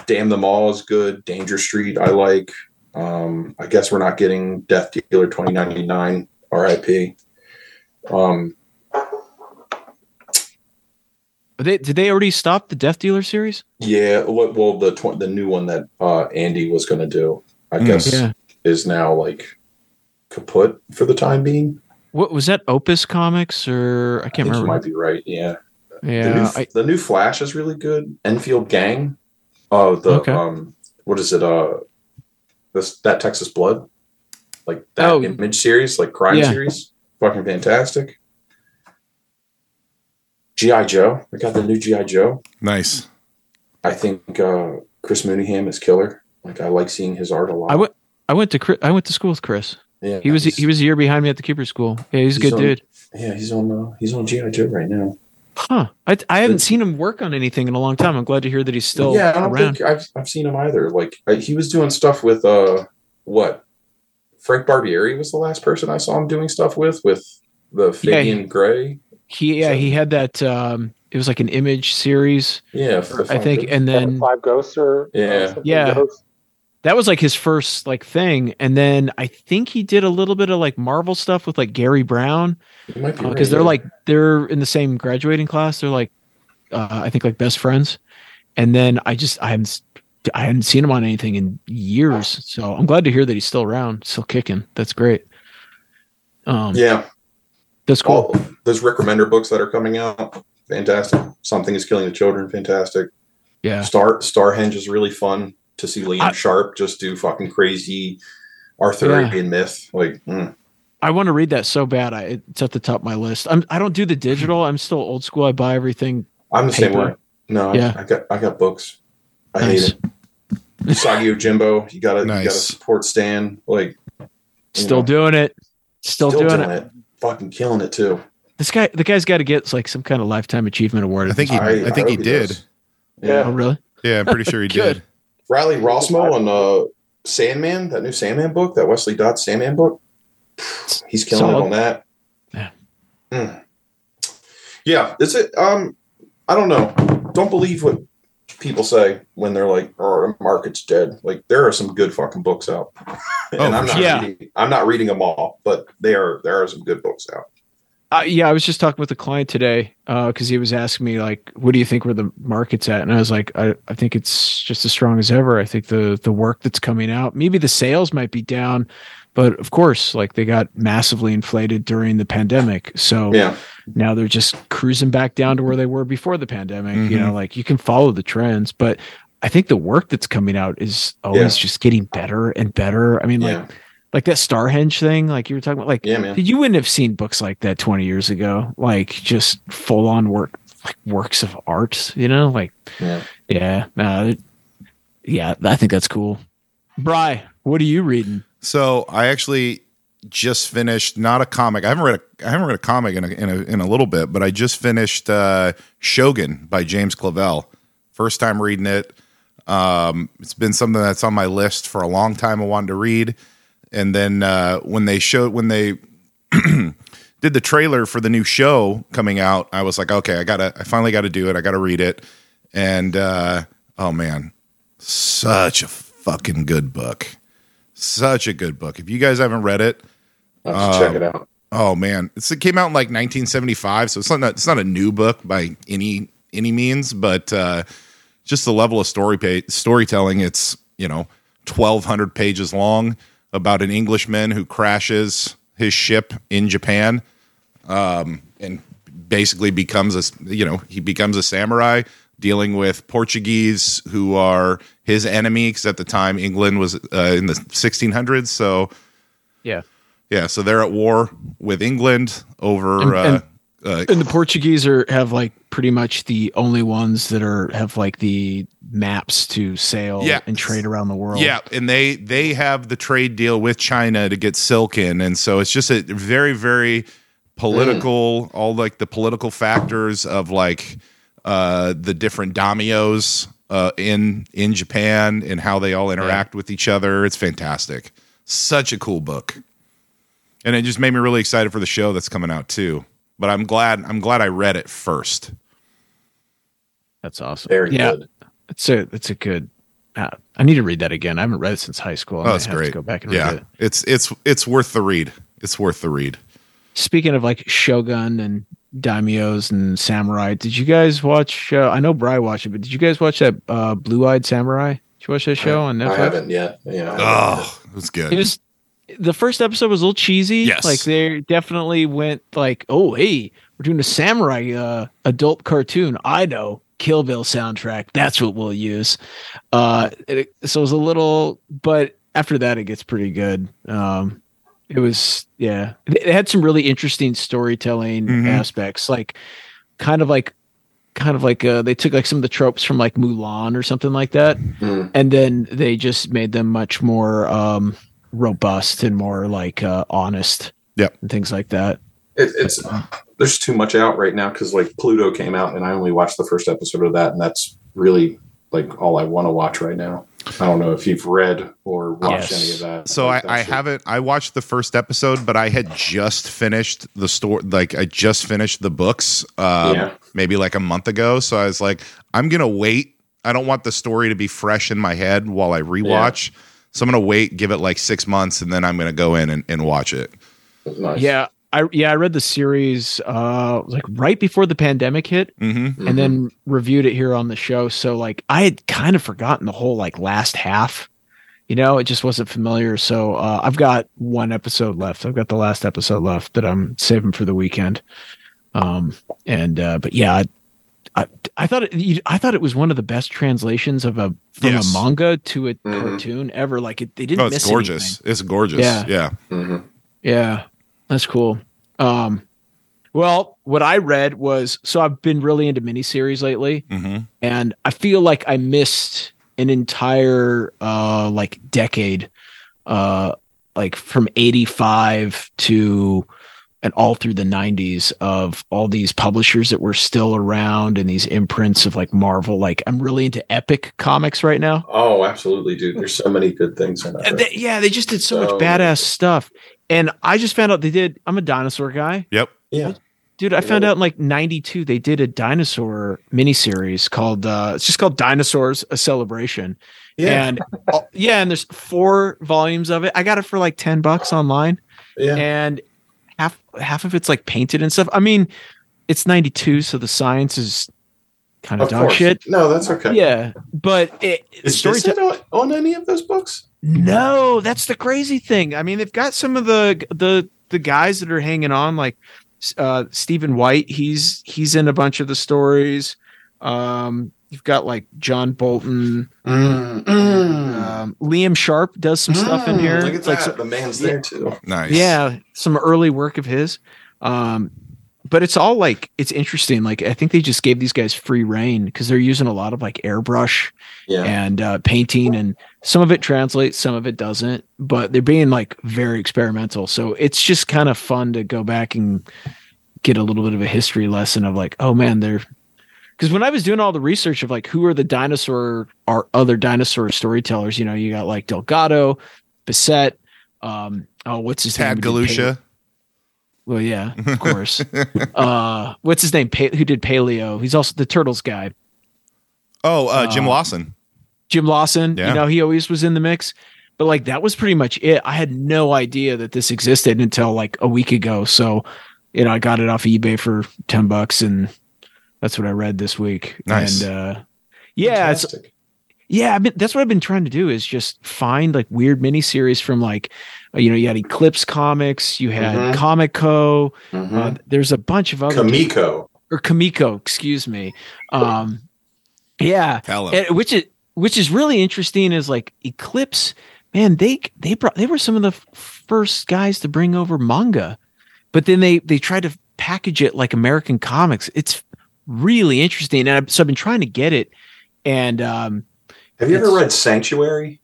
Speaker 8: Damn them all is good. Danger Street, I like. Um, I guess we're not getting Death Dealer 2099, RIP. Um,
Speaker 4: But they, did they already stop the Death Dealer series?
Speaker 8: yeah, what- well, the tw- the new one that uh, Andy was going to do, I
Speaker 1: Hmm.
Speaker 8: guess,
Speaker 4: Yeah.
Speaker 8: is now like kaput for the time being.
Speaker 4: What was that? Opus Comics or I
Speaker 8: I
Speaker 4: can't
Speaker 8: think you
Speaker 4: remember.
Speaker 8: might be right. Yeah, the, new,
Speaker 4: Yeah, I,
Speaker 8: the new Flash is really good. Enfield Gang. Oh, the
Speaker 4: Okay.
Speaker 8: um, what is it? Uh, this that Texas Blood, like that
Speaker 4: Oh.
Speaker 8: image series, like crime
Speaker 4: Yeah.
Speaker 8: series, fucking fantastic. GI Joe. We got the new GI Joe.
Speaker 1: Nice.
Speaker 8: I think uh, Chris Mooneyham is killer. Like I like seeing his art a lot.
Speaker 4: I went. I went to Chris, I went to school with Chris.
Speaker 8: yeah,
Speaker 4: He was
Speaker 8: he's-
Speaker 4: he was a year behind me at the Cooper School. Yeah, he's a
Speaker 8: He's
Speaker 4: good
Speaker 8: on-
Speaker 4: dude.
Speaker 8: yeah he's on uh, he's on GI Joe right now.
Speaker 4: Huh. I, I haven't seen him work on anything in a long time. I'm glad to hear that he's still
Speaker 8: yeah, I don't
Speaker 4: around.
Speaker 8: think I've I've seen him either. Like I, he was doing stuff with uh what Frank Barbieri was the last person I saw him doing stuff with with the
Speaker 4: Yeah,
Speaker 8: Fabian Gray.
Speaker 4: He yeah he had that. Um, it was like an image series,
Speaker 8: Yeah,
Speaker 4: I think, and then
Speaker 7: Five Ghosts or uh,
Speaker 8: Yeah.
Speaker 7: something?
Speaker 4: Yeah.
Speaker 7: Ghosts?
Speaker 4: that was like his first like thing. And then I think he did a little bit of like Marvel stuff with like Gary Brown
Speaker 8: It might be
Speaker 4: because Uh,
Speaker 8: right,
Speaker 4: they're
Speaker 8: yeah.
Speaker 4: like they're in the same graduating class. They're like uh, I think like best friends. And then I just I haven't s- I hadn't seen him on anything in years. So I'm glad to hear that he's still around, still kicking. That's great. Um,
Speaker 8: yeah,
Speaker 4: that's cool.
Speaker 8: all those Rick Remender books that are coming out, fantastic. Something is killing the children, fantastic.
Speaker 4: Yeah.
Speaker 8: Star Starhenge is really fun to see Liam
Speaker 4: I-
Speaker 8: Sharp just do fucking crazy Arthurian myth. Like mm.
Speaker 4: I want to read that so bad. I it's at the top of my list. I'm I don't do the digital. I'm still old school. I buy everything.
Speaker 8: I'm the same
Speaker 4: Paper.
Speaker 8: way. No, I-
Speaker 4: Yeah.
Speaker 8: I got I got books. I hate
Speaker 4: Nice.
Speaker 8: it. Usagi Ojimbo. You gotta you
Speaker 1: Nice.
Speaker 8: gotta support Stan. Like
Speaker 4: Still
Speaker 8: Yeah.
Speaker 4: doing it. Still, doing, it.
Speaker 8: Fucking killing it too.
Speaker 4: This guy the guy's got to get like some kind of lifetime achievement award.
Speaker 1: I think he.
Speaker 8: I-
Speaker 1: I,
Speaker 8: I
Speaker 1: think he
Speaker 8: hope he
Speaker 1: did.
Speaker 8: does.
Speaker 4: Oh
Speaker 7: Yeah.
Speaker 4: really?
Speaker 1: Yeah, I'm pretty sure he
Speaker 4: Good.
Speaker 1: did.
Speaker 8: Riley Rossmo on uh Sandman, that new Sandman book, that Wesley Dodd Sandman book. He's killing
Speaker 4: Solid.
Speaker 8: it on that.
Speaker 4: Yeah.
Speaker 8: Mm. Yeah, is it um I don't know. Don't believe what people say when they're like, oh, our market's dead. Like there are some good fucking books out. and
Speaker 1: Oh,
Speaker 8: I'm
Speaker 1: for
Speaker 8: not
Speaker 4: sure. Yeah.
Speaker 8: reading, I'm not reading them all, but they are there are some good books out.
Speaker 4: Uh, yeah, I was just talking with a client today because he was asking me like, "What do you think where the market's at?" And I was like, I, "I think it's just as strong as ever. I think the the work that's coming out, maybe the sales might be down, but of course, like they got massively inflated during the pandemic. So
Speaker 8: Yeah.
Speaker 4: now they're just cruising back down to where they were before the pandemic. You know, like you can follow the trends, but I think the work that's coming out is always just getting better and better. I mean,
Speaker 8: Yeah.
Speaker 4: like like that Starhenge thing, like you were talking about, like
Speaker 8: Yeah, man.
Speaker 4: you wouldn't have seen books like that 20 years ago, like just full on work, like works of art, you know, like,
Speaker 8: Yeah.
Speaker 4: yeah, uh, yeah, I think that's cool. Bry, what are you reading?
Speaker 1: So I actually just finished not a comic. I haven't read a I haven't read a comic in a, in a, in a little bit, but I just finished uh, Shogun by James Clavell. First time reading it. Um, it's been something that's on my list for a long time. I wanted to read, and then uh, when they showed when they did the trailer for the new show coming out, I was like, okay, I gotta, I finally got to do it. I got to read it, and uh, oh man, such a fucking good book such a good book. If you guys haven't read it,
Speaker 8: I'll have to check
Speaker 4: um,
Speaker 8: it out.
Speaker 1: oh man, it's, it came out in like 1975, so it's not it's not a new book by any any means, but uh, just the level of story pa- storytelling. It's you know 1,200 pages long about an Englishman who crashes his ship in Japan um, and basically becomes a you know he becomes a samurai dealing with Portuguese who are his enemy because at the time England was uh, in the 1600s so
Speaker 4: Yeah.
Speaker 1: yeah so they're at war with England over
Speaker 4: And-
Speaker 1: uh,
Speaker 4: and
Speaker 1: uh,
Speaker 4: And the Portuguese are have like pretty much the only ones that are have like the maps to sail
Speaker 1: Yeah.
Speaker 4: and trade around the world.
Speaker 1: Yeah, and they they have the trade deal with China to get silk in, and so it's just a very very
Speaker 4: Mm.
Speaker 1: political, all like the political factors of like uh, the different daimios uh, in in Japan and how they all interact with each other. It's fantastic. Such a cool book, and it just made me really excited for the show that's coming out too. But I'm glad I'm glad I read it first.
Speaker 4: That's awesome.
Speaker 8: Very
Speaker 4: yeah,
Speaker 8: good.
Speaker 4: It's a it's a good. Uh, I need to read that again. I haven't read it since high school.
Speaker 1: Oh, that's
Speaker 4: I have
Speaker 1: great.
Speaker 4: To go back and
Speaker 1: yeah,
Speaker 4: read it.
Speaker 1: it's it's it's worth the read. It's worth the read.
Speaker 4: Speaking of like Shogun and daimios and samurai, did you guys watch? Uh, I know Bry watched it, but did you guys watch that uh, Blue Eyed Samurai? Did you watch that show on Netflix?
Speaker 8: I haven't yet. Yeah. I haven't yet.
Speaker 1: Oh, it was good.
Speaker 4: It was the first episode was a little cheesy.
Speaker 1: Yes.
Speaker 4: Like they definitely went like, oh hey, we're doing a samurai uh, adult cartoon. I know Kill Bill soundtrack. That's what we'll use. Uh, it, so it was a little, but after that it gets pretty good. Um, it was yeah. It it had some really interesting storytelling
Speaker 1: Mhm.
Speaker 4: aspects, like kind of like kind of like uh, they took like some of the tropes from like Mulan or something like that
Speaker 8: Mm.
Speaker 4: and then they just made them much more um robust and more like uh honest
Speaker 1: Yep.
Speaker 4: and things like that
Speaker 8: It, it's there's too much out right now because like Pluto came out and I only watched the first episode of that and that's really like all I want to watch right now. I don't know if you've read or watched
Speaker 4: Yes.
Speaker 8: any of that.
Speaker 1: So I,
Speaker 8: Like,
Speaker 1: I
Speaker 8: that's-
Speaker 1: haven't. I watched the first episode, but I had just finished the store. Like I just finished the books, um,
Speaker 8: Yeah.
Speaker 1: maybe like a month ago. So I was like, I'm gonna wait. I don't want the story to be fresh in my head while I rewatch. So I'm gonna wait, give it like six months, and then I'm gonna go in and, and watch it.
Speaker 8: Nice.
Speaker 4: yeah i yeah i read the series uh like right before the pandemic hit
Speaker 1: hmm
Speaker 8: Mhm.
Speaker 4: and then reviewed it here on the show so like i had kind of forgotten the whole like last half you know it just wasn't familiar so uh i've got one episode left i've got the last episode left that i'm saving for the weekend um and uh but yeah i i, I thought it you- i thought it was one of the best translations of a from
Speaker 1: Yes. Mm-hmm.
Speaker 4: a manga to a
Speaker 8: Mhm.
Speaker 4: cartoon ever like it, they didn't
Speaker 1: Oh, it's
Speaker 4: miss
Speaker 1: gorgeous.
Speaker 4: anything.
Speaker 1: It's gorgeous.
Speaker 4: Yeah.
Speaker 1: yeah.
Speaker 8: Mhm.
Speaker 4: Yeah, that's cool. Um, well, what I read was so I've been really into miniseries lately,
Speaker 1: Mhm.
Speaker 4: and I feel like I missed an entire uh like decade, uh, like from '85 to and all through the 90s of all these publishers that were still around and these imprints of like Marvel like I'm really into epic comics right now.
Speaker 8: Oh, absolutely, dude. There's so many good things in that.
Speaker 4: And they- yeah, they just did so much
Speaker 8: So-
Speaker 4: badass stuff. And I just found out they did I'm a dinosaur guy.
Speaker 1: Yep.
Speaker 8: yeah.
Speaker 4: Dude, I found
Speaker 8: Yeah.
Speaker 4: out in like '92 they did a dinosaur miniseries called uh, it's just called Dinosaurs: A Celebration.
Speaker 8: Yeah.
Speaker 4: And uh, yeah, and there's four volumes of it. I got it for like ten bucks online,
Speaker 8: yeah.
Speaker 4: and half half of it's like painted and stuff. I mean, it's '92, so the science is kind of,
Speaker 8: Of
Speaker 4: dog
Speaker 8: course.
Speaker 4: shit.
Speaker 8: No, that's okay.
Speaker 4: Yeah, but it,
Speaker 8: Is
Speaker 4: story
Speaker 8: Vincent on, on any of those books?
Speaker 4: no, that's the crazy thing. I mean, they've got some of the the the guys that are hanging on, like uh Stephen White. He's he's in a bunch of the stories. Um, you've got like John Bolton,
Speaker 8: Mm,
Speaker 4: um, Liam Sharp does some stuff in
Speaker 8: Mm,
Speaker 4: here.
Speaker 8: Look at
Speaker 4: like
Speaker 8: that.
Speaker 4: so-
Speaker 8: the man's
Speaker 4: yeah.
Speaker 8: there too.
Speaker 1: Nice.
Speaker 4: yeah, some early work of his. Um, but it's all like it's interesting. Like I think they just gave these guys free reign because they're using a lot of like airbrush
Speaker 8: Yeah.
Speaker 4: and uh, painting and some of it translates some of it doesn't but they're being like very experimental so it's just kind of fun to go back and get a little bit of a history lesson of like oh man they're because when i was doing all the research of like who are the dinosaur or other dinosaur storytellers you know you got like delgado Bissett, um oh what's his
Speaker 1: Tad
Speaker 4: name who did
Speaker 1: Galusha.
Speaker 4: well, yeah, of course. uh, what's his name? Pa- who did Paleo? He's also the Turtles guy.
Speaker 1: Oh, uh, Jim
Speaker 4: Uh,
Speaker 1: Lawson.
Speaker 4: Jim Lawson.
Speaker 1: Yeah.
Speaker 4: You know, he always was in the mix. But like that was pretty much it. I had no idea that this existed until like a week ago. So, you know, I got it off eBay for ten bucks, and that's what I read this week.
Speaker 1: Nice.
Speaker 4: And uh, yeah, it's
Speaker 8: Fantastic.
Speaker 4: yeah, I've been, that's what I've been trying to do is just find like weird miniseries from like, uh, you know, you had Eclipse Comics, you had
Speaker 8: Mhm.
Speaker 4: Comic Co. Uh,
Speaker 8: Mhm.
Speaker 4: there's a bunch of other
Speaker 8: Kamiko.
Speaker 4: or Kamiko, excuse me. Um, yeah,
Speaker 1: Tell him.
Speaker 4: and- which is which is really interesting is like Eclipse, man. They they brought they were some of the f- first guys to bring over manga, but then they they tried to package it like American comics. It's really interesting, and I, so I've been trying to get it. And um,
Speaker 8: Have you ever
Speaker 4: It's-
Speaker 8: read Sanctuary?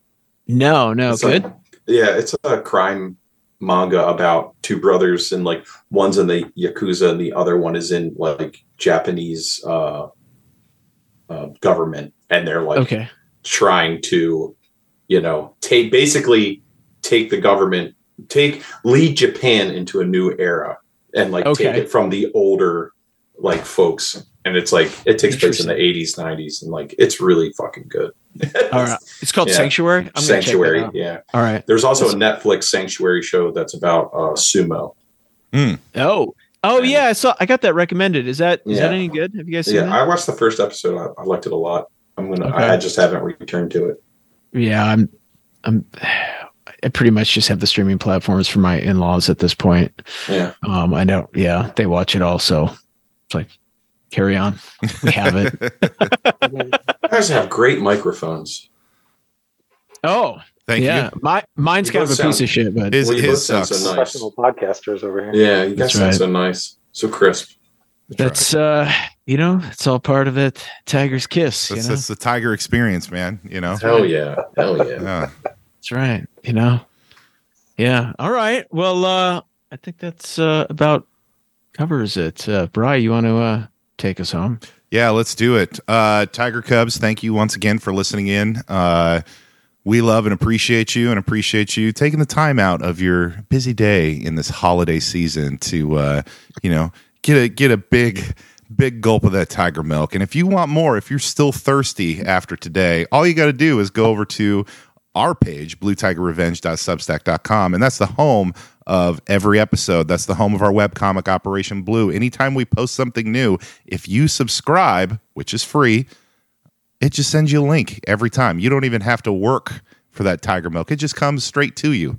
Speaker 4: no, no,
Speaker 8: It's
Speaker 4: Oh, good.
Speaker 8: A, yeah, it's a crime manga about two brothers and like one's in the yakuza and the other one is in like Japanese uh, uh, government, and they're like
Speaker 4: okay,
Speaker 8: trying to, you know, take basically take the government, take lead Japan into a new era, and like take
Speaker 4: Okay.
Speaker 8: it from the older like folks. And it's like it takes place in the eighties, nineties, and like it's really fucking good.
Speaker 4: all right. It's called
Speaker 8: Yeah.
Speaker 4: Sanctuary. I'm gonna check that
Speaker 8: Sanctuary,
Speaker 4: out.
Speaker 8: yeah.
Speaker 4: All right.
Speaker 8: There's also a Netflix Sanctuary show that's about uh, sumo.
Speaker 4: Oh, oh yeah. I saw. I got that recommended. Is that is
Speaker 8: Yeah.
Speaker 4: that any good? Have you guys seen
Speaker 8: Yeah,
Speaker 4: that?
Speaker 8: I watched the first episode. I, I liked it a lot. I'm gonna.
Speaker 4: Okay.
Speaker 8: I, I just haven't returned to it.
Speaker 4: yeah i'm i'm i pretty much just have the streaming platforms for my in-laws at this point
Speaker 8: Yeah.
Speaker 4: um i don't yeah they watch it all so it's like carry on we have it
Speaker 8: You guys have great microphones.
Speaker 4: oh
Speaker 1: Thank
Speaker 4: yeah
Speaker 1: you.
Speaker 4: my mine's
Speaker 8: You
Speaker 4: kind of a
Speaker 8: both
Speaker 4: piece of shit but
Speaker 1: His,
Speaker 8: Well, you
Speaker 1: his
Speaker 8: both sound so
Speaker 1: sucks.
Speaker 8: nice.
Speaker 7: Professional podcasters over here.
Speaker 8: Yeah, you guys
Speaker 4: That's right.
Speaker 8: sound so nice, so crisp.
Speaker 4: that's uh you know it's all part of that tiger's kiss you
Speaker 1: That's,
Speaker 4: know
Speaker 1: that's the tiger experience, man. You know.
Speaker 8: Hell yeah, hell yeah.
Speaker 1: Yeah.
Speaker 4: that's right you know yeah all right well uh i think that's uh about covers it uh bry you want to uh take us home
Speaker 1: Yeah, let's do it. Uh, Tiger Cubs, thank you once again for listening in. Uh, we love and appreciate you and appreciate you taking the time out of your busy day in this holiday season to, uh, you know, get a get a big big gulp of that tiger milk. And if you want more, if you're still thirsty after today, all you got to do is go over to our page, bluetigerrevenge.substack.com, and that's the home of every episode. That's the home of our webcomic Operation Blue. Anytime we post something new, if you subscribe, which is free, it just sends you a link every time. You don't even have to work for that tiger milk. It just comes straight to you.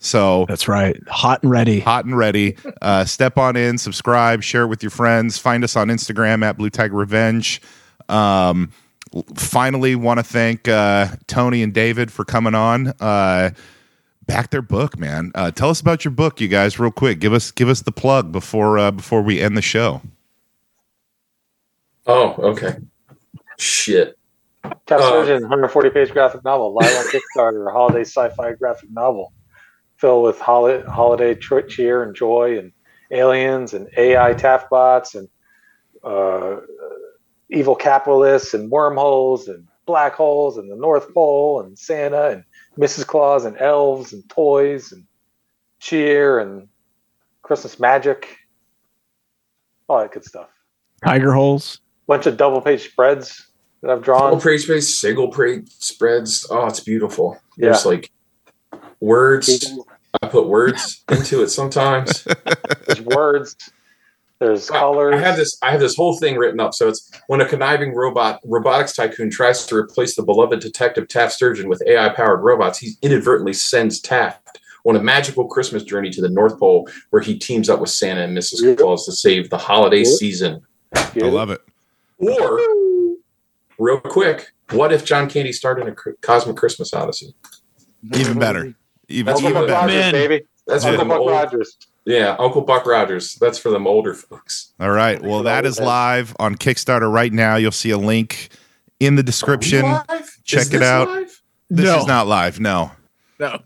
Speaker 1: So
Speaker 4: that's right hot and ready
Speaker 1: hot and ready. Uh, step on in, subscribe, share it with your friends. Find us on Instagram at Blue Tiger Revenge. Um, l- finally, want to thank uh, Tony and David for coming on. Uh, back their book, man. Uh, tell us about your book, you guys, real quick. Give us give us the plug before uh, before we end the show.
Speaker 8: Oh, okay. Shit.
Speaker 7: Top
Speaker 8: Uh,
Speaker 7: Surgeon, 140 page graphic novel, live on Kickstarter, a holiday sci fi graphic novel filled with holi- holiday tr- cheer and joy and aliens and AI taff bots and uh, evil capitalists and wormholes and black holes and the North Pole and Santa and Mrs. Claus and elves and toys and cheer and Christmas magic, all that good stuff.
Speaker 4: tiger holes.
Speaker 7: Bunch of double page spreads that I've drawn.
Speaker 8: Double prey space, single prey spreads. Oh, it's beautiful.
Speaker 7: Yeah.
Speaker 8: There's like words. I put words into it sometimes.
Speaker 7: there's words, there's
Speaker 8: I-
Speaker 7: colors.
Speaker 8: I have this. I have this whole thing written up. So it's when a conniving robot robotics tycoon tries to replace the beloved detective Taft Sturgeon with AI powered robots, he inadvertently sends Taft on a magical Christmas journey to the North Pole, where he teams up with Santa and Mrs.
Speaker 7: Yeah.
Speaker 8: Claus to save the holiday
Speaker 7: Yeah.
Speaker 8: season.
Speaker 1: I love it.
Speaker 8: Or real quick, what if John Candy started a cr- cosmic Christmas odyssey?
Speaker 1: Even better. Even,
Speaker 8: That's
Speaker 1: even
Speaker 8: what
Speaker 1: better.
Speaker 8: my
Speaker 7: Rogers,
Speaker 4: Man.
Speaker 7: baby.
Speaker 8: That's for
Speaker 7: Uncle
Speaker 8: them
Speaker 7: Buck
Speaker 8: old-
Speaker 7: Rogers.
Speaker 8: Yeah, Uncle Buck Rogers. That's for them older folks.
Speaker 1: All right. Well, that is live on Kickstarter right now. You'll see a link in the description.
Speaker 8: Live?
Speaker 1: Check
Speaker 8: Is
Speaker 1: it
Speaker 8: this
Speaker 1: out.
Speaker 8: live?
Speaker 1: This
Speaker 4: No.
Speaker 1: is not live. No.
Speaker 4: No.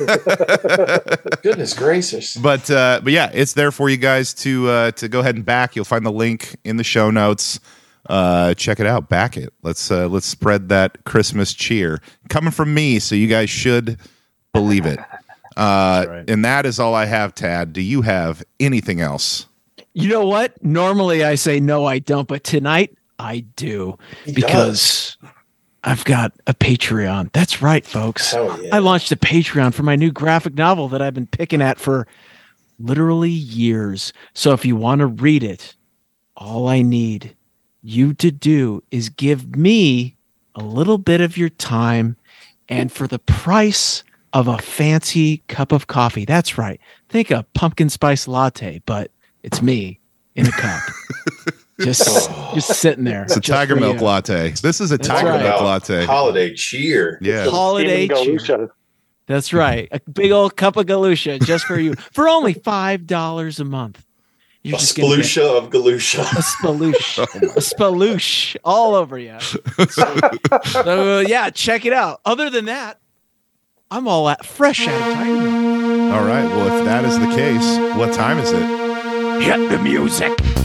Speaker 1: Uh,
Speaker 8: Goodness gracious.
Speaker 1: but uh, but yeah, it's there for you guys to uh, to go ahead and back. You'll find the link in the show notes. Uh, check it out, back it. Let's uh, let's spread that Christmas cheer coming from me. So you guys should believe it. Uh, And that is all I have. Tad, do you have anything else?
Speaker 4: You know what? Normally I say no, I don't, but tonight I do because I've got a Patreon. That's right, folks.
Speaker 8: Hell Oh, yeah.
Speaker 4: I launched a Patreon for my new graphic novel that I've been picking at for literally years. So if you want to read it, all I need you to do is give me a little bit of your time and for the price of a fancy cup of coffee. That's right. Think a pumpkin spice latte, but it's me in a cup. just
Speaker 8: Oh.
Speaker 4: just sitting there.
Speaker 1: It's a
Speaker 4: just
Speaker 1: tiger
Speaker 4: for
Speaker 1: milk
Speaker 4: you.
Speaker 1: latte. This is a tiger
Speaker 4: right.
Speaker 1: milk latte.
Speaker 8: Holiday cheer.
Speaker 1: Yeah.
Speaker 4: Holiday
Speaker 7: Steaming
Speaker 4: cheer.
Speaker 7: Galusha.
Speaker 4: That's right. A big old cup of Galusha just for you for only $5 a month. You're
Speaker 8: a
Speaker 4: just gonna get
Speaker 8: splucia of Galusha.
Speaker 4: a spaloosh, a spaloosh all over you. So uh, yeah, check it out. Other than that, I'm all at fresh out of Tiger Milk.
Speaker 1: All right. Well, if that is the case, what time is it?
Speaker 3: Hit the music.